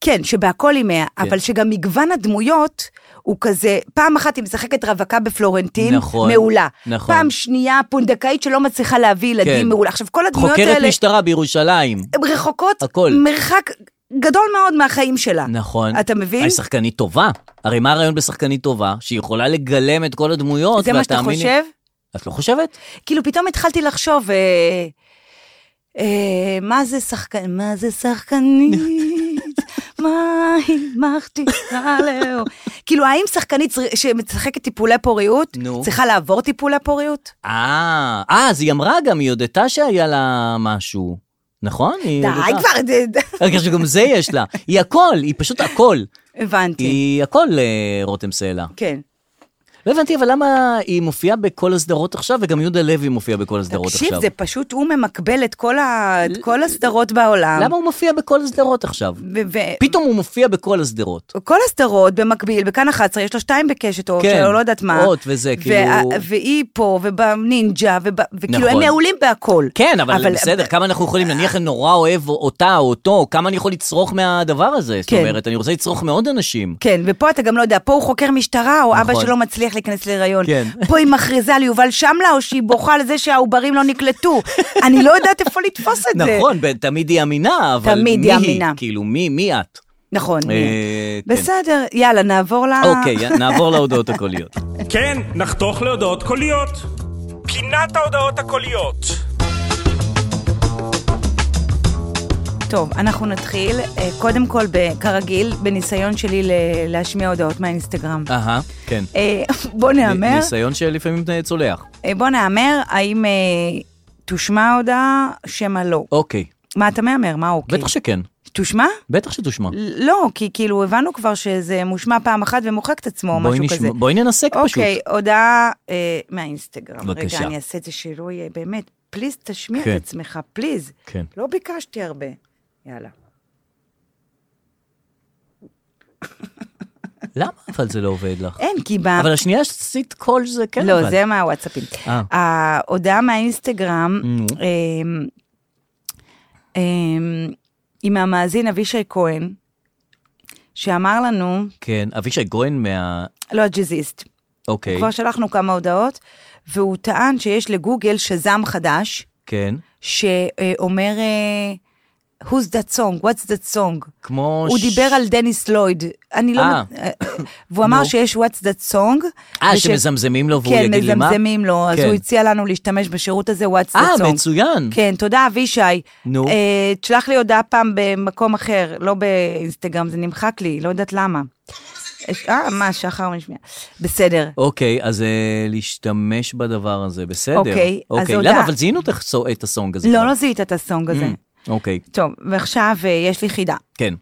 [SPEAKER 3] כן, שבהכל היא מאה, כן. אבל שגם מגוון הדמויות הוא כזה, פעם אחת היא משחקת רווקה בפלורנטין,
[SPEAKER 2] נכון,
[SPEAKER 3] מעולה.
[SPEAKER 2] נכון.
[SPEAKER 3] פעם שנייה פונדקאית שלא מצליחה להביא ילדים,
[SPEAKER 2] כן.
[SPEAKER 3] מעולה. עכשיו, כל הדמויות
[SPEAKER 2] חוקרת
[SPEAKER 3] האלה
[SPEAKER 2] משטרה בירושלים.
[SPEAKER 3] הן רחוקות,
[SPEAKER 2] הכל.
[SPEAKER 3] מרחק גדול מאוד מהחיים שלה.
[SPEAKER 2] נכון.
[SPEAKER 3] אתה מבין?
[SPEAKER 2] היא שחקנית טובה. הרי מה הרעיון בשחקנית טובה? שהיא יכולה לגלם את כל הדמויות,
[SPEAKER 3] זה מה שאתה
[SPEAKER 2] ותאמיני-
[SPEAKER 3] חושב?
[SPEAKER 2] את לא חושבת?
[SPEAKER 3] כאילו, פתאום התחלתי לחשוב, אה, אה, מה זה שחקן, מה זה שחקנית? מה היא מכתיבה לאור? כאילו, האם שחקנית צר- שמשחקת טיפולי פוריות,
[SPEAKER 2] נו.
[SPEAKER 3] צריכה לעבור טיפולי פוריות?
[SPEAKER 2] אה, אה, אז היא אמרה גם, היא הודתה שהיה לה משהו. נכון? היא
[SPEAKER 3] די
[SPEAKER 2] הודתה.
[SPEAKER 3] כבר, זה- די.
[SPEAKER 2] רגע, שגם זה יש לה. היא הכל, היא פשוט הכל.
[SPEAKER 3] הבנתי,
[SPEAKER 2] היא הכל אה, רותם סלע.
[SPEAKER 3] כן.
[SPEAKER 2] לא הבנתי, אבל למה היא מופיעה בכל הסדרות עכשיו, וגם יהודה לוי מופיע בכל הסדרות עכשיו.
[SPEAKER 3] תקשיב, זה פשוט, הוא ממקבל את כל ה- את כל הסדרות בעולם.
[SPEAKER 2] למה הוא מופיע בכל הסדרות עכשיו?
[SPEAKER 3] ו- ו-
[SPEAKER 2] פתאום הוא מופיע בכל הסדרות.
[SPEAKER 3] כל הסדרות במקביל, בכאן 11, יש לו שתיים בקשת, או
[SPEAKER 2] כן,
[SPEAKER 3] כן, לא יודעת מה.
[SPEAKER 2] אות וזה, כאילו-
[SPEAKER 3] והיא פה, ובנינג'ה, וב... וכאילו,
[SPEAKER 2] נכון.
[SPEAKER 3] הם מעולים בהכל.
[SPEAKER 2] כן, אבל, בסדר, כמה אנחנו יכולים, נניח אני נורא אוהב אותה או אותו, כמה אני יכול לצרוך מהדבר הזה? זאת
[SPEAKER 3] כן.
[SPEAKER 2] אומרת, אני רוצה לצרוך מעוד אנשים.
[SPEAKER 3] כן, ופה אתה גם לא יודע, פה הוא חוקר משטרה, או
[SPEAKER 2] נכון.
[SPEAKER 3] אבא שלו מצליח להיכנס להיריון.
[SPEAKER 2] כן.
[SPEAKER 3] פה היא מכריזה על יובל שמלה, או שהיא בוכה על זה שהעוברים לא נקלטו. אני לא יודעת איפה לתפוס את זה.
[SPEAKER 2] נכון, ב- נכון, תמיד היא אמינה, אבל
[SPEAKER 3] תמיד
[SPEAKER 2] מי
[SPEAKER 3] היא אמינה.
[SPEAKER 2] כאילו, מי, מי את?
[SPEAKER 3] נכון.
[SPEAKER 2] אה, כן.
[SPEAKER 3] בסדר, יאללה, נעבור ל...
[SPEAKER 2] אוקיי, נעבור להודעות הקוליות.
[SPEAKER 1] כן, נחתוך להודעות קוליות. פינת ההודעות הקוליות.
[SPEAKER 3] טוב, אנחנו נתחיל, אה, קודם כל, ב- כרגיל, בניסיון שלי ל- להשמיע הודעות מהאינסטגרם.
[SPEAKER 2] אהה, כן.
[SPEAKER 3] אה, בוא נהמר,
[SPEAKER 2] ניסיון שלפעמים צולח.
[SPEAKER 3] אה, בוא נהמר, האם אה, תושמע ההודעה, שמא לא.
[SPEAKER 2] אוקיי,
[SPEAKER 3] מה אתה מהמר? מה אוקיי?
[SPEAKER 2] בטח שכן.
[SPEAKER 3] תושמע?
[SPEAKER 2] בטח שתושמע.
[SPEAKER 3] לא, כי כאילו הבנו כבר שזה מושמע פעם אחת ומוחק את עצמו או
[SPEAKER 2] בואי
[SPEAKER 3] משהו
[SPEAKER 2] נשמע-
[SPEAKER 3] כזה.
[SPEAKER 2] בואי ננסה פשוט.
[SPEAKER 3] אוקיי, הודעה אה, מהאינסטגרם.
[SPEAKER 2] בבקשה.
[SPEAKER 3] רגע, אני אעשה את זה שלא יהיה, באמת, פליז תשמיע
[SPEAKER 2] כן.
[SPEAKER 3] את עצמך, פליז.
[SPEAKER 2] כן.
[SPEAKER 3] לא ביקשתי הרבה. יאללה.
[SPEAKER 2] למה אבל זה לא עובד לך?
[SPEAKER 3] אין, כי ב...
[SPEAKER 2] אבל השנייה שעשית קול זה כן
[SPEAKER 3] אה. לא,
[SPEAKER 2] עבד.
[SPEAKER 3] זה מהוואטסאפים.
[SPEAKER 2] אה.
[SPEAKER 3] ההודעה מהאינסטגרם,
[SPEAKER 2] נו.
[SPEAKER 3] אמ, אמ, עם המאזין אבישי כהן, שאמר לנו,
[SPEAKER 2] כן, אבישי גויין מה...
[SPEAKER 3] לא הג'אזיסט,
[SPEAKER 2] אוקיי,
[SPEAKER 3] כבר שלחנו כמה הודעות, והוא טען שיש לגוגל שזם חדש,
[SPEAKER 2] כן.
[SPEAKER 3] שאומר, אה, Who's that song? What's that song?
[SPEAKER 2] כמו...
[SPEAKER 3] הוא
[SPEAKER 2] ש-
[SPEAKER 3] דיבר על דניס לויד, אני לא...
[SPEAKER 2] אה.
[SPEAKER 3] אה, והוא אמר שיש What's that song.
[SPEAKER 2] אה,
[SPEAKER 3] וש-
[SPEAKER 2] שמזמזמים לו והוא
[SPEAKER 3] כן,
[SPEAKER 2] יגיד לי מה?
[SPEAKER 3] מזמזמים לו, אז
[SPEAKER 2] כן.
[SPEAKER 3] הוא הציע לנו להשתמש בשירות הזה What's that
[SPEAKER 2] אה,
[SPEAKER 3] song.
[SPEAKER 2] מצוין.
[SPEAKER 3] כן, תודה אבישי.
[SPEAKER 2] נו.
[SPEAKER 3] אה, תשלח לי הודעה פעם במקום אחר, לא באינסטגרם, זה נמחק לי, לא יודעת למה. אה, מה, שחר משמיע. בסדר.
[SPEAKER 2] אוקיי, אז אה, להשתמש בדבר הזה, בסדר.
[SPEAKER 3] אוקיי, אז
[SPEAKER 2] אוקיי,
[SPEAKER 3] הודעה-
[SPEAKER 2] למה? אבל זיהינו את הסו- את הסונג הזה.
[SPEAKER 3] לא,
[SPEAKER 2] כבר.
[SPEAKER 3] לא זיהית את הסונג הזה.
[SPEAKER 2] אוקיי,
[SPEAKER 3] טוב, ועכשיו אה, יש לי חידה.
[SPEAKER 2] כן.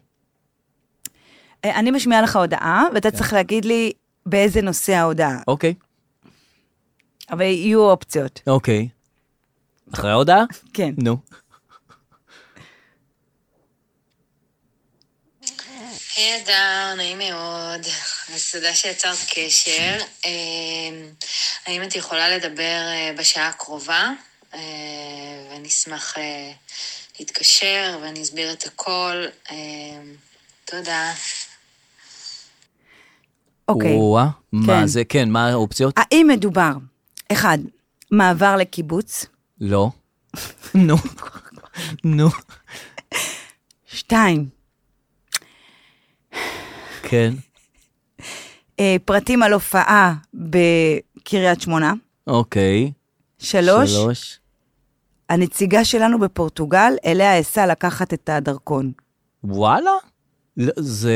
[SPEAKER 3] אה, אני משמיעה לך הודעה,
[SPEAKER 2] כן.
[SPEAKER 3] ואתה צריך להגיד לי באיזה נושא ההודעה.
[SPEAKER 2] אוקיי,
[SPEAKER 3] אבל יהיו אופציות.
[SPEAKER 2] אוקיי. אחרי ההודעה?
[SPEAKER 3] כן.
[SPEAKER 2] נו.
[SPEAKER 8] היי אדר, נעים מאוד. אז תודה שיצרת קשר. אה, האם את יכולה לדבר אה, בשעה הקרובה? אה, ואני אשמח אה, להתקשר ואני אסביר את הכל. אה, תודה.
[SPEAKER 3] אוקיי.
[SPEAKER 2] וואה, מה
[SPEAKER 3] כן.
[SPEAKER 2] זה? כן, מה האופציות?
[SPEAKER 3] האם מדובר, אחד, מעבר לקיבוץ,
[SPEAKER 2] לא. נו. נו.
[SPEAKER 3] שתיים,
[SPEAKER 2] כן.
[SPEAKER 3] אה, פרטים על הופעה בקריית שמונה,
[SPEAKER 2] אוקיי.
[SPEAKER 3] שלוש, הנציגה שלנו בפורטוגל, אליה אסע לקחת את הדרכון.
[SPEAKER 2] וואלה? לא, זה...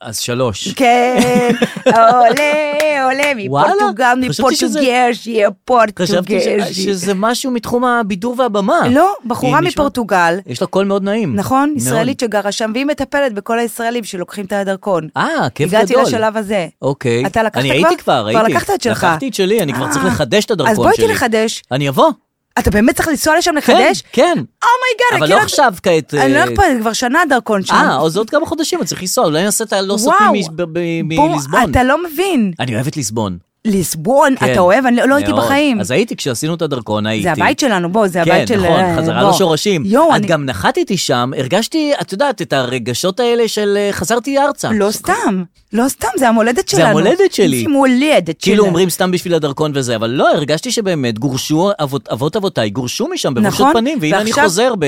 [SPEAKER 2] אז שלוש.
[SPEAKER 3] כן, עולה, עולה, מפורטוגל,
[SPEAKER 2] וואלה, חשבתי שזה-
[SPEAKER 3] מפורטוגש, יהיה
[SPEAKER 2] חשבתי ש-
[SPEAKER 3] פורטוגש.
[SPEAKER 2] שזה משהו מתחום הבידור והבמה.
[SPEAKER 3] לא, בחורה
[SPEAKER 2] היא מישהו-
[SPEAKER 3] מפורטוגל,
[SPEAKER 2] יש לה קול מאוד נעים.
[SPEAKER 3] נכון?
[SPEAKER 2] מאוד.
[SPEAKER 3] ישראלית שגרה שם, והיא מטפלת בכל הישראלים שלוקחים את הדרכון.
[SPEAKER 2] אה, כיף גדול.
[SPEAKER 3] הגעתי לשלב הזה.
[SPEAKER 2] אוקיי.
[SPEAKER 3] אתה לקחת
[SPEAKER 2] אני
[SPEAKER 3] כבר?
[SPEAKER 2] הייתי כבר,
[SPEAKER 3] כבר
[SPEAKER 2] הייתי.
[SPEAKER 3] לקחת את שלך.
[SPEAKER 2] לקחתי את שלי, אני כבר צריך
[SPEAKER 3] אה.
[SPEAKER 2] לחדש את הדרכון
[SPEAKER 3] אז
[SPEAKER 2] שלי.
[SPEAKER 3] בואי תלחדש.
[SPEAKER 2] אני אבוא.
[SPEAKER 3] אתה באמת צריך לנסוע לשם
[SPEAKER 2] כן,
[SPEAKER 3] לחדש? Oh
[SPEAKER 2] כן.
[SPEAKER 3] אומייגאד,
[SPEAKER 2] אבל לא עכשיו כעת.
[SPEAKER 3] כאילו- אני לא
[SPEAKER 2] אה,
[SPEAKER 3] אכפת, זה כבר שנה הדרכון שם.
[SPEAKER 2] אה, אז עוד כמה חודשים, אני צריך לנסוע, אולי נעשה את הלא
[SPEAKER 3] וואו.
[SPEAKER 2] סותמים מ- ב- ב-
[SPEAKER 3] בוא,
[SPEAKER 2] מליסבון.
[SPEAKER 3] אתה לא מבין.
[SPEAKER 2] אני אוהבת ליסבון.
[SPEAKER 3] ליסבון,
[SPEAKER 2] כן.
[SPEAKER 3] אתה אוהב? אני לא- לא הייתי
[SPEAKER 2] מאוד.
[SPEAKER 3] בחיים.
[SPEAKER 2] אז הייתי כשעשינו את הדרכון, הייתי.
[SPEAKER 3] זה הבית שלנו, בוא, זה
[SPEAKER 2] כן,
[SPEAKER 3] הבית של...
[SPEAKER 2] נכון,
[SPEAKER 3] אה,
[SPEAKER 2] חזרה
[SPEAKER 3] בוא.
[SPEAKER 2] לשורשים.
[SPEAKER 3] יואו,
[SPEAKER 2] את
[SPEAKER 3] אני...
[SPEAKER 2] גם נחתתי שם, הרגשתי, את יודעת, את הרגשות האלה של אה, חזרתי ארצה.
[SPEAKER 3] לא סתם, לא סתם, זה המולדת
[SPEAKER 2] זה
[SPEAKER 3] שלנו.
[SPEAKER 2] המולדת שלי.
[SPEAKER 3] זה מולדת שלי.
[SPEAKER 2] כאילו אומרים סתם בשביל הדרכון וזה, אבל לא, הרגשתי שבאמת גורשו, אבות אבות אבותיי גורשו משם בבושות
[SPEAKER 3] נכון,
[SPEAKER 2] פנים, והנה אני
[SPEAKER 3] ועכשיו-
[SPEAKER 2] חוזר ב-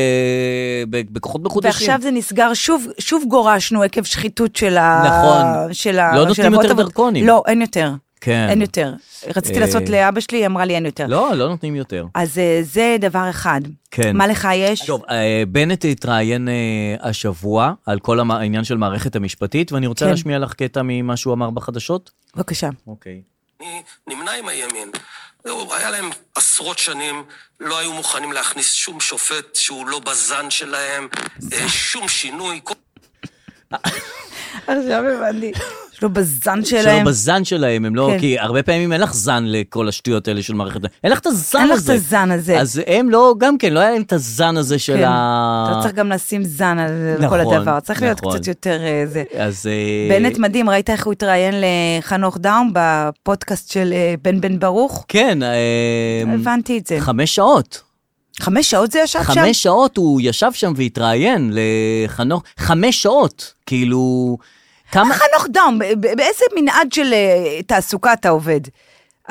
[SPEAKER 2] ב- בכוחות מחודשים.
[SPEAKER 3] ועכשיו זה נסגר, שוב, שוב גורשנו עקב שחיתות של ה...
[SPEAKER 2] נכון.
[SPEAKER 3] של ה...
[SPEAKER 2] לא נותנים
[SPEAKER 3] של אבות
[SPEAKER 2] יותר
[SPEAKER 3] אבות-
[SPEAKER 2] דרכונים.
[SPEAKER 3] לא, אין יותר.
[SPEAKER 2] כן.
[SPEAKER 3] אין יותר. רציתי
[SPEAKER 2] אה.
[SPEAKER 3] לעשות לאבא שלי, היא אמרה לי אין יותר.
[SPEAKER 2] לא, לא נותנים יותר.
[SPEAKER 3] אז אה, זה דבר אחד.
[SPEAKER 2] כן.
[SPEAKER 3] מה לך יש?
[SPEAKER 2] טוב, אה, בנט התראיין אה, השבוע על כל המ- העניין של מערכת המשפטית, ואני רוצה
[SPEAKER 3] כן.
[SPEAKER 2] להשמיע לך קטע ממה שהוא אמר בחדשות.
[SPEAKER 3] בבקשה.
[SPEAKER 2] אוקיי.
[SPEAKER 9] אני נמנה עם הימין. זהו, היה להם עשרות שנים, לא היו מוכנים להכניס שום שופט שהוא לא בזן שלהם, אה, שום שינוי. כל-
[SPEAKER 3] עכשיו הבנתי. יש לו בזן
[SPEAKER 2] שלא
[SPEAKER 3] שלהם.
[SPEAKER 2] בזן שלהם, הם לא,
[SPEAKER 3] כן.
[SPEAKER 2] כי הרבה פעמים אין לך זן לכל השטויות האלה של מערכת, אין לך את הזן
[SPEAKER 3] אין לך את
[SPEAKER 2] הזה.
[SPEAKER 3] הזן הזה.
[SPEAKER 2] אז הם לא, גם כן, לא היה להם את הזן הזה של
[SPEAKER 3] כן.
[SPEAKER 2] ה...
[SPEAKER 3] אתה צריך גם לשים זן על על כל
[SPEAKER 2] נכון,
[SPEAKER 3] הדבר, צריך להיות
[SPEAKER 2] נכון.
[SPEAKER 3] קצת יותר אה, זה.
[SPEAKER 2] אז... אה,
[SPEAKER 3] בנט מדהים, ראית איך הוא התראיין לחנוך דאום בפודקאסט של אה, בן בן ברוך?
[SPEAKER 2] כן, אה,
[SPEAKER 3] הבנתי את זה.
[SPEAKER 2] חמש שעות.
[SPEAKER 3] חמש שעות זה ישב שם?
[SPEAKER 2] חמש שעות הוא ישב שם והתראיין לחנוך, חמש שעות, כאילו... כמה...
[SPEAKER 3] חנוך דאום, ב- ב- באיזה מנעד של אה, תעסוקה אתה עובד?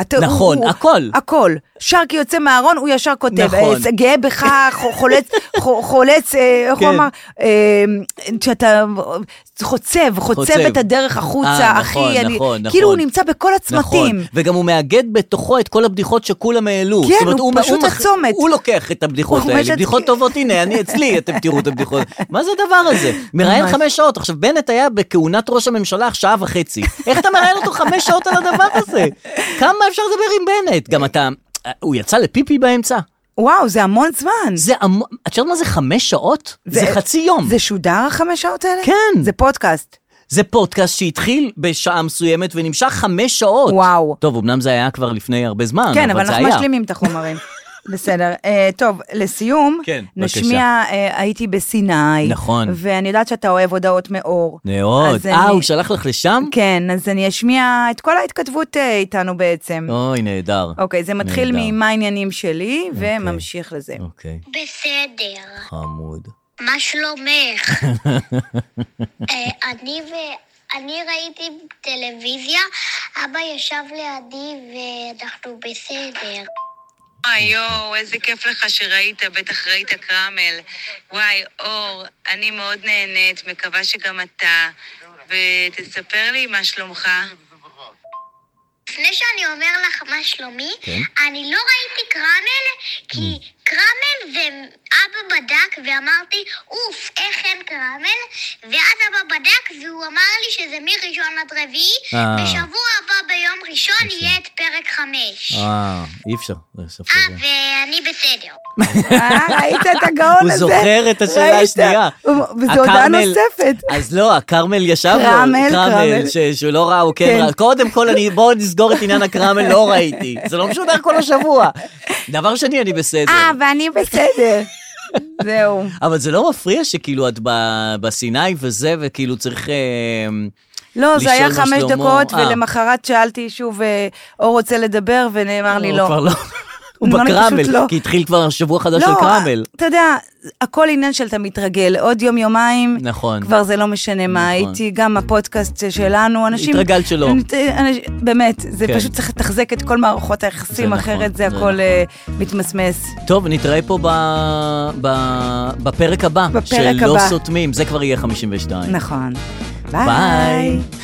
[SPEAKER 3] אתה-
[SPEAKER 2] נכון,
[SPEAKER 3] הוא-
[SPEAKER 2] הכל.
[SPEAKER 3] הכל. שרקי יוצא מהארון, הוא ישר כותב,
[SPEAKER 2] נכון.
[SPEAKER 3] "אה, גאה בך, ח- חולץ, ח- חולץ, אה, איך הוא
[SPEAKER 2] כן.
[SPEAKER 3] אמר? אה, שאתה חוצב, חוצב
[SPEAKER 2] חוצב.
[SPEAKER 3] את הדרך החוצה,
[SPEAKER 2] אה,
[SPEAKER 3] אחי.
[SPEAKER 2] נכון,
[SPEAKER 3] אני-
[SPEAKER 2] נכון, נכון.
[SPEAKER 3] כאילו הוא נמצא בכל
[SPEAKER 2] נכון,
[SPEAKER 3] הצמתים.
[SPEAKER 2] וגם הוא מאגד בתוכו את כל הבדיחות שכולם העלו.
[SPEAKER 3] כן,
[SPEAKER 2] זאת אומרת,
[SPEAKER 3] הוא פשוט
[SPEAKER 2] מח-
[SPEAKER 3] הצומת.
[SPEAKER 2] הוא לוקח את הבדיחות
[SPEAKER 3] הוא
[SPEAKER 2] האלה,
[SPEAKER 3] ממש-
[SPEAKER 2] בדיחות טובות, הנה, אני אצלי, אתם תראו את הבדיחות. מה זה הדבר הזה? מראיין
[SPEAKER 3] ממש.
[SPEAKER 2] חמש שעות. עכשיו, בנט היה בכהונת ראש הממשלה שעה וחצי. איך אתה מראיין אותו חמש שעות על הדבר הזה? כמה אפשר לדבר עם בנט? גם אתה... הוא יצא לפיפי באמצע?
[SPEAKER 3] וואו, זה המון זמן.
[SPEAKER 2] זה המון... את יודעת מה זה חמש שעות? זה חצי יום.
[SPEAKER 3] זה שודר החמש שעות האלה?
[SPEAKER 2] כן.
[SPEAKER 3] זה פודקאסט.
[SPEAKER 2] זה פודקאסט שהתחיל בשעה מסוימת ונמשך חמש שעות.
[SPEAKER 3] וואו.
[SPEAKER 2] טוב, אמנם זה היה כבר לפני הרבה זמן,
[SPEAKER 3] כן, אבל
[SPEAKER 2] אה, אבל זה
[SPEAKER 3] אנחנו
[SPEAKER 2] היה.
[SPEAKER 3] משלימים את החומרים. בסדר. אה, טוב, לסיום,
[SPEAKER 2] כן,
[SPEAKER 3] נשמיע, אה, הייתי בסיני.
[SPEAKER 2] נכון.
[SPEAKER 3] ואני יודעת שאתה אוהב הודעות מאור.
[SPEAKER 2] מאוד.
[SPEAKER 3] אז
[SPEAKER 2] אה,
[SPEAKER 3] אני-
[SPEAKER 2] הוא שלח לך לשם?
[SPEAKER 3] כן, אז אני אשמיע את כל ההתכתבות אה, איתנו בעצם.
[SPEAKER 2] אוי, נהדר.
[SPEAKER 3] אוקיי, זה מתחיל
[SPEAKER 2] נהדר.
[SPEAKER 3] ממה העניינים שלי, וממשיך לזה.
[SPEAKER 2] אוקיי,
[SPEAKER 5] בסדר,
[SPEAKER 2] חמוד.
[SPEAKER 5] מה שלומך? אה, אני ו... אני ראיתי טלוויזיה, אבא ישב לידי ואנחנו בסדר.
[SPEAKER 10] וואי, יואו, איזה כיף לך שראית, בטח ראית קרמל. וואי, אור, אני מאוד נהנית, מקווה שגם אתה. ותספר לי מה שלומך.
[SPEAKER 5] לפני שאני אומר לך מה שלומי,
[SPEAKER 2] כן. Mm.
[SPEAKER 5] אני לא ראיתי קרמל, כי קרמל זה אבא בדק ואמרתי, אוף, איך אין קרמל? ואז אבא בדק והוא אמר לי שזה מראשון עד רביעי,
[SPEAKER 2] אה. אוקיי.
[SPEAKER 5] בשבוע הבא ביום ראשון יהיה את פרק חמש.
[SPEAKER 2] אה, אי אפשר. לסוף
[SPEAKER 5] אה,
[SPEAKER 2] כזה.
[SPEAKER 5] ואני בסדר.
[SPEAKER 3] אה, ראית את הגאון
[SPEAKER 2] הוא
[SPEAKER 3] הזה?
[SPEAKER 2] זוכר את השאלה
[SPEAKER 3] ראית?
[SPEAKER 2] השנייה.
[SPEAKER 3] הוא- וזו הודעה
[SPEAKER 2] הכרמל-
[SPEAKER 3] נוספת.
[SPEAKER 2] אז לא, הכרמל ישב לו.
[SPEAKER 3] קרמל, קרמל.
[SPEAKER 2] ש- שהוא לא ראה, הוא כן
[SPEAKER 3] כן.
[SPEAKER 2] ראה. קודם כל, אני- בואו נסגור את עניין הכרמל, לא ראיתי. זה לא משודר כל השבוע. דבר שני, אני בסדר.
[SPEAKER 3] אה, ואני בסדר. זהו.
[SPEAKER 2] אבל זה לא מפריע שכאילו את ב- בסיני וזה, וכאילו צריך... אה,
[SPEAKER 3] לא, זה היה
[SPEAKER 2] לשאול מה
[SPEAKER 3] חמש
[SPEAKER 2] שלמה.
[SPEAKER 3] דקות,
[SPEAKER 2] אה.
[SPEAKER 3] ולמחרת שאלתי שוב, אה, אור רוצה לדבר, ונאמר לי
[SPEAKER 2] הוא
[SPEAKER 3] לא.
[SPEAKER 2] כבר לא... הוא
[SPEAKER 3] נראה לי פשוט
[SPEAKER 2] בקרמל,
[SPEAKER 3] לא. אה.
[SPEAKER 2] כי התחיל כבר שבוע חדש של קרמל.
[SPEAKER 3] אתה יודע, הכל עניין של אתה מתרגל. עוד יום-יומיים,
[SPEAKER 2] נכון.
[SPEAKER 3] כבר זה לא משנה מה.
[SPEAKER 2] נכון.
[SPEAKER 3] הייתי גם הפודקאסט שלנו, אנשים...
[SPEAKER 2] התרגלת שלא.
[SPEAKER 3] נת- אנש- באמת, זה
[SPEAKER 2] כן.
[SPEAKER 3] פשוט צריך לתחזק את כל מערכות היחסים,
[SPEAKER 2] זה נכון,
[SPEAKER 3] אחרת זה
[SPEAKER 2] זה
[SPEAKER 3] הכל אה, מתמסמס.
[SPEAKER 2] טוב, נתראה פה ב... ב... בפרק הבא. לא
[SPEAKER 3] בפרק
[SPEAKER 2] שלא
[SPEAKER 3] הבא.
[SPEAKER 2] סותמים, זה כבר יהיה 52.
[SPEAKER 3] נכון.
[SPEAKER 2] ביי.
[SPEAKER 3] ביי.